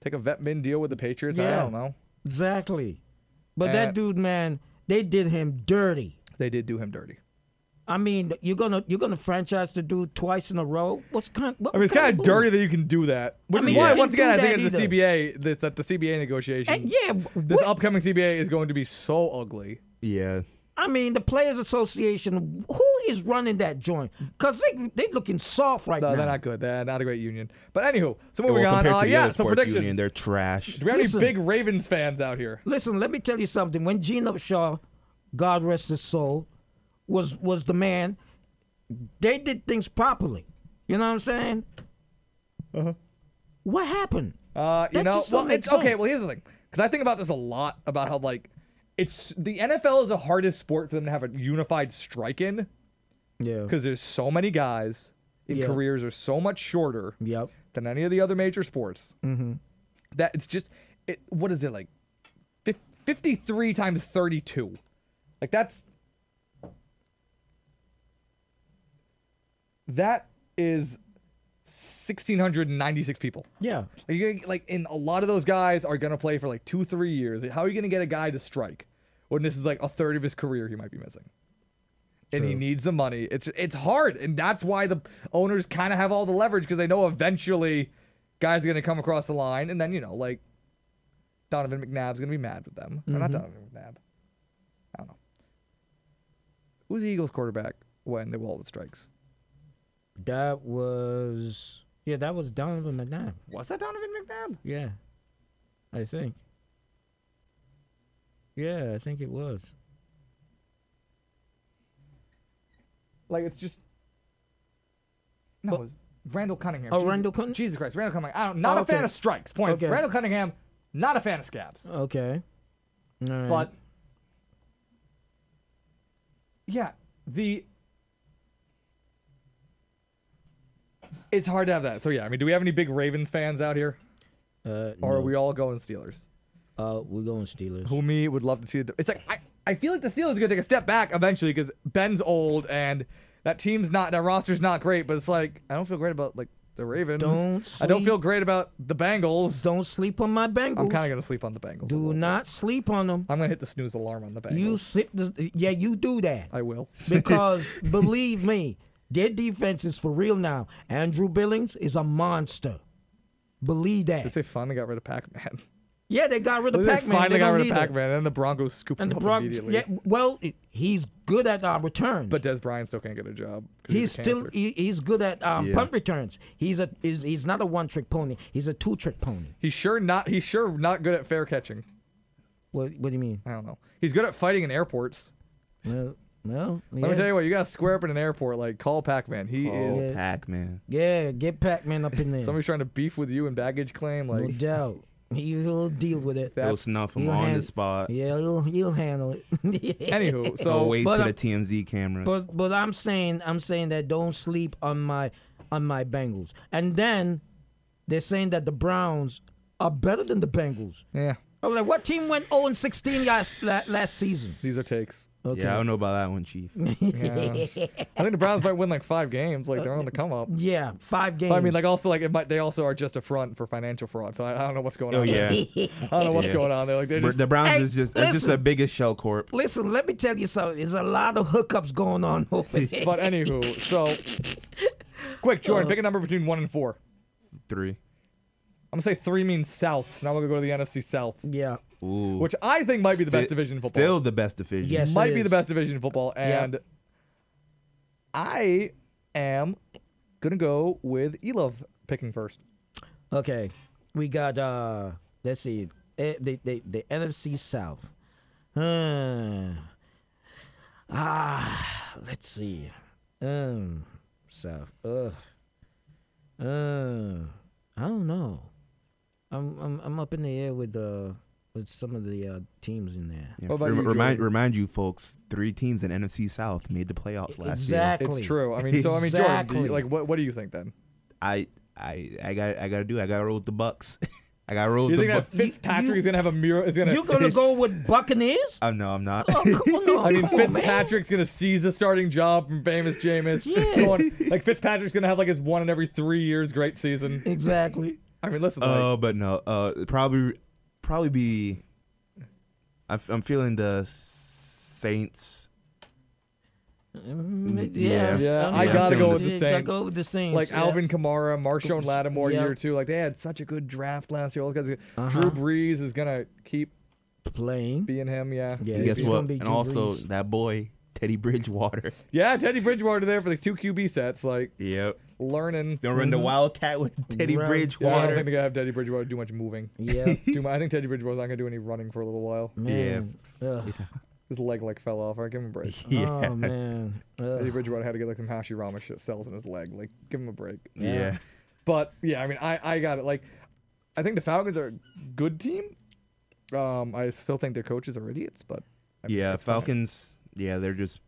[SPEAKER 4] take a vet min deal with the Patriots. I
[SPEAKER 12] Yeah.
[SPEAKER 4] don't know.
[SPEAKER 12] Exactly. But
[SPEAKER 4] Uh,
[SPEAKER 12] that dude, man, they did him dirty.
[SPEAKER 4] They did do him dirty.
[SPEAKER 12] I mean, you're gonna you're gonna franchise the dude twice in a row. What's kind? What,
[SPEAKER 4] I mean, it's
[SPEAKER 12] kind
[SPEAKER 4] kind of dirty that you can do that, which
[SPEAKER 12] mean,
[SPEAKER 4] is why
[SPEAKER 12] you
[SPEAKER 4] once
[SPEAKER 12] can't
[SPEAKER 4] again I
[SPEAKER 12] do
[SPEAKER 4] think
[SPEAKER 12] that
[SPEAKER 4] it's the
[SPEAKER 12] either.
[SPEAKER 4] CBA this that the CBA negotiation.
[SPEAKER 12] And yeah,
[SPEAKER 4] This
[SPEAKER 12] what-
[SPEAKER 4] upcoming CBA is going to be so ugly.
[SPEAKER 5] Yeah.
[SPEAKER 12] I mean, the Players Association. Who is running that joint? Cause they they looking soft right
[SPEAKER 4] No,
[SPEAKER 12] now.
[SPEAKER 4] they're not good. They're not a great union. But anywho, so
[SPEAKER 5] Well,
[SPEAKER 4] moving on.
[SPEAKER 5] compared
[SPEAKER 4] Uh,
[SPEAKER 5] to the
[SPEAKER 4] yeah,
[SPEAKER 5] other
[SPEAKER 4] some
[SPEAKER 5] sports
[SPEAKER 4] predictions.
[SPEAKER 5] union, they're trash.
[SPEAKER 4] Do we have
[SPEAKER 12] Listen.
[SPEAKER 4] any big Ravens fans out here?
[SPEAKER 12] Listen, let me tell you something. When Gene Upshaw, God rest his soul, was was the man, they did things properly. You know what I'm saying? Uh huh.
[SPEAKER 4] Uh-huh.
[SPEAKER 12] What happened?
[SPEAKER 4] Uh, you
[SPEAKER 12] That
[SPEAKER 4] know,
[SPEAKER 12] just don't
[SPEAKER 4] well,
[SPEAKER 12] make
[SPEAKER 4] it's okay.
[SPEAKER 12] sense.
[SPEAKER 4] Well, here's the thing, because I think about this a lot about how like it's the NFL is the hardest sport for them to have a unified strike in
[SPEAKER 12] Yeah.
[SPEAKER 4] because there's so many guys and
[SPEAKER 12] Yeah.
[SPEAKER 4] careers are so much shorter
[SPEAKER 12] Yep.
[SPEAKER 4] than any of the other major sports
[SPEAKER 12] Mm-hmm.
[SPEAKER 4] that it's just it, what is it like fif- 53 times 32 like that's that is 1,696 people.
[SPEAKER 12] Yeah.
[SPEAKER 4] Like, you're gonna, like, and a lot of those guys are going to play for like two, three years. Like, how are you going to get a guy to strike when this is like a third of his career he might be missing? And he
[SPEAKER 12] True.
[SPEAKER 4] needs the money. It's it's hard, and that's why the owners kind of have all the leverage because they know eventually guys are going to come across the line, and then you know like Donovan McNabb's going to be mad with them. Or not
[SPEAKER 12] Mhm.
[SPEAKER 4] Donovan McNabb. I don't know. Who's the Eagles quarterback when they were all the strikes?
[SPEAKER 12] That was yeah, that was Donovan McNabb.
[SPEAKER 4] Was that Donovan McNabb?
[SPEAKER 12] Yeah, I think. Yeah, I think it was.
[SPEAKER 4] Like it's just no, it was Randall Cunningham.
[SPEAKER 12] Oh,
[SPEAKER 4] Jesus-
[SPEAKER 12] Randall Cunningham.
[SPEAKER 4] Jesus Christ, Randall Cunningham. I don't, not
[SPEAKER 12] Oh,
[SPEAKER 4] a fan
[SPEAKER 12] okay.
[SPEAKER 4] of strikes. Points.
[SPEAKER 12] Okay.
[SPEAKER 4] Randall Cunningham, not a fan of scabs.
[SPEAKER 12] Okay. All right.
[SPEAKER 4] But yeah, the it's hard to have that. So yeah, I mean, do we have any big Ravens fans out here,
[SPEAKER 12] uh,
[SPEAKER 4] or
[SPEAKER 12] no.
[SPEAKER 4] are we all going Steelers?
[SPEAKER 12] uh, we're going Steelers.
[SPEAKER 4] Who me would love to see. The, it's like I, I feel like the Steelers are gonna take a step back eventually because Ben's old and that team's not that roster's not great. But it's like I don't feel great about like the Ravens.
[SPEAKER 12] Don't
[SPEAKER 4] I don't feel
[SPEAKER 12] sleep-
[SPEAKER 4] great about the Bengals.
[SPEAKER 12] Don't sleep on my Bengals.
[SPEAKER 4] I'm kind of gonna sleep on the Bengals. a
[SPEAKER 12] Do
[SPEAKER 4] little.
[SPEAKER 12] not sleep on them.
[SPEAKER 4] I'm gonna hit the snooze alarm on the Bengals.
[SPEAKER 12] You sit. The, yeah, you do that.
[SPEAKER 4] I will.
[SPEAKER 12] because believe me, their defense is for real now. Andrew Billings is a monster. Believe that.
[SPEAKER 4] They finally got rid of Pac Man.
[SPEAKER 12] Yeah, they got rid of
[SPEAKER 4] They
[SPEAKER 12] Pac Man.
[SPEAKER 4] finally
[SPEAKER 12] They
[SPEAKER 4] got
[SPEAKER 12] don't
[SPEAKER 4] rid of
[SPEAKER 12] need
[SPEAKER 4] Pac
[SPEAKER 12] him.
[SPEAKER 4] Man, and then the Broncos scooped
[SPEAKER 12] And
[SPEAKER 4] him up
[SPEAKER 12] the Bronx.
[SPEAKER 4] immediately.
[SPEAKER 12] Yeah, well, it- he's good at um, returns.
[SPEAKER 4] But Des Bryant still can't get a job. 'cause
[SPEAKER 12] He's
[SPEAKER 4] a
[SPEAKER 12] still
[SPEAKER 4] cancer.
[SPEAKER 12] he, he's good at um,
[SPEAKER 4] Yeah.
[SPEAKER 12] punt returns. He's a he's, he's not a one trick pony. He's a two trick pony.
[SPEAKER 4] He's sure not. He's sure not good at fair catching.
[SPEAKER 12] What What do you mean?
[SPEAKER 4] I don't know. He's good at fighting in airports.
[SPEAKER 12] Well, well,
[SPEAKER 4] Let
[SPEAKER 12] yeah.
[SPEAKER 4] me tell you what. You gotta square up in an airport. Like call Pac Man. He
[SPEAKER 5] Oh,
[SPEAKER 4] is.
[SPEAKER 5] Pac Man.
[SPEAKER 12] yeah, get Pac Man up in there.
[SPEAKER 4] Somebody's trying to beef with you in baggage claim.
[SPEAKER 12] no
[SPEAKER 4] Like
[SPEAKER 12] doubt. He'll deal with it.
[SPEAKER 5] They'll snuff him
[SPEAKER 12] He'll
[SPEAKER 5] on the
[SPEAKER 12] hand-
[SPEAKER 5] spot.
[SPEAKER 12] Yeah, he'll, he'll handle it.
[SPEAKER 4] Anywho, so uh,
[SPEAKER 5] oh, wait
[SPEAKER 12] But,
[SPEAKER 5] to
[SPEAKER 12] um,
[SPEAKER 5] the TMZ cameras.
[SPEAKER 12] But but I'm saying I'm saying that don't sleep on my on my Bengals. And then they're saying that the Browns are better than the Bengals.
[SPEAKER 4] yeah,
[SPEAKER 12] I was like, what team went 0 and 16 last la- last season?
[SPEAKER 4] these are takes.
[SPEAKER 12] Okay.
[SPEAKER 5] Yeah, I don't know about that one, Chief.
[SPEAKER 4] Yeah. I think the Browns might win like five games. Like they're on the come up.
[SPEAKER 12] Yeah, five games.
[SPEAKER 4] But I mean, like also like it might, they also are just a front for financial fraud. So I, I don't know what's going on.
[SPEAKER 5] Oh, yeah.
[SPEAKER 4] I don't know what's
[SPEAKER 5] Yeah.
[SPEAKER 4] going on. They're like they're
[SPEAKER 5] Br-
[SPEAKER 4] just
[SPEAKER 5] the Browns
[SPEAKER 12] Hey,
[SPEAKER 5] is just that's just
[SPEAKER 12] listen.
[SPEAKER 5] the biggest shell corp.
[SPEAKER 12] Listen, let me tell you something. There's a lot of hookups going on over there.
[SPEAKER 4] But anywho, so quick,
[SPEAKER 5] Uh,
[SPEAKER 4] Jordan, pick a number between one and four.
[SPEAKER 5] Three.
[SPEAKER 4] I'm gonna say three means South, so now we're gonna go to the NFC South,
[SPEAKER 12] yeah.
[SPEAKER 5] Ooh.
[SPEAKER 4] which I think might be the best
[SPEAKER 5] Sti-
[SPEAKER 4] division in football.
[SPEAKER 5] Still the best division.
[SPEAKER 12] Yes. it
[SPEAKER 4] might be
[SPEAKER 12] is.
[SPEAKER 4] the best division in football,
[SPEAKER 12] Yeah.
[SPEAKER 4] and I am gonna go with Elov picking first.
[SPEAKER 12] Okay, we got uh let's see, eh, the the, the NFC South. Hmm. Ah, let's see. Um, South. Ugh. Um, I don't know. I'm I'm I'm up in the air with uh with some of the uh, teams in there.
[SPEAKER 5] Yeah.
[SPEAKER 4] What about
[SPEAKER 5] Rem-
[SPEAKER 4] you,
[SPEAKER 5] remind
[SPEAKER 4] Jordan?
[SPEAKER 5] remind you folks, three teams in NFC South made the playoffs last year.
[SPEAKER 12] Exactly.
[SPEAKER 4] It's true. I mean, so I mean, Jordan, do you-
[SPEAKER 12] Exactly.
[SPEAKER 4] like, what what do you think then?
[SPEAKER 5] I I I got I gotta do. it. I gotta roll with the Bucks. I gotta roll
[SPEAKER 4] Do
[SPEAKER 5] with
[SPEAKER 4] you
[SPEAKER 5] the
[SPEAKER 4] think that
[SPEAKER 5] Bucks.
[SPEAKER 4] Fitzpatrick is gonna have a mirror? Is gonna?
[SPEAKER 12] You're gonna go with Buccaneers?
[SPEAKER 5] Oh, no, I'm not.
[SPEAKER 12] Oh, come on,
[SPEAKER 4] I mean,
[SPEAKER 12] come on, man.
[SPEAKER 4] Fitzpatrick's gonna seize a starting job from famous Jameis.
[SPEAKER 12] Yeah.
[SPEAKER 4] Going, like Fitzpatrick's gonna have like his one in every three years great season.
[SPEAKER 12] Exactly.
[SPEAKER 4] I mean, listen, like,
[SPEAKER 5] Oh, but no. Uh, probably probably be. I f- I'm feeling the Saints.
[SPEAKER 12] Mm,
[SPEAKER 5] Yeah.
[SPEAKER 12] Yeah,
[SPEAKER 4] Yeah,
[SPEAKER 12] I'm
[SPEAKER 5] I
[SPEAKER 12] down
[SPEAKER 5] gotta go
[SPEAKER 12] with
[SPEAKER 5] with the
[SPEAKER 12] it. I
[SPEAKER 4] Saints.
[SPEAKER 12] go with the Saints.
[SPEAKER 4] like
[SPEAKER 12] yeah.
[SPEAKER 4] Alvin Kamara, Marshawn Lattimore
[SPEAKER 12] Yeah.
[SPEAKER 4] year two. Like they had such a good draft last year. All those guys.
[SPEAKER 12] Uh-huh.
[SPEAKER 4] Drew Brees is gonna keep
[SPEAKER 12] playing.
[SPEAKER 4] being him. Yeah.
[SPEAKER 12] Yeah,
[SPEAKER 5] And
[SPEAKER 12] it's
[SPEAKER 5] guess
[SPEAKER 12] gonna
[SPEAKER 5] what?
[SPEAKER 12] be
[SPEAKER 5] And
[SPEAKER 12] Drew
[SPEAKER 5] also
[SPEAKER 12] Brees.
[SPEAKER 5] that boy Teddy Bridgewater.
[SPEAKER 4] Yeah. Teddy Bridgewater there for the two QB sets. Like
[SPEAKER 5] yep.
[SPEAKER 4] learning.
[SPEAKER 5] They'll run the Wildcat with Teddy
[SPEAKER 12] Right.
[SPEAKER 4] Mm-hmm. Yeah, I don't
[SPEAKER 5] Bridgewater.
[SPEAKER 4] think they're gonna have Teddy Bridgewater do much moving.
[SPEAKER 12] yeah,
[SPEAKER 4] Do my, I think Teddy Bridgewater's not gonna do any running for a little while.
[SPEAKER 12] man. Ugh.
[SPEAKER 4] His leg like fell off. I give him a break.
[SPEAKER 5] yeah.
[SPEAKER 12] Oh man.
[SPEAKER 4] Teddy
[SPEAKER 12] Ugh.
[SPEAKER 4] Bridgewater had to get like some Hashirama sh- cells in his leg. Like, give him a break.
[SPEAKER 5] yeah.
[SPEAKER 4] But yeah, I mean, I I got it. Like, I think the Falcons are a good team. Um, I still think their coaches are idiots, but I mean,
[SPEAKER 5] Yeah,
[SPEAKER 4] that's fine.
[SPEAKER 5] Falcons. Yeah, they're just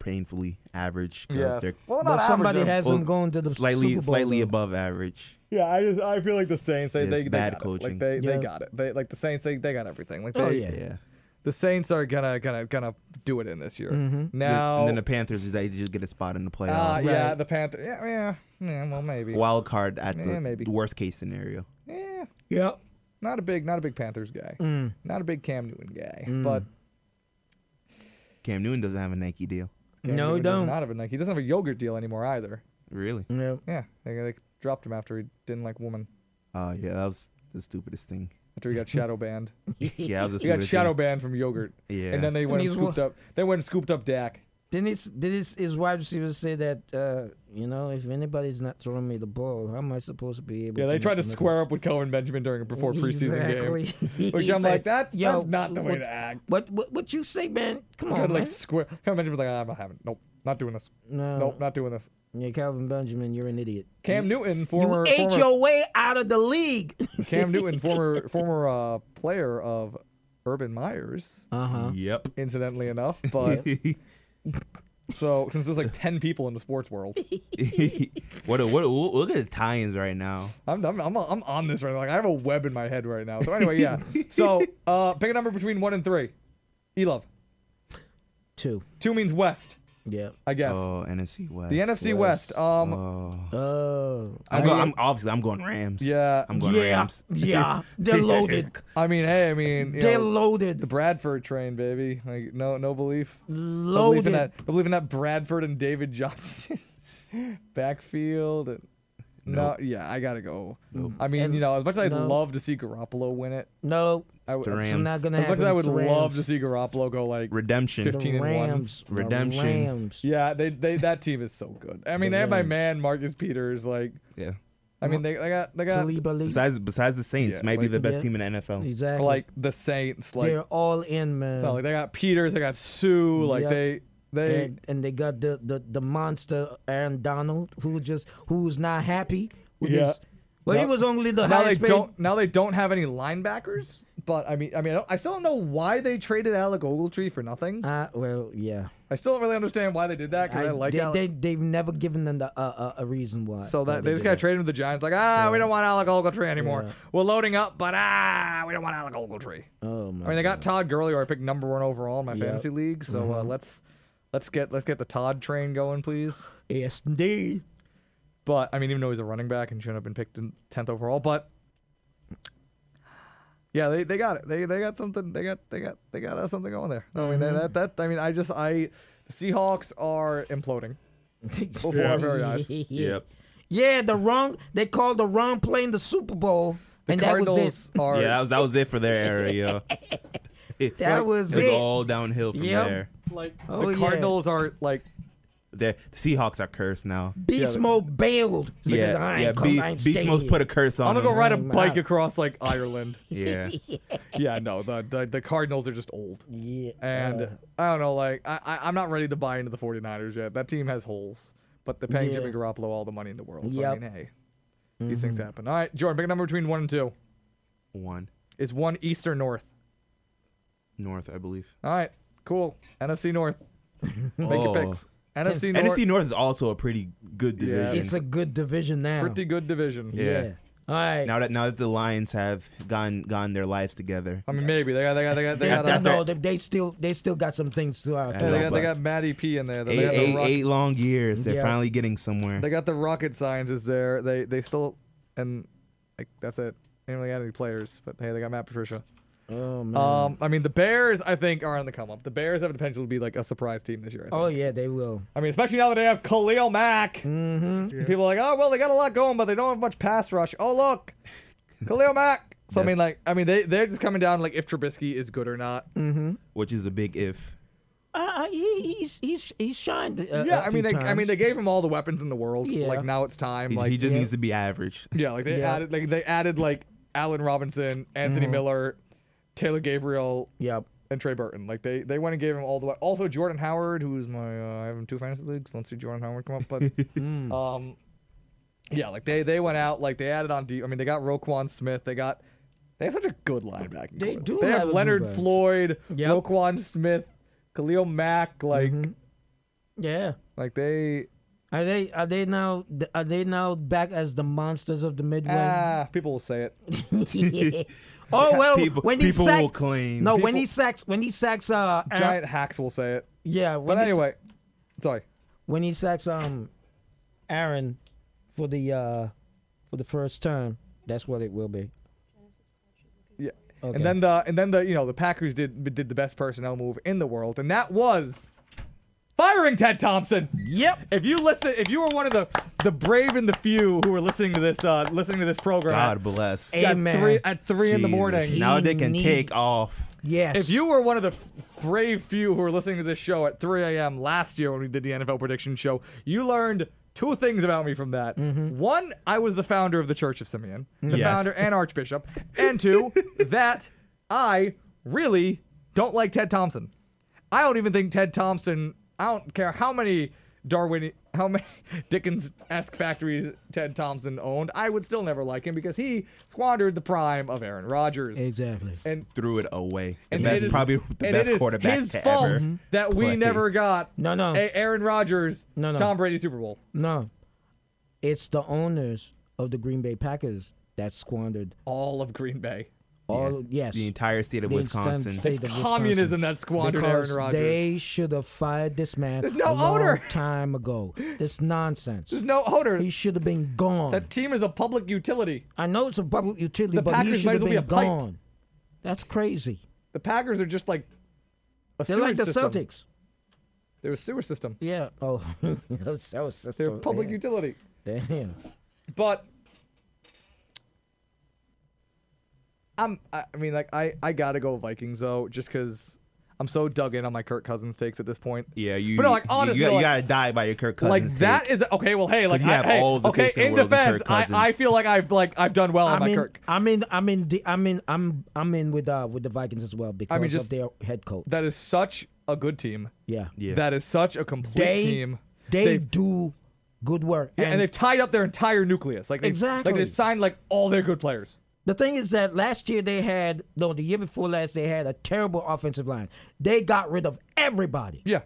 [SPEAKER 5] painfully average. 'cause
[SPEAKER 4] Yes.
[SPEAKER 5] they're
[SPEAKER 4] Well, not
[SPEAKER 12] But somebody
[SPEAKER 4] average,
[SPEAKER 12] has
[SPEAKER 5] Well,
[SPEAKER 12] them going to the
[SPEAKER 5] slightly,
[SPEAKER 12] Super Bowl,
[SPEAKER 5] slightly
[SPEAKER 12] though.
[SPEAKER 5] above average.
[SPEAKER 4] Yeah, I just I feel like the Saints they
[SPEAKER 5] It's
[SPEAKER 4] they, they
[SPEAKER 5] bad
[SPEAKER 4] got it.
[SPEAKER 5] coaching.
[SPEAKER 4] Like they,
[SPEAKER 12] Yeah.
[SPEAKER 4] they got it. They like the Saints they, they got everything. Like they
[SPEAKER 12] Oh, yeah.
[SPEAKER 5] Yeah,
[SPEAKER 4] the Saints are gonna gonna gonna do it in this year.
[SPEAKER 12] Mm-hmm.
[SPEAKER 5] Mhm.
[SPEAKER 4] Now,
[SPEAKER 5] and then the Panthers they just get a spot in the
[SPEAKER 4] uh,
[SPEAKER 5] playoffs.
[SPEAKER 4] yeah, the Panthers. Yeah, yeah, yeah. Well, maybe
[SPEAKER 5] Wild card at the
[SPEAKER 4] Yeah, maybe.
[SPEAKER 5] worst case scenario.
[SPEAKER 4] Yeah.
[SPEAKER 12] Yeah.
[SPEAKER 4] Not a big, not a big Panthers guy.
[SPEAKER 5] Mm.
[SPEAKER 4] Not a big Cam Newton guy.
[SPEAKER 5] Mm.
[SPEAKER 4] But
[SPEAKER 5] Cam Newton doesn't have a Nike deal.
[SPEAKER 4] Cam Newton does Not have a Nike. He doesn't have a yogurt deal anymore either.
[SPEAKER 5] Really?
[SPEAKER 12] No.
[SPEAKER 4] Yeah, they, they dropped him after he didn't like woman.
[SPEAKER 5] Uh, yeah, that was the stupidest thing.
[SPEAKER 4] After he got shadow banned.
[SPEAKER 5] Yeah, that was the
[SPEAKER 4] he got
[SPEAKER 5] stupidest
[SPEAKER 4] shadow
[SPEAKER 5] thing.
[SPEAKER 4] banned from yogurt.
[SPEAKER 5] Yeah.
[SPEAKER 4] And then they
[SPEAKER 12] And
[SPEAKER 4] went and,
[SPEAKER 12] he's wa-
[SPEAKER 4] scooped up. They went and scooped up Dak.
[SPEAKER 12] Didn't his, did his, his wide receiver say that, uh, you know, if anybody's not throwing me the ball, how am I supposed to be able
[SPEAKER 4] Yeah,
[SPEAKER 12] to
[SPEAKER 4] they
[SPEAKER 12] make
[SPEAKER 4] tried to
[SPEAKER 12] the-
[SPEAKER 4] square up with Cohen Benjamin during a before preseason
[SPEAKER 12] Exactly.
[SPEAKER 4] game, which
[SPEAKER 12] He's
[SPEAKER 4] I'm like, that's,
[SPEAKER 12] yo,
[SPEAKER 4] that's not the way
[SPEAKER 12] what-
[SPEAKER 4] to act.
[SPEAKER 12] What, what what you say, man? Come
[SPEAKER 4] They
[SPEAKER 12] on,
[SPEAKER 4] tried to,
[SPEAKER 12] man.
[SPEAKER 4] like square. Cohen Benjamin's like, I'm not having. it. Nope, not doing this.
[SPEAKER 12] No.
[SPEAKER 4] Nope, not doing this.
[SPEAKER 12] Yeah, Calvin Benjamin, you're an idiot.
[SPEAKER 4] Cam
[SPEAKER 12] You-
[SPEAKER 4] Newton, former-
[SPEAKER 12] you ate
[SPEAKER 4] former-
[SPEAKER 12] your way out of the league.
[SPEAKER 4] Cam Newton, former former uh, player of Urban Myers.
[SPEAKER 12] Uh huh.
[SPEAKER 5] Yep.
[SPEAKER 4] Incidentally enough, but so since there's like ten people in the sports world,
[SPEAKER 5] what, a, what? A, look at the tie-ins right now.
[SPEAKER 4] I'm I'm, I'm, I'm on this right now. Like I have a web in my head right now. So anyway, yeah. So uh, pick a number between one and three. E love.
[SPEAKER 12] Two.
[SPEAKER 4] Two means West.
[SPEAKER 12] Yeah.
[SPEAKER 4] I guess.
[SPEAKER 5] Oh, NFC West.
[SPEAKER 4] The NFC West. Um,
[SPEAKER 5] Oh.
[SPEAKER 12] Oh.
[SPEAKER 5] I'm,
[SPEAKER 4] I-
[SPEAKER 5] going, I'm obviously I'm going Rams.
[SPEAKER 4] Yeah.
[SPEAKER 5] I'm going
[SPEAKER 4] Yeah,
[SPEAKER 5] Rams.
[SPEAKER 12] yeah. They're loaded.
[SPEAKER 4] I mean, hey, I mean, you
[SPEAKER 12] They're
[SPEAKER 4] know,
[SPEAKER 12] loaded.
[SPEAKER 4] The Bradford train, baby. Like, no, no belief. No belief in
[SPEAKER 12] Loaded.
[SPEAKER 4] that. No belief in that Bradford and David Johnson backfield. And
[SPEAKER 12] Nope.
[SPEAKER 4] No, yeah, I gotta go. I mean, you know, as much as I'd
[SPEAKER 12] no.
[SPEAKER 4] love to see Garoppolo win it,
[SPEAKER 12] No.
[SPEAKER 4] I
[SPEAKER 5] It's the
[SPEAKER 4] would-
[SPEAKER 5] Rams.
[SPEAKER 12] not gonna
[SPEAKER 4] as much as I
[SPEAKER 12] happen.
[SPEAKER 4] would
[SPEAKER 12] It's the
[SPEAKER 4] love to
[SPEAKER 12] Rams.
[SPEAKER 4] see Garoppolo go like
[SPEAKER 5] Redemption.
[SPEAKER 4] fifteen
[SPEAKER 12] The
[SPEAKER 4] and one.
[SPEAKER 12] Rams. The
[SPEAKER 5] Redemption.
[SPEAKER 12] Rams.
[SPEAKER 4] Yeah, they, they that team is so good. I mean,
[SPEAKER 12] The
[SPEAKER 4] they have my
[SPEAKER 12] Rams.
[SPEAKER 4] man Marcus Peters. Like,
[SPEAKER 5] Yeah.
[SPEAKER 4] I mean, they, they got they got
[SPEAKER 12] Taliba Lee.
[SPEAKER 5] Besides besides the Saints,
[SPEAKER 4] Yeah,
[SPEAKER 5] might be
[SPEAKER 4] like-
[SPEAKER 5] the best
[SPEAKER 12] Yeah.
[SPEAKER 5] team in the NFL.
[SPEAKER 12] Exactly.
[SPEAKER 4] like the Saints. Like
[SPEAKER 12] They're all in, man.
[SPEAKER 4] No, like they got Peters, they got Sue, like
[SPEAKER 12] Yeah.
[SPEAKER 4] they they
[SPEAKER 12] and, and they got the, the the monster Aaron Donald, who just who's not happy with
[SPEAKER 4] Yeah.
[SPEAKER 12] his. Well, he
[SPEAKER 4] No-
[SPEAKER 12] was only the
[SPEAKER 4] now they
[SPEAKER 12] highest paid.
[SPEAKER 4] don't now they don't have any linebackers. But I mean, I mean, I, don't, I still don't know why they traded Alec Ogletree for nothing.
[SPEAKER 12] Uh, well, yeah.
[SPEAKER 4] I still don't really understand why they did that because I, like
[SPEAKER 12] they,
[SPEAKER 4] Alec.
[SPEAKER 12] they they've never given them the, uh, uh, a reason why.
[SPEAKER 4] so
[SPEAKER 12] why
[SPEAKER 4] that they just
[SPEAKER 12] did
[SPEAKER 4] got
[SPEAKER 12] that.
[SPEAKER 4] traded to the Giants. Like, ah, we
[SPEAKER 12] Yeah.
[SPEAKER 4] don't want Alec Ogletree anymore.
[SPEAKER 12] Yeah.
[SPEAKER 4] We're loading up, but ah, we don't want Alec Ogletree. I
[SPEAKER 12] Oh my.
[SPEAKER 4] mean, they got Todd Gurley, who I picked number one overall in my
[SPEAKER 12] Yep.
[SPEAKER 4] fantasy league. So uh,
[SPEAKER 12] Mhm.
[SPEAKER 4] let's let's get let's get the Todd train going, please.
[SPEAKER 12] yes, indeed.
[SPEAKER 4] But I mean, even though he's a running back and shouldn't have been picked in tenth overall, but yeah, they, they got it. They they got something. They got they got they got uh, something going there. I mean,
[SPEAKER 12] Mm-hmm.
[SPEAKER 4] that, that that I mean, I just I the Seahawks are imploding before our very eyes.
[SPEAKER 12] Yep. Yeah, the wrong they called the wrong play in the Super Bowl,
[SPEAKER 4] The
[SPEAKER 12] and that was
[SPEAKER 4] Cardinals
[SPEAKER 12] it.
[SPEAKER 4] are
[SPEAKER 5] Yeah, that was, that was it for their era, yo.
[SPEAKER 12] That was it.
[SPEAKER 5] all downhill from
[SPEAKER 12] Yep.
[SPEAKER 5] there.
[SPEAKER 4] like
[SPEAKER 12] Oh,
[SPEAKER 4] the
[SPEAKER 12] yeah.
[SPEAKER 4] Cardinals are like
[SPEAKER 5] The the Seahawks are cursed now.
[SPEAKER 12] Beast mode bailed. He says,
[SPEAKER 5] Yeah,
[SPEAKER 12] I
[SPEAKER 5] yeah.
[SPEAKER 12] ain't come,
[SPEAKER 5] Be-
[SPEAKER 12] I ain't
[SPEAKER 5] Beast
[SPEAKER 12] staying
[SPEAKER 5] Mode's
[SPEAKER 12] here."
[SPEAKER 5] put a curse
[SPEAKER 4] I'm
[SPEAKER 5] on
[SPEAKER 4] gonna go
[SPEAKER 5] them.
[SPEAKER 4] ride a
[SPEAKER 12] I'm
[SPEAKER 4] bike
[SPEAKER 12] out.
[SPEAKER 4] across like Ireland.
[SPEAKER 5] Yeah,
[SPEAKER 4] yeah, no, the, the the Cardinals are just old.
[SPEAKER 12] Yeah. uh,
[SPEAKER 4] And I don't know, like I, I I'm not ready to buy into the 49ers yet. That team has holes, but they're paying
[SPEAKER 12] Yeah.
[SPEAKER 4] Jimmy Garoppolo all the money in the world. So I
[SPEAKER 12] Yep. Mm-hmm.
[SPEAKER 4] mean, hey, these things happen. All right, Jordan, pick a number between one and two.
[SPEAKER 5] one
[SPEAKER 4] Is one East or North?
[SPEAKER 5] North, I believe.
[SPEAKER 4] All right, cool. NFC North. Make
[SPEAKER 5] Oh.
[SPEAKER 4] your picks. NFC North.
[SPEAKER 5] NFC North is also a pretty good
[SPEAKER 4] Yeah.
[SPEAKER 5] division.
[SPEAKER 12] It's a good division now.
[SPEAKER 4] Pretty good division.
[SPEAKER 5] yeah.
[SPEAKER 12] All right.
[SPEAKER 5] Now that now that the Lions have gone gone their lives together,
[SPEAKER 4] I mean, maybe they got they got they got they
[SPEAKER 12] They,
[SPEAKER 4] got,
[SPEAKER 12] they-
[SPEAKER 4] uh,
[SPEAKER 12] no, they, they still they still got some things to uh,
[SPEAKER 5] I
[SPEAKER 12] to-
[SPEAKER 4] they got,
[SPEAKER 5] but
[SPEAKER 4] they got Matty P in there. They,
[SPEAKER 5] eight,
[SPEAKER 4] got the
[SPEAKER 5] eight,
[SPEAKER 4] rock-
[SPEAKER 5] eight long years, they're
[SPEAKER 12] Yeah.
[SPEAKER 5] finally getting somewhere.
[SPEAKER 4] they got the rocket scientists there. They they still and like that's it. They don't really got any players, but hey, they got Matt Patricia.
[SPEAKER 12] Oh man.
[SPEAKER 4] Um, I mean, the Bears, I think, are on the come up. The Bears have the potential to be like a surprise team this year. I, think.
[SPEAKER 12] oh yeah, they will.
[SPEAKER 4] I mean, especially now that they have Khalil Mack.
[SPEAKER 12] Mm-hmm.
[SPEAKER 4] And People are like, oh well, they got a lot going, but they don't have much pass rush. Oh look, Khalil Mack. So I mean, like, I mean, they they're just coming down like if Trubisky is good or not.
[SPEAKER 12] Mm-hmm.
[SPEAKER 5] which is a big if.
[SPEAKER 12] Uh, he he's he's he's shined. Uh,
[SPEAKER 4] yeah,
[SPEAKER 12] a
[SPEAKER 4] I mean,
[SPEAKER 12] few
[SPEAKER 4] they, I mean,
[SPEAKER 12] times.
[SPEAKER 4] they gave him all the weapons in the world.
[SPEAKER 12] Yeah.
[SPEAKER 4] Like now it's time.
[SPEAKER 5] He,
[SPEAKER 4] like
[SPEAKER 5] he just
[SPEAKER 12] yeah.
[SPEAKER 5] needs to be average.
[SPEAKER 4] yeah, like they
[SPEAKER 12] Yeah. Mm-hmm.
[SPEAKER 4] added like they added like Allen Robinson, Anthony Miller, Taylor Gabriel,
[SPEAKER 12] Yep.
[SPEAKER 4] and Trey Burton. Like they they went and gave him all the way. Also Jordan Howard, who's my uh, I have him two fantasy leagues. Let's see Jordan Howard come up,
[SPEAKER 12] Mm.
[SPEAKER 4] but um, yeah, like they they went out like they added on deep. I mean they got Roquan Smith. They got they have such a good linebacking.
[SPEAKER 12] They
[SPEAKER 4] core.
[SPEAKER 12] do
[SPEAKER 4] They have,
[SPEAKER 12] have a good
[SPEAKER 4] Leonard
[SPEAKER 12] bunch.
[SPEAKER 4] Floyd,
[SPEAKER 12] Yep. Mm-hmm.
[SPEAKER 4] Roquan Smith, Khalil Mack. Like
[SPEAKER 12] Yeah.
[SPEAKER 4] like they
[SPEAKER 12] Are they are they now
[SPEAKER 4] Uh,
[SPEAKER 12] are they now back as the monsters of the Midwest?
[SPEAKER 4] ah people will say it.
[SPEAKER 12] Oh well,
[SPEAKER 5] People-
[SPEAKER 12] when he
[SPEAKER 5] people
[SPEAKER 12] sacks,
[SPEAKER 5] will claim.
[SPEAKER 12] No, when
[SPEAKER 5] People-
[SPEAKER 12] he sacks, when he sacks, uh, Aaron-
[SPEAKER 4] Giant hacks will say it.
[SPEAKER 12] Yeah,
[SPEAKER 4] But
[SPEAKER 12] he s-
[SPEAKER 4] anyway, sorry.
[SPEAKER 12] When he sacks, um, Aaron for the uh for the first term, that's what it will be.
[SPEAKER 4] Yeah.
[SPEAKER 12] Okay.
[SPEAKER 4] And then the and then the you know the Packers did did the best personnel move in the world, and that was firing Ted Thompson.
[SPEAKER 12] Yep.
[SPEAKER 4] If you listen, if you were one of the the brave and the few who were listening to this uh listening to this program,
[SPEAKER 5] God
[SPEAKER 4] at-
[SPEAKER 5] bless.
[SPEAKER 4] At three at three in the
[SPEAKER 5] Jesus.
[SPEAKER 4] morning.
[SPEAKER 5] Now they can take off.
[SPEAKER 12] Yes.
[SPEAKER 4] If you were one of the f- brave few who were listening to this show at 3 a.m. last year when we did the NFL prediction show, you learned two things about me from that. One, I was the founder of the Church of Simeon, the
[SPEAKER 5] Yes.
[SPEAKER 4] founder and archbishop. And two, that I really don't like Ted Thompson. I don't even think Ted Thompson, I don't care how many Darwin, how many Dickens esque factories Ted Thompson owned, I would still never like him because he squandered the prime of Aaron Rodgers.
[SPEAKER 12] Exactly.
[SPEAKER 4] And
[SPEAKER 5] Threw it away.
[SPEAKER 4] and
[SPEAKER 5] And that's
[SPEAKER 4] it is-
[SPEAKER 5] probably the
[SPEAKER 4] and it
[SPEAKER 5] best
[SPEAKER 4] is
[SPEAKER 5] quarterback
[SPEAKER 4] His
[SPEAKER 5] to
[SPEAKER 4] fault
[SPEAKER 5] ever
[SPEAKER 4] that we
[SPEAKER 5] play.
[SPEAKER 4] never got
[SPEAKER 12] No, no.
[SPEAKER 4] a Aaron Rodgers,
[SPEAKER 12] No, no.
[SPEAKER 4] Tom Brady Super Bowl.
[SPEAKER 12] No, it's the owners of the Green Bay Packers that squandered
[SPEAKER 4] All of Green Bay.
[SPEAKER 12] all. Yes,
[SPEAKER 5] The entire state of
[SPEAKER 12] the extent
[SPEAKER 5] Wisconsin.
[SPEAKER 12] state of Wisconsin.
[SPEAKER 4] communism that squandered Aaron
[SPEAKER 12] Because
[SPEAKER 4] Rodgers.
[SPEAKER 12] They should have fired this man
[SPEAKER 4] There's no
[SPEAKER 12] a long
[SPEAKER 4] owner.
[SPEAKER 12] time ago. This nonsense.
[SPEAKER 4] There's no owner.
[SPEAKER 12] He should have been gone.
[SPEAKER 4] That team is a public utility.
[SPEAKER 12] I know it's a public utility,
[SPEAKER 4] The
[SPEAKER 12] but he
[SPEAKER 4] Packers
[SPEAKER 12] should
[SPEAKER 4] might
[SPEAKER 12] have
[SPEAKER 4] as well be
[SPEAKER 12] been
[SPEAKER 4] a pipe.
[SPEAKER 12] gone. That's crazy.
[SPEAKER 4] The Packers are just like a
[SPEAKER 12] They're
[SPEAKER 4] sewage
[SPEAKER 12] like the
[SPEAKER 4] system.
[SPEAKER 12] Celtics.
[SPEAKER 4] They're a sewer system.
[SPEAKER 12] Yeah. Oh, the Celtics.
[SPEAKER 4] They're a public
[SPEAKER 12] damn.
[SPEAKER 4] utility.
[SPEAKER 12] Damn.
[SPEAKER 4] But I'm I I mean like I I got to go Vikings though just cuz I'm so dug in on my Kirk Cousins takes at this point.
[SPEAKER 5] Yeah, you.
[SPEAKER 4] But no, like
[SPEAKER 5] you-
[SPEAKER 4] honestly,
[SPEAKER 5] you, got,
[SPEAKER 4] though,
[SPEAKER 5] you gotta
[SPEAKER 4] like-
[SPEAKER 5] die by your Kirk Cousins.
[SPEAKER 4] like
[SPEAKER 5] take.
[SPEAKER 4] that is okay. Well, hey, like
[SPEAKER 5] you
[SPEAKER 4] I-
[SPEAKER 5] have
[SPEAKER 4] hey,
[SPEAKER 5] all the
[SPEAKER 4] okay.
[SPEAKER 5] faith in the
[SPEAKER 4] in
[SPEAKER 5] world in Kirk
[SPEAKER 4] defense, I, I
[SPEAKER 5] Cousins.
[SPEAKER 4] feel like I've like I've done well on
[SPEAKER 12] I'm
[SPEAKER 4] my
[SPEAKER 12] in,
[SPEAKER 4] Kirk.
[SPEAKER 12] I'm in. I'm in. the- I'm in. I'm. I'm in with uh with the Vikings as well because
[SPEAKER 4] just-
[SPEAKER 12] of their head coach.
[SPEAKER 4] That is such a good team.
[SPEAKER 12] yeah.
[SPEAKER 5] Yeah.
[SPEAKER 4] That is such a complete
[SPEAKER 12] They
[SPEAKER 4] team.
[SPEAKER 12] they
[SPEAKER 4] They've-
[SPEAKER 12] do good work.
[SPEAKER 4] yeah, and,
[SPEAKER 12] and
[SPEAKER 4] they've tied up their entire nucleus. Like they've,
[SPEAKER 12] Exactly.
[SPEAKER 4] Like they've signed like all their good players.
[SPEAKER 12] The thing is that last year they had, no, the year before last, they had a terrible offensive line. They got rid of everybody
[SPEAKER 4] Yeah.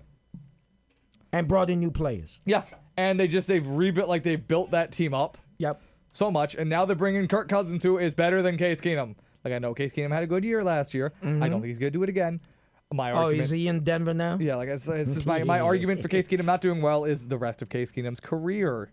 [SPEAKER 12] and brought in new players.
[SPEAKER 4] Yeah. And they just they've rebuilt like they've built that team up
[SPEAKER 12] Yep.
[SPEAKER 4] so much, and now they're bringing Kirk Cousins who is better than Case Keenum. Like I know Case Keenum had a good year last year. I don't think he's gonna do it again. My
[SPEAKER 12] Oh,
[SPEAKER 4] argument.
[SPEAKER 12] is he in Denver now?
[SPEAKER 4] Yeah, like it's, it's just my, my argument for Case Keenum not doing well is the rest of Case Keenum's career.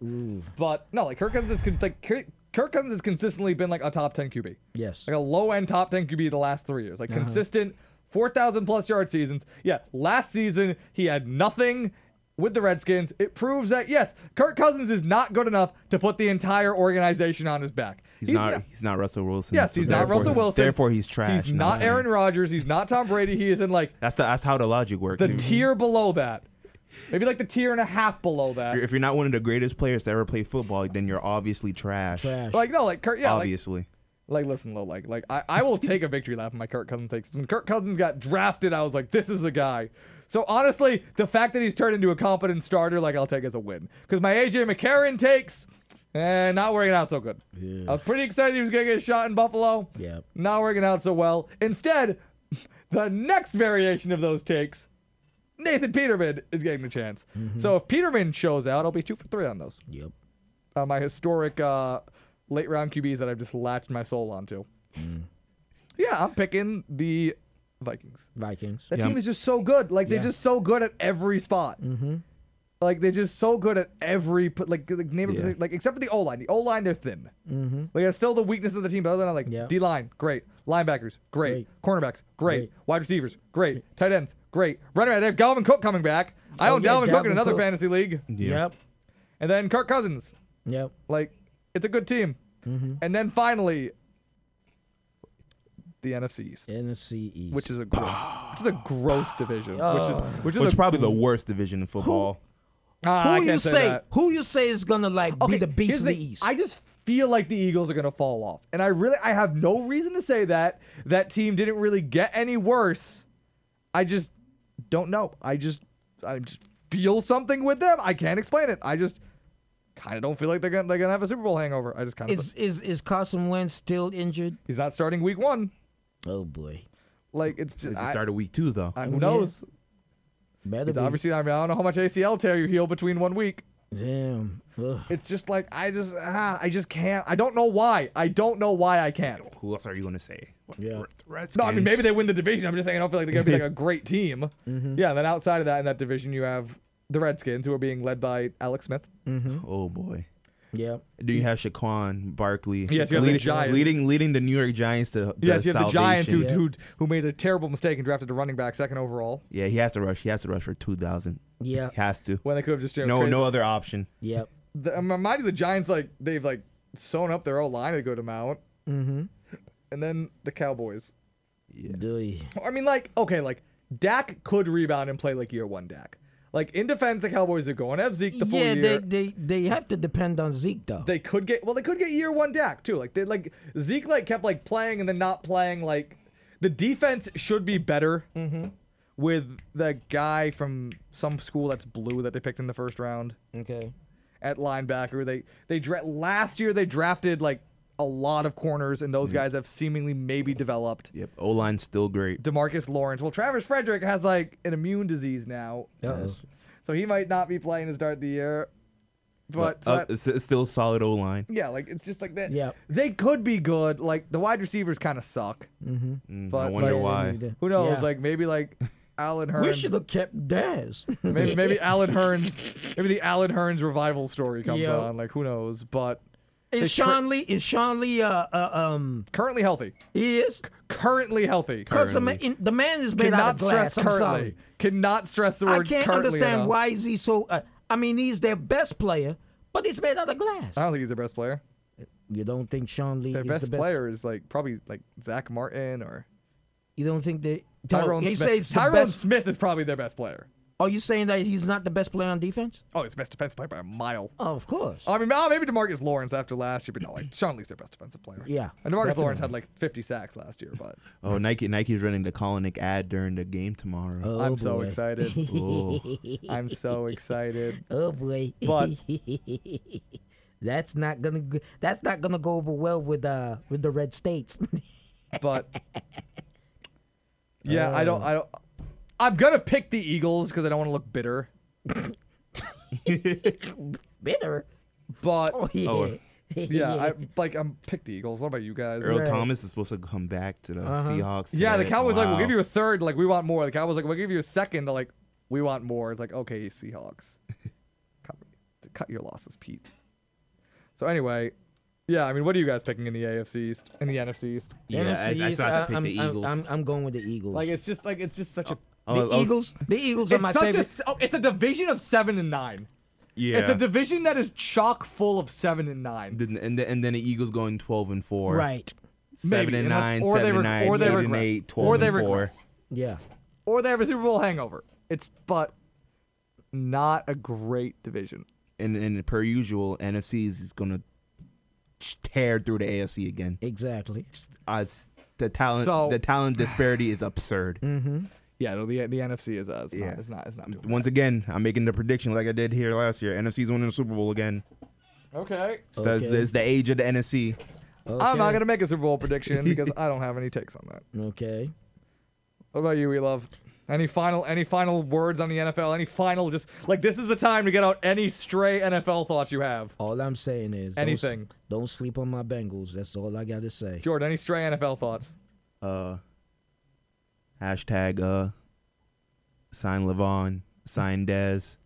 [SPEAKER 4] But no, like Kirk Cousins is con- like Kirk Kirk Cousins has consistently been like a top ten QB,
[SPEAKER 12] Yes.
[SPEAKER 4] like a low end top ten QB the last three years, like
[SPEAKER 5] Uh-huh.
[SPEAKER 4] consistent four thousand plus yard seasons. Yeah, last season he had nothing with the Redskins. It proves that yes, Kirk Cousins is not good enough to put the entire organization on his back.
[SPEAKER 5] He's, not, He's not Russell Wilson.
[SPEAKER 4] Yes,
[SPEAKER 5] so
[SPEAKER 4] he's not
[SPEAKER 5] therefore-
[SPEAKER 4] Russell Wilson.
[SPEAKER 5] Therefore, he's trash.
[SPEAKER 4] He's
[SPEAKER 5] No,
[SPEAKER 4] not
[SPEAKER 5] man.
[SPEAKER 4] Aaron Rodgers. He's not Tom Brady. He is in like
[SPEAKER 5] That's the, that's how the logic works.
[SPEAKER 4] the
[SPEAKER 5] If-
[SPEAKER 4] tier below that. Maybe like the tier and a half below
[SPEAKER 5] if
[SPEAKER 4] that.
[SPEAKER 5] you're- if you're not one of the greatest players to ever play football, then you're obviously trash.
[SPEAKER 12] Trash.
[SPEAKER 4] Like no, like Kirk. Yeah, like,
[SPEAKER 5] obviously.
[SPEAKER 4] like listen, though, like like I, I will take a victory lap in my Kirk Cousins takes. When Kirk Cousins got drafted, I was like, this is a guy. So honestly, the fact that he's turned into a competent starter, like I'll take as a win. Because my AJ McCarron takes, eh, not working out so good. I was pretty excited he was gonna get a shot in Buffalo.
[SPEAKER 12] Yeah.
[SPEAKER 4] Not working out so well. Instead, the next variation of those takes, Nathan Peterman is getting the chance. So if Peterman shows out, I'll be two for three on those
[SPEAKER 12] Yep.
[SPEAKER 4] uh, my historic uh, late round QBs that I've just latched my soul onto.
[SPEAKER 12] Mm.
[SPEAKER 4] Yeah, I'm picking the Vikings.
[SPEAKER 12] Vikings.
[SPEAKER 4] That
[SPEAKER 5] Yeah,
[SPEAKER 4] team
[SPEAKER 5] I'm-
[SPEAKER 4] is just so good. Like
[SPEAKER 12] Yeah.
[SPEAKER 4] they're just so good at every spot. Mm-hmm. Like they're just so good at every po- like like name a
[SPEAKER 5] Yeah.
[SPEAKER 4] position like except for the O line. The O line they're thin. Mm-hmm. Like that's still the weakness of the team. But other than that, like
[SPEAKER 12] Yeah.
[SPEAKER 4] D line, great. Linebackers, great. Cornerbacks, great.
[SPEAKER 12] Great.
[SPEAKER 4] Wide receivers, great. Tight ends, great. Running back, they have Dalvin Cook coming back. I
[SPEAKER 12] Oh,
[SPEAKER 4] own
[SPEAKER 12] yeah,
[SPEAKER 4] Dalvin Cook
[SPEAKER 12] Dalvin
[SPEAKER 4] in another
[SPEAKER 12] Cook.
[SPEAKER 4] fantasy league,
[SPEAKER 12] Yep.
[SPEAKER 4] and then Kirk Cousins.
[SPEAKER 12] Yep.
[SPEAKER 4] Like, it's a good team.
[SPEAKER 12] Mm-hmm.
[SPEAKER 4] And then finally, the NFC East,
[SPEAKER 12] NFC East.
[SPEAKER 4] which is a gro- which is a gross division, which is which
[SPEAKER 5] Which
[SPEAKER 4] is a,
[SPEAKER 5] is probably the worst division in football.
[SPEAKER 4] Ah,
[SPEAKER 12] who
[SPEAKER 4] I
[SPEAKER 12] you
[SPEAKER 4] can't say,
[SPEAKER 12] say?
[SPEAKER 4] that.
[SPEAKER 12] Who you say is gonna like be
[SPEAKER 4] Okay,
[SPEAKER 12] the beast
[SPEAKER 4] here's
[SPEAKER 12] of
[SPEAKER 4] the
[SPEAKER 12] the
[SPEAKER 4] thing.
[SPEAKER 12] East?
[SPEAKER 4] I just feel like the Eagles are gonna fall off, and I really I have no reason to say that. That team didn't really get any worse. I just don't know. I just I just feel something with them. I can't explain it. I just kind of don't feel like they're gonna they're gonna have a Super Bowl hangover. I just kind
[SPEAKER 12] is
[SPEAKER 4] of
[SPEAKER 12] is is Carson Wentz still injured?
[SPEAKER 4] he's not starting week one.
[SPEAKER 12] Oh boy.
[SPEAKER 4] Like it's just
[SPEAKER 5] It's the
[SPEAKER 4] I-
[SPEAKER 5] start of week two, though.
[SPEAKER 4] I,
[SPEAKER 12] Yeah.
[SPEAKER 4] who knows?
[SPEAKER 12] Better
[SPEAKER 4] It's
[SPEAKER 12] be.
[SPEAKER 4] obviously, I mean, I don't know how much ACL tear you heal between one week.
[SPEAKER 12] Damn. Ugh.
[SPEAKER 4] It's just like I just ah, I just can't. I don't know why. I don't know why I can't.
[SPEAKER 5] Who else are you gonna say? What,
[SPEAKER 12] yeah.
[SPEAKER 4] No, I mean maybe they win the division. I'm just saying I don't feel like they're gonna be like a great team.
[SPEAKER 5] Mm-hmm.
[SPEAKER 12] Mhm.
[SPEAKER 4] Yeah. And then outside of that, in that division, you have the Redskins, who are being led by Alex Smith.
[SPEAKER 12] Mm-hmm.
[SPEAKER 5] Oh boy.
[SPEAKER 12] Yeah.
[SPEAKER 5] Do you have Shaquan Barkley?
[SPEAKER 4] Mm. Yes, you have the
[SPEAKER 5] leading,
[SPEAKER 4] Giants.
[SPEAKER 5] leading leading the New York Giants to
[SPEAKER 4] Yeah, you have the Giants, who,
[SPEAKER 5] salvation.
[SPEAKER 4] who who made a terrible mistake and drafted a running back second overall.
[SPEAKER 5] Yeah, he has to rush. He has to rush for two thousand.
[SPEAKER 12] Yeah.
[SPEAKER 5] he has to.
[SPEAKER 4] When they could have just you know,
[SPEAKER 5] No,
[SPEAKER 4] traded-
[SPEAKER 5] no other option.
[SPEAKER 12] Yep.
[SPEAKER 4] The, I'm reminded the Giants like they've like sewn up their own line to go to Mount,
[SPEAKER 12] Mm-hmm.
[SPEAKER 4] and then the Cowboys.
[SPEAKER 12] Do you?
[SPEAKER 4] I mean, like okay, like Dak could rebound and play like year one Dak. Like in defense, the Cowboys are going to have Zeke the full
[SPEAKER 12] Yeah, they,
[SPEAKER 4] year.
[SPEAKER 12] they they have to depend on Zeke though.
[SPEAKER 4] They could get well. They could get year one Dak too. Like they like Zeke like kept like playing and then not playing. Like the defense should be better
[SPEAKER 12] Mm-hmm.
[SPEAKER 4] with the guy from some school that's blue that they picked in the first round
[SPEAKER 12] Okay.
[SPEAKER 4] at linebacker. They they dra- last year they drafted like a lot of corners and those guys have seemingly maybe developed.
[SPEAKER 5] Yep, O line's still great.
[SPEAKER 4] Demarcus Lawrence. Well, Travis Frederick has like an immune disease now,
[SPEAKER 12] Uh-oh.
[SPEAKER 4] so he might not be playing to start the year. But, so
[SPEAKER 5] uh,
[SPEAKER 4] that-
[SPEAKER 5] it's, it's still solid O line.
[SPEAKER 4] yeah, like it's just like that.
[SPEAKER 12] Yeah.
[SPEAKER 4] They could be good. Like the wide receivers kind of suck.
[SPEAKER 12] Mm-hmm.
[SPEAKER 5] Mm, I
[SPEAKER 4] But,
[SPEAKER 5] wonder
[SPEAKER 4] like,
[SPEAKER 5] why.
[SPEAKER 4] Who knows?
[SPEAKER 12] Yeah.
[SPEAKER 4] Like maybe like Alan Hearns.
[SPEAKER 12] We should have kept Daz.
[SPEAKER 4] maybe maybe Alan Hearns. Maybe the Alan Hearns revival story comes
[SPEAKER 12] Yeah.
[SPEAKER 4] on. Like who knows? But they
[SPEAKER 12] Is
[SPEAKER 4] tra-
[SPEAKER 12] Sean Lee? Is Sean Lee? Uh, uh um.
[SPEAKER 4] currently healthy.
[SPEAKER 12] He is.
[SPEAKER 4] Currently healthy.
[SPEAKER 12] Because the, ma- in- the man is made out
[SPEAKER 4] Cannot
[SPEAKER 12] of glass.
[SPEAKER 4] stress
[SPEAKER 12] I'm sorry.
[SPEAKER 4] currently. Cannot stress the
[SPEAKER 12] I
[SPEAKER 4] word.
[SPEAKER 12] can't
[SPEAKER 4] currently
[SPEAKER 12] understand
[SPEAKER 4] enough.
[SPEAKER 12] why is he so. Uh, I mean, he's their best player, but he's made out of glass.
[SPEAKER 4] I don't think he's their best player.
[SPEAKER 12] You don't think Sean Lee
[SPEAKER 4] Their
[SPEAKER 12] is
[SPEAKER 4] best,
[SPEAKER 12] the best
[SPEAKER 4] player is like probably like Zach Martin or
[SPEAKER 12] You don't think they?
[SPEAKER 4] Tyrone
[SPEAKER 12] no, they
[SPEAKER 4] Smith.
[SPEAKER 12] say it's the
[SPEAKER 4] Tyrone
[SPEAKER 12] best.
[SPEAKER 4] Smith is probably their best player.
[SPEAKER 12] Are you saying that he's not the best player on defense?
[SPEAKER 4] Oh, he's best defensive player by a mile.
[SPEAKER 12] Oh, of course.
[SPEAKER 4] I mean, oh, maybe Demarcus Lawrence after last year, but no, like Sean Lee's their best defensive player.
[SPEAKER 12] Yeah,
[SPEAKER 4] and Demarcus Lawrence
[SPEAKER 12] definitely.
[SPEAKER 4] had like 50 sacks last year, but
[SPEAKER 5] Oh, Nike Nike's running the Colonic ad during the game tomorrow.
[SPEAKER 12] Oh,
[SPEAKER 4] I'm so
[SPEAKER 12] boy.
[SPEAKER 4] excited.
[SPEAKER 5] Oh.
[SPEAKER 4] I'm so excited.
[SPEAKER 12] Oh boy.
[SPEAKER 4] But-
[SPEAKER 12] that's not gonna go- that's not gonna go over well with uh with the red states.
[SPEAKER 4] But yeah, I
[SPEAKER 12] Uh.
[SPEAKER 4] don't. I don't. I'm gonna pick the Eagles because I don't want to look bitter.
[SPEAKER 12] Bitter.
[SPEAKER 4] But
[SPEAKER 12] Oh yeah.
[SPEAKER 5] Oh.
[SPEAKER 4] yeah, I like I'm pick the Eagles. What about you guys?
[SPEAKER 5] Earl
[SPEAKER 12] Right.
[SPEAKER 5] Thomas is supposed to come back to the
[SPEAKER 12] Uh-huh.
[SPEAKER 5] Seahawks.
[SPEAKER 4] Yeah, the
[SPEAKER 5] today.
[SPEAKER 4] Cowboys like we'll give
[SPEAKER 5] Wow.
[SPEAKER 4] you a third, like we want more. The Cowboys like we'll give you a second, they're like we want more. It's like okay, Seahawks, cut, cut your losses, Pete. So anyway, yeah, I mean, what are you guys picking in the AFC East, in the NFC East?
[SPEAKER 5] Yeah, I, I
[SPEAKER 12] NFCs,
[SPEAKER 5] still have to
[SPEAKER 12] I-
[SPEAKER 5] pick
[SPEAKER 12] I'm,
[SPEAKER 5] the
[SPEAKER 12] I'm-
[SPEAKER 5] Eagles.
[SPEAKER 12] I'm, I'm going with the Eagles.
[SPEAKER 4] Like it's just like it's just such a
[SPEAKER 5] Oh,
[SPEAKER 12] the
[SPEAKER 5] I was-
[SPEAKER 12] Eagles. The Eagles are
[SPEAKER 4] it's
[SPEAKER 12] my
[SPEAKER 4] such a
[SPEAKER 12] favorite.
[SPEAKER 4] s- oh, it's a division of seven and nine.
[SPEAKER 5] yeah.
[SPEAKER 4] It's a division that is chock full of seven and nine.
[SPEAKER 5] Then- and then, and then the Eagles going 12 and 4.
[SPEAKER 12] right.
[SPEAKER 5] Seven
[SPEAKER 4] Maybe,
[SPEAKER 5] and
[SPEAKER 4] unless-
[SPEAKER 5] 9,
[SPEAKER 4] or they
[SPEAKER 5] 7 and
[SPEAKER 4] reg-
[SPEAKER 5] 9,
[SPEAKER 4] or they
[SPEAKER 5] 8 and
[SPEAKER 4] regress.
[SPEAKER 5] 8, 12
[SPEAKER 4] Or they
[SPEAKER 5] and 4.
[SPEAKER 4] regress.
[SPEAKER 12] Yeah.
[SPEAKER 4] Or they have a Super Bowl hangover. It's but not a great division.
[SPEAKER 5] And, and per usual, NFC is just going to tear through the AFC again.
[SPEAKER 12] Exactly.
[SPEAKER 5] Uh, it's- the talent
[SPEAKER 4] So- Mm.
[SPEAKER 5] the talent disparity is absurd.
[SPEAKER 4] Yeah, no, the the NFC is uh, it's
[SPEAKER 5] Yeah.
[SPEAKER 4] not it's not it's not doing
[SPEAKER 5] Once again, I'm making the prediction like I did here last year. NFC's winning the Super Bowl again.
[SPEAKER 4] Okay.
[SPEAKER 5] So it's,
[SPEAKER 12] Okay.
[SPEAKER 5] it's the age of the NFC.
[SPEAKER 4] I'm not
[SPEAKER 12] Okay.
[SPEAKER 4] gonna make a Super Bowl prediction because I don't have any takes on that.
[SPEAKER 12] Okay.
[SPEAKER 4] What about you, we love? Any final any final words on the NFL? Any final just like this is the time to get out any stray NFL thoughts you have.
[SPEAKER 12] All I'm saying is don't s-
[SPEAKER 4] Anything.
[SPEAKER 12] don't sleep on my Bengals. That's all I gotta say.
[SPEAKER 4] Jordan, any stray NFL thoughts?
[SPEAKER 5] Uh, hashtag uh, sign Levon, sign Dez,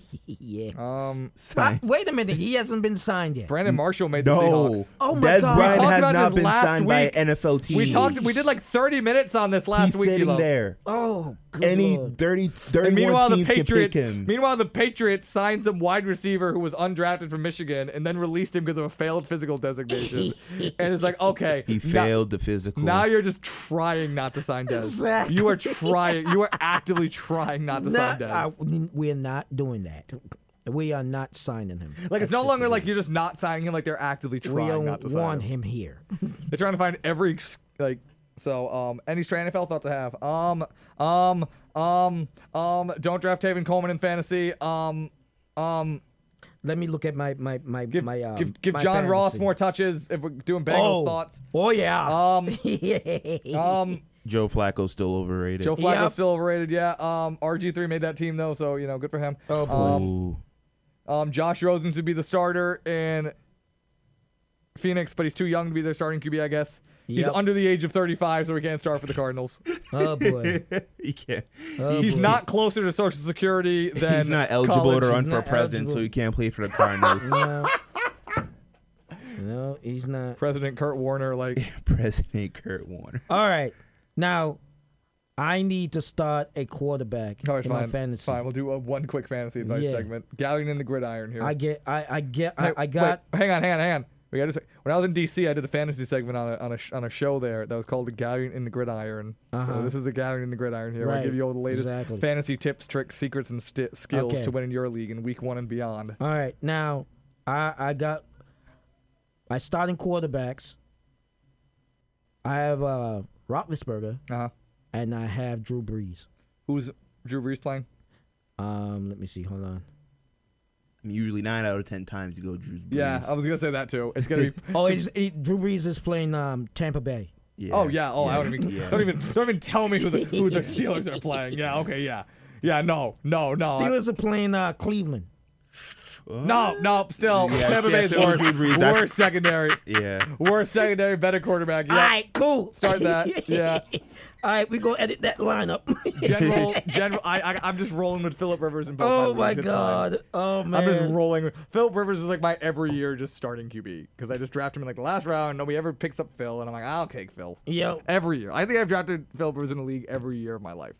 [SPEAKER 12] yeah.
[SPEAKER 4] Um
[SPEAKER 5] sign.
[SPEAKER 12] Uh, wait a minute. He hasn't been signed yet.
[SPEAKER 4] Brandon Marshall made the
[SPEAKER 5] No,
[SPEAKER 4] Seahawks.
[SPEAKER 12] Oh my
[SPEAKER 5] Dez
[SPEAKER 12] God. We
[SPEAKER 5] Bryant
[SPEAKER 4] talked
[SPEAKER 5] has
[SPEAKER 4] about
[SPEAKER 5] not
[SPEAKER 4] this
[SPEAKER 5] been
[SPEAKER 4] last
[SPEAKER 5] signed by
[SPEAKER 4] week.
[SPEAKER 5] an NFL team.
[SPEAKER 4] We talked we did like 30 minutes on this last
[SPEAKER 5] He's
[SPEAKER 4] week.
[SPEAKER 5] sitting
[SPEAKER 4] Elo.
[SPEAKER 5] there.
[SPEAKER 12] oh, good
[SPEAKER 5] Any
[SPEAKER 12] Lord.
[SPEAKER 5] 30,
[SPEAKER 4] And
[SPEAKER 5] 31
[SPEAKER 4] meanwhile, the
[SPEAKER 5] teams can pick
[SPEAKER 4] Patriots.
[SPEAKER 5] him.
[SPEAKER 4] Meanwhile, the Patriots signed some wide receiver who was undrafted from Michigan, and then released him because of a failed physical designation. and it's like, okay,
[SPEAKER 5] He
[SPEAKER 4] now-
[SPEAKER 5] failed the physical.
[SPEAKER 4] Now you're just trying not to sign Dez.
[SPEAKER 12] Exactly.
[SPEAKER 4] You are trying. You are actively trying not to sign
[SPEAKER 12] Not,
[SPEAKER 4] Dez.
[SPEAKER 12] I- we're not doing that. We are not signing him.
[SPEAKER 4] like it's
[SPEAKER 12] That's
[SPEAKER 4] no
[SPEAKER 12] just
[SPEAKER 4] longer
[SPEAKER 12] a-
[SPEAKER 4] like you're just not signing him. Like they're actively
[SPEAKER 12] we
[SPEAKER 4] trying
[SPEAKER 12] don't
[SPEAKER 4] not to sign
[SPEAKER 12] want
[SPEAKER 4] him.
[SPEAKER 12] him here.
[SPEAKER 4] They're trying to find every ex- like. So, um, any stray NFL thought to have? Um, um, um, um. Don't draft Taven Coleman in fantasy. Um, um.
[SPEAKER 12] Let me look at my my my
[SPEAKER 4] Give
[SPEAKER 12] my. Um,
[SPEAKER 4] give, give
[SPEAKER 12] my
[SPEAKER 4] John Ross
[SPEAKER 12] fantasy.
[SPEAKER 4] more touches if we're doing Bengals
[SPEAKER 12] Oh.
[SPEAKER 4] thoughts.
[SPEAKER 12] Oh yeah.
[SPEAKER 4] Um, um.
[SPEAKER 5] Joe Flacco's still overrated.
[SPEAKER 4] Joe Flacco's
[SPEAKER 12] Yep.
[SPEAKER 4] still overrated. Yeah. Um. RG three made that team though, so you know, good for him.
[SPEAKER 12] Oh, boy.
[SPEAKER 4] Um,
[SPEAKER 5] Ooh.
[SPEAKER 4] Um, Josh Rosen should be the starter in Phoenix, but he's too young to be their starting QB, I guess. He's
[SPEAKER 12] Yep.
[SPEAKER 4] under the age of 35, so he can't start for the Cardinals.
[SPEAKER 12] Oh, boy.
[SPEAKER 4] Um,
[SPEAKER 5] he can't.
[SPEAKER 12] Oh,
[SPEAKER 4] he's not closer to Social Security than
[SPEAKER 5] he's not eligible
[SPEAKER 4] college.
[SPEAKER 5] to run
[SPEAKER 12] He's
[SPEAKER 5] for
[SPEAKER 12] not
[SPEAKER 5] president, so
[SPEAKER 12] eligible.
[SPEAKER 5] he can't play for the Cardinals.
[SPEAKER 4] um,
[SPEAKER 12] No. no, he's not.
[SPEAKER 4] President Kurt Warner, like
[SPEAKER 5] President Kurt Warner.
[SPEAKER 12] All right. Now, I need to start a quarterback
[SPEAKER 4] All right,
[SPEAKER 12] in my
[SPEAKER 4] fine.
[SPEAKER 12] fantasy.
[SPEAKER 4] Fine, we'll do a one quick fantasy advice
[SPEAKER 12] Yeah.
[SPEAKER 4] segment. Galleon in the gridiron here.
[SPEAKER 12] I get, I, I get, I,
[SPEAKER 4] Hey,
[SPEAKER 12] I got.
[SPEAKER 4] Wait, hang on, hang on, hang on. We got to say, when I was in DC, I did the fantasy segment on a on a, sh- on a show there that was called the Galleon in the Gridiron.
[SPEAKER 12] Uh-huh.
[SPEAKER 4] So this is a Galleon in the Gridiron here. I
[SPEAKER 12] Right,
[SPEAKER 4] give you all the latest
[SPEAKER 12] exactly.
[SPEAKER 4] fantasy tips, tricks, secrets, and sti skills
[SPEAKER 12] Okay.
[SPEAKER 4] to win in your league in week one and beyond.
[SPEAKER 12] All right. Now, I, I got. I starting quarterbacks. I have uh, Roethlisberger,
[SPEAKER 4] uh-huh.
[SPEAKER 12] and I have Drew Brees.
[SPEAKER 4] Who's Drew Brees playing?
[SPEAKER 12] Um, let me see. Hold on.
[SPEAKER 5] I mean, usually nine out of ten times you go Drew.
[SPEAKER 4] Yeah,
[SPEAKER 5] Brees.
[SPEAKER 4] I was gonna say that too. It's gonna be.
[SPEAKER 12] Oh, he's, he, Drew Brees is playing um, Tampa Bay.
[SPEAKER 5] Yeah.
[SPEAKER 4] Oh yeah. Oh, I don't even.
[SPEAKER 5] Yeah.
[SPEAKER 4] Don't even. Don't even tell me who the who the Steelers are playing. Yeah. Okay. Yeah. Yeah. No. No. No. I-
[SPEAKER 12] Steelers are playing uh, Cleveland.
[SPEAKER 4] No, no, still.
[SPEAKER 5] Yeah,
[SPEAKER 4] Tampa
[SPEAKER 5] yeah,
[SPEAKER 4] Bay's
[SPEAKER 5] still
[SPEAKER 4] worse.
[SPEAKER 5] Drew Brees. That's-
[SPEAKER 4] Worst secondary.
[SPEAKER 5] Yeah.
[SPEAKER 4] Worst secondary, better quarterback. Yeah.
[SPEAKER 12] All right, cool.
[SPEAKER 4] Start that. Yeah.
[SPEAKER 12] All right, we gonna edit that lineup.
[SPEAKER 4] General, general. I, I, I'm just rolling with Philip Rivers and both.
[SPEAKER 12] oh
[SPEAKER 4] Mavericks.
[SPEAKER 12] my
[SPEAKER 4] It's fine.
[SPEAKER 12] God. Oh man.
[SPEAKER 4] I'm just rolling. with Philip Rivers is like my every year just starting QB because I just draft him in like the last round. Nobody ever picks up Phil, and I'm like, I'll take Phil.
[SPEAKER 12] Yo.
[SPEAKER 4] Every year, I think I've drafted Philip Rivers in the league every year of my life.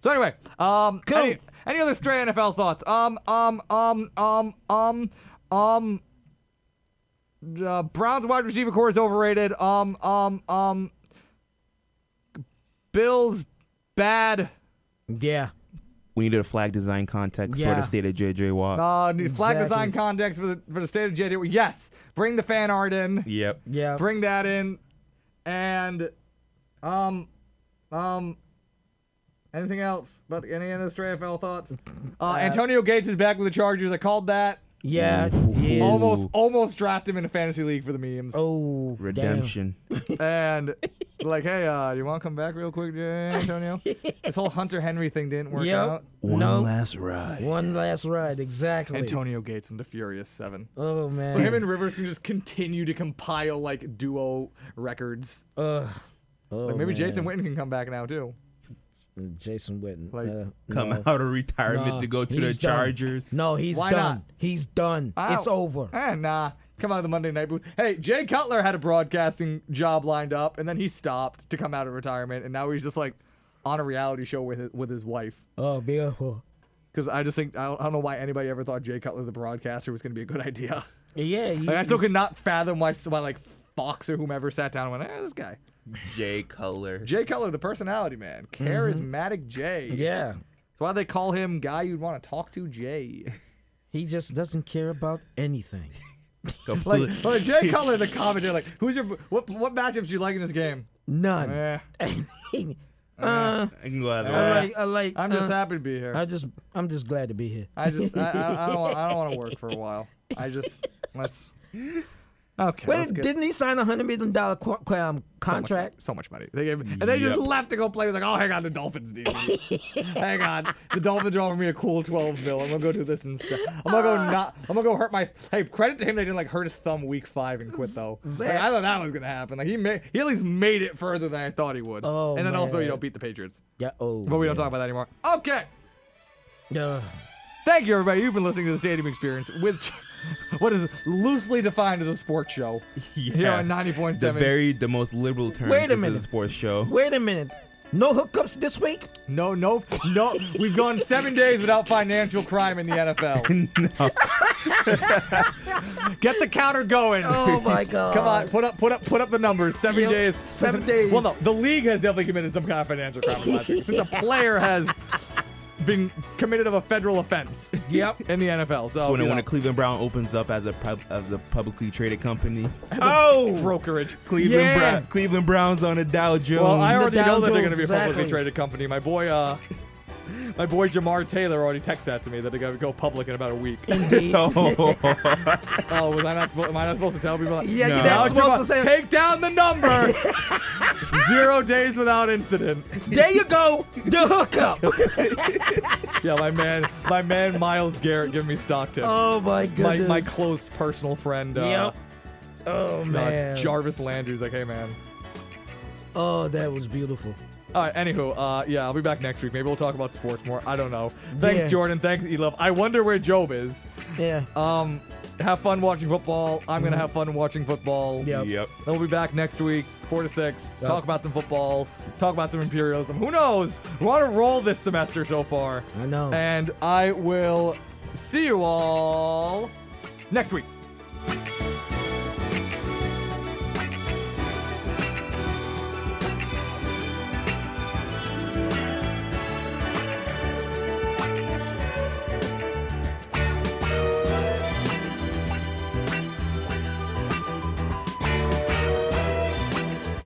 [SPEAKER 4] So anyway, um,
[SPEAKER 12] Cool.
[SPEAKER 4] any, any other stray NFL thoughts? Um, um, um, um, um, um. Uh, Browns wide receiver core is overrated. Um, um, um. Bills bad.
[SPEAKER 12] Yeah.
[SPEAKER 5] We needed a flag design context for
[SPEAKER 12] Yeah.
[SPEAKER 5] the state of JJ Watt.
[SPEAKER 4] Uh, need flag
[SPEAKER 12] Exactly.
[SPEAKER 4] design context for the for the state of JD. Yes, bring the fan art in.
[SPEAKER 5] Yep.
[SPEAKER 12] Yeah.
[SPEAKER 4] Bring that in, and um, um, anything else? But any other stray FL thoughts? Uh, Antonio Gates is back with the Chargers. I called that.
[SPEAKER 12] Yeah. he is.
[SPEAKER 4] Almost, almost dropped him in a fantasy league for the memes.
[SPEAKER 12] Oh. damn.
[SPEAKER 5] Redemption.
[SPEAKER 4] And like, hey, uh, do you want to come back real quick, Antonio? this whole Hunter Henry thing didn't work
[SPEAKER 12] Yep.
[SPEAKER 4] out.
[SPEAKER 5] One
[SPEAKER 12] Nope.
[SPEAKER 5] last ride.
[SPEAKER 12] One last ride. Exactly.
[SPEAKER 4] Antonio Gates and the Furious Seven.
[SPEAKER 12] Oh man.
[SPEAKER 4] So him and Rivers can just continue to compile like duo records.
[SPEAKER 12] Ugh. oh,
[SPEAKER 4] Like maybe
[SPEAKER 12] man.
[SPEAKER 4] Jason Witten can come back now too.
[SPEAKER 12] Jason Witten.
[SPEAKER 4] Like,
[SPEAKER 12] uh,
[SPEAKER 5] Come
[SPEAKER 12] no.
[SPEAKER 5] out of retirement
[SPEAKER 12] Nah,
[SPEAKER 5] to go to the
[SPEAKER 12] he's done.
[SPEAKER 5] Chargers.
[SPEAKER 12] No, he's
[SPEAKER 4] Why
[SPEAKER 12] done.
[SPEAKER 4] not?
[SPEAKER 12] He's done.
[SPEAKER 4] Ow.
[SPEAKER 12] It's over.
[SPEAKER 4] Eh, nah. Come out of the Monday night booth. Hey, Jay Cutler had a broadcasting job lined up, and then he stopped to come out of retirement, and now he's just like on a reality show with his, with his wife.
[SPEAKER 12] Oh, beautiful.
[SPEAKER 4] Because I just think I don't, I don't know why anybody ever thought Jay Cutler the broadcaster was going to be a good idea.
[SPEAKER 12] Yeah. He,
[SPEAKER 4] Like, I still
[SPEAKER 12] he's-
[SPEAKER 4] could not fathom why why like Fox or whomever sat down and went, eh, this guy.
[SPEAKER 5] Jay Cutler.
[SPEAKER 4] Jay Cutler, the personality man, charismatic Jay.
[SPEAKER 12] Mm-hmm. Yeah.
[SPEAKER 4] That's why they call him guy you'd want to talk to, Jay.
[SPEAKER 12] He just doesn't care about anything.
[SPEAKER 4] Like, like Jay Cutler, the commentator, like, who's your what what matchups do you like in this game?
[SPEAKER 12] None.
[SPEAKER 4] Eh,
[SPEAKER 12] uh,
[SPEAKER 5] I can go out of
[SPEAKER 12] I
[SPEAKER 5] that.
[SPEAKER 12] like. I like.
[SPEAKER 4] I'm just
[SPEAKER 12] uh,
[SPEAKER 4] happy to be here.
[SPEAKER 12] I just. I'm just glad to be here.
[SPEAKER 4] I just I, I, I don't want, I don't want to work for a while. I just let's okay.
[SPEAKER 12] Wait,
[SPEAKER 4] let's get-
[SPEAKER 12] didn't he sign a hundred million dollar qu- qu- um,
[SPEAKER 4] so much-
[SPEAKER 12] contract?
[SPEAKER 4] So much, money. They gave, and they just
[SPEAKER 5] Yep.
[SPEAKER 4] left to go play. It's like, oh, hang on, the Dolphins need me. hang on, the Dolphins are offering me a cool 12 mil. I'm gonna go do this instead. I'm gonna go not. I'm gonna go hurt my. Hey, credit to him, they didn't like hurt his thumb week five and quit though. Like, I thought that was gonna happen. Like he made, he at least made it further than I thought he would.
[SPEAKER 12] Oh,
[SPEAKER 4] and then also you
[SPEAKER 12] man.
[SPEAKER 4] know beat the Patriots.
[SPEAKER 12] Yeah. Oh.
[SPEAKER 4] But we don't
[SPEAKER 12] yeah.
[SPEAKER 4] talk about that anymore. Okay.
[SPEAKER 12] Ugh.
[SPEAKER 4] Thank you, everybody. You've been listening to the Stadium Experience with what is loosely defined as a sports show.
[SPEAKER 5] yeah.
[SPEAKER 4] Here on 90.7.
[SPEAKER 5] The very the most liberal term.
[SPEAKER 12] Wait a
[SPEAKER 5] this is
[SPEAKER 12] minute.
[SPEAKER 5] sports show.
[SPEAKER 12] Wait a minute. No hookups this week?
[SPEAKER 4] No, no, no. We've gone seven days without financial crime in the NFL. Get the counter going.
[SPEAKER 12] Oh my god.
[SPEAKER 4] Come on, put up, put up, put up the numbers. Seven
[SPEAKER 12] Yep,
[SPEAKER 4] days.
[SPEAKER 12] seven days.
[SPEAKER 4] Well, no, the league has definitely committed some kind of financial crime. in my opinion, Since a player has been committed of a federal offense
[SPEAKER 12] Yep.
[SPEAKER 4] in the NFL, so
[SPEAKER 5] when,
[SPEAKER 4] you
[SPEAKER 5] when
[SPEAKER 4] know,
[SPEAKER 5] a Cleveland Brown opens up as a pub, as a publicly traded company,
[SPEAKER 12] Oh.
[SPEAKER 4] brokerage.
[SPEAKER 5] Cleveland
[SPEAKER 12] Yeah.
[SPEAKER 5] Brown, Cleveland Browns on a Dow Jones.
[SPEAKER 4] Well, I
[SPEAKER 12] The
[SPEAKER 4] already know
[SPEAKER 12] Dow
[SPEAKER 4] that they're going to
[SPEAKER 12] Jones,
[SPEAKER 4] be a publicly
[SPEAKER 12] exactly.
[SPEAKER 4] traded company. My boy, uh, my boy Jamar Taylor already texted that to me that they're going to go public in about a week.
[SPEAKER 12] Indeed.
[SPEAKER 4] Oh, was I not supposed? Am I not supposed to tell people? That?
[SPEAKER 12] Yeah,
[SPEAKER 5] No.
[SPEAKER 12] you're
[SPEAKER 4] Now
[SPEAKER 12] not
[SPEAKER 4] it's about-
[SPEAKER 12] supposed to say.
[SPEAKER 4] take down the number. Zero days without incident.
[SPEAKER 12] There you go. The hookup.
[SPEAKER 4] Yeah, my man, my man Miles Garrett giving me stock tips.
[SPEAKER 12] Oh, my
[SPEAKER 4] My, my
[SPEAKER 12] goodness.
[SPEAKER 4] close personal friend. Uh,
[SPEAKER 12] Yep. Oh,
[SPEAKER 4] uh,
[SPEAKER 12] man.
[SPEAKER 4] Jarvis Landry's like, hey man.
[SPEAKER 12] Oh, that was beautiful.
[SPEAKER 4] All right. Anywho, uh, yeah, I'll be back next week. Maybe we'll talk about sports more. I don't know. Thanks,
[SPEAKER 12] Yeah.
[SPEAKER 4] Jordan. Thanks, Elov. I wonder where Job is.
[SPEAKER 12] Yeah.
[SPEAKER 4] Um, have fun watching football. I'm gonna
[SPEAKER 12] Mhm.
[SPEAKER 4] have fun watching football.
[SPEAKER 12] Yep.
[SPEAKER 5] Yep.
[SPEAKER 4] Then we'll be back next week, four to six.
[SPEAKER 12] Yep.
[SPEAKER 4] Talk about some football. Talk about some imperialism. Who knows? We're on a roll this semester so far.
[SPEAKER 12] Oh. I know.
[SPEAKER 4] And I will see you all next week.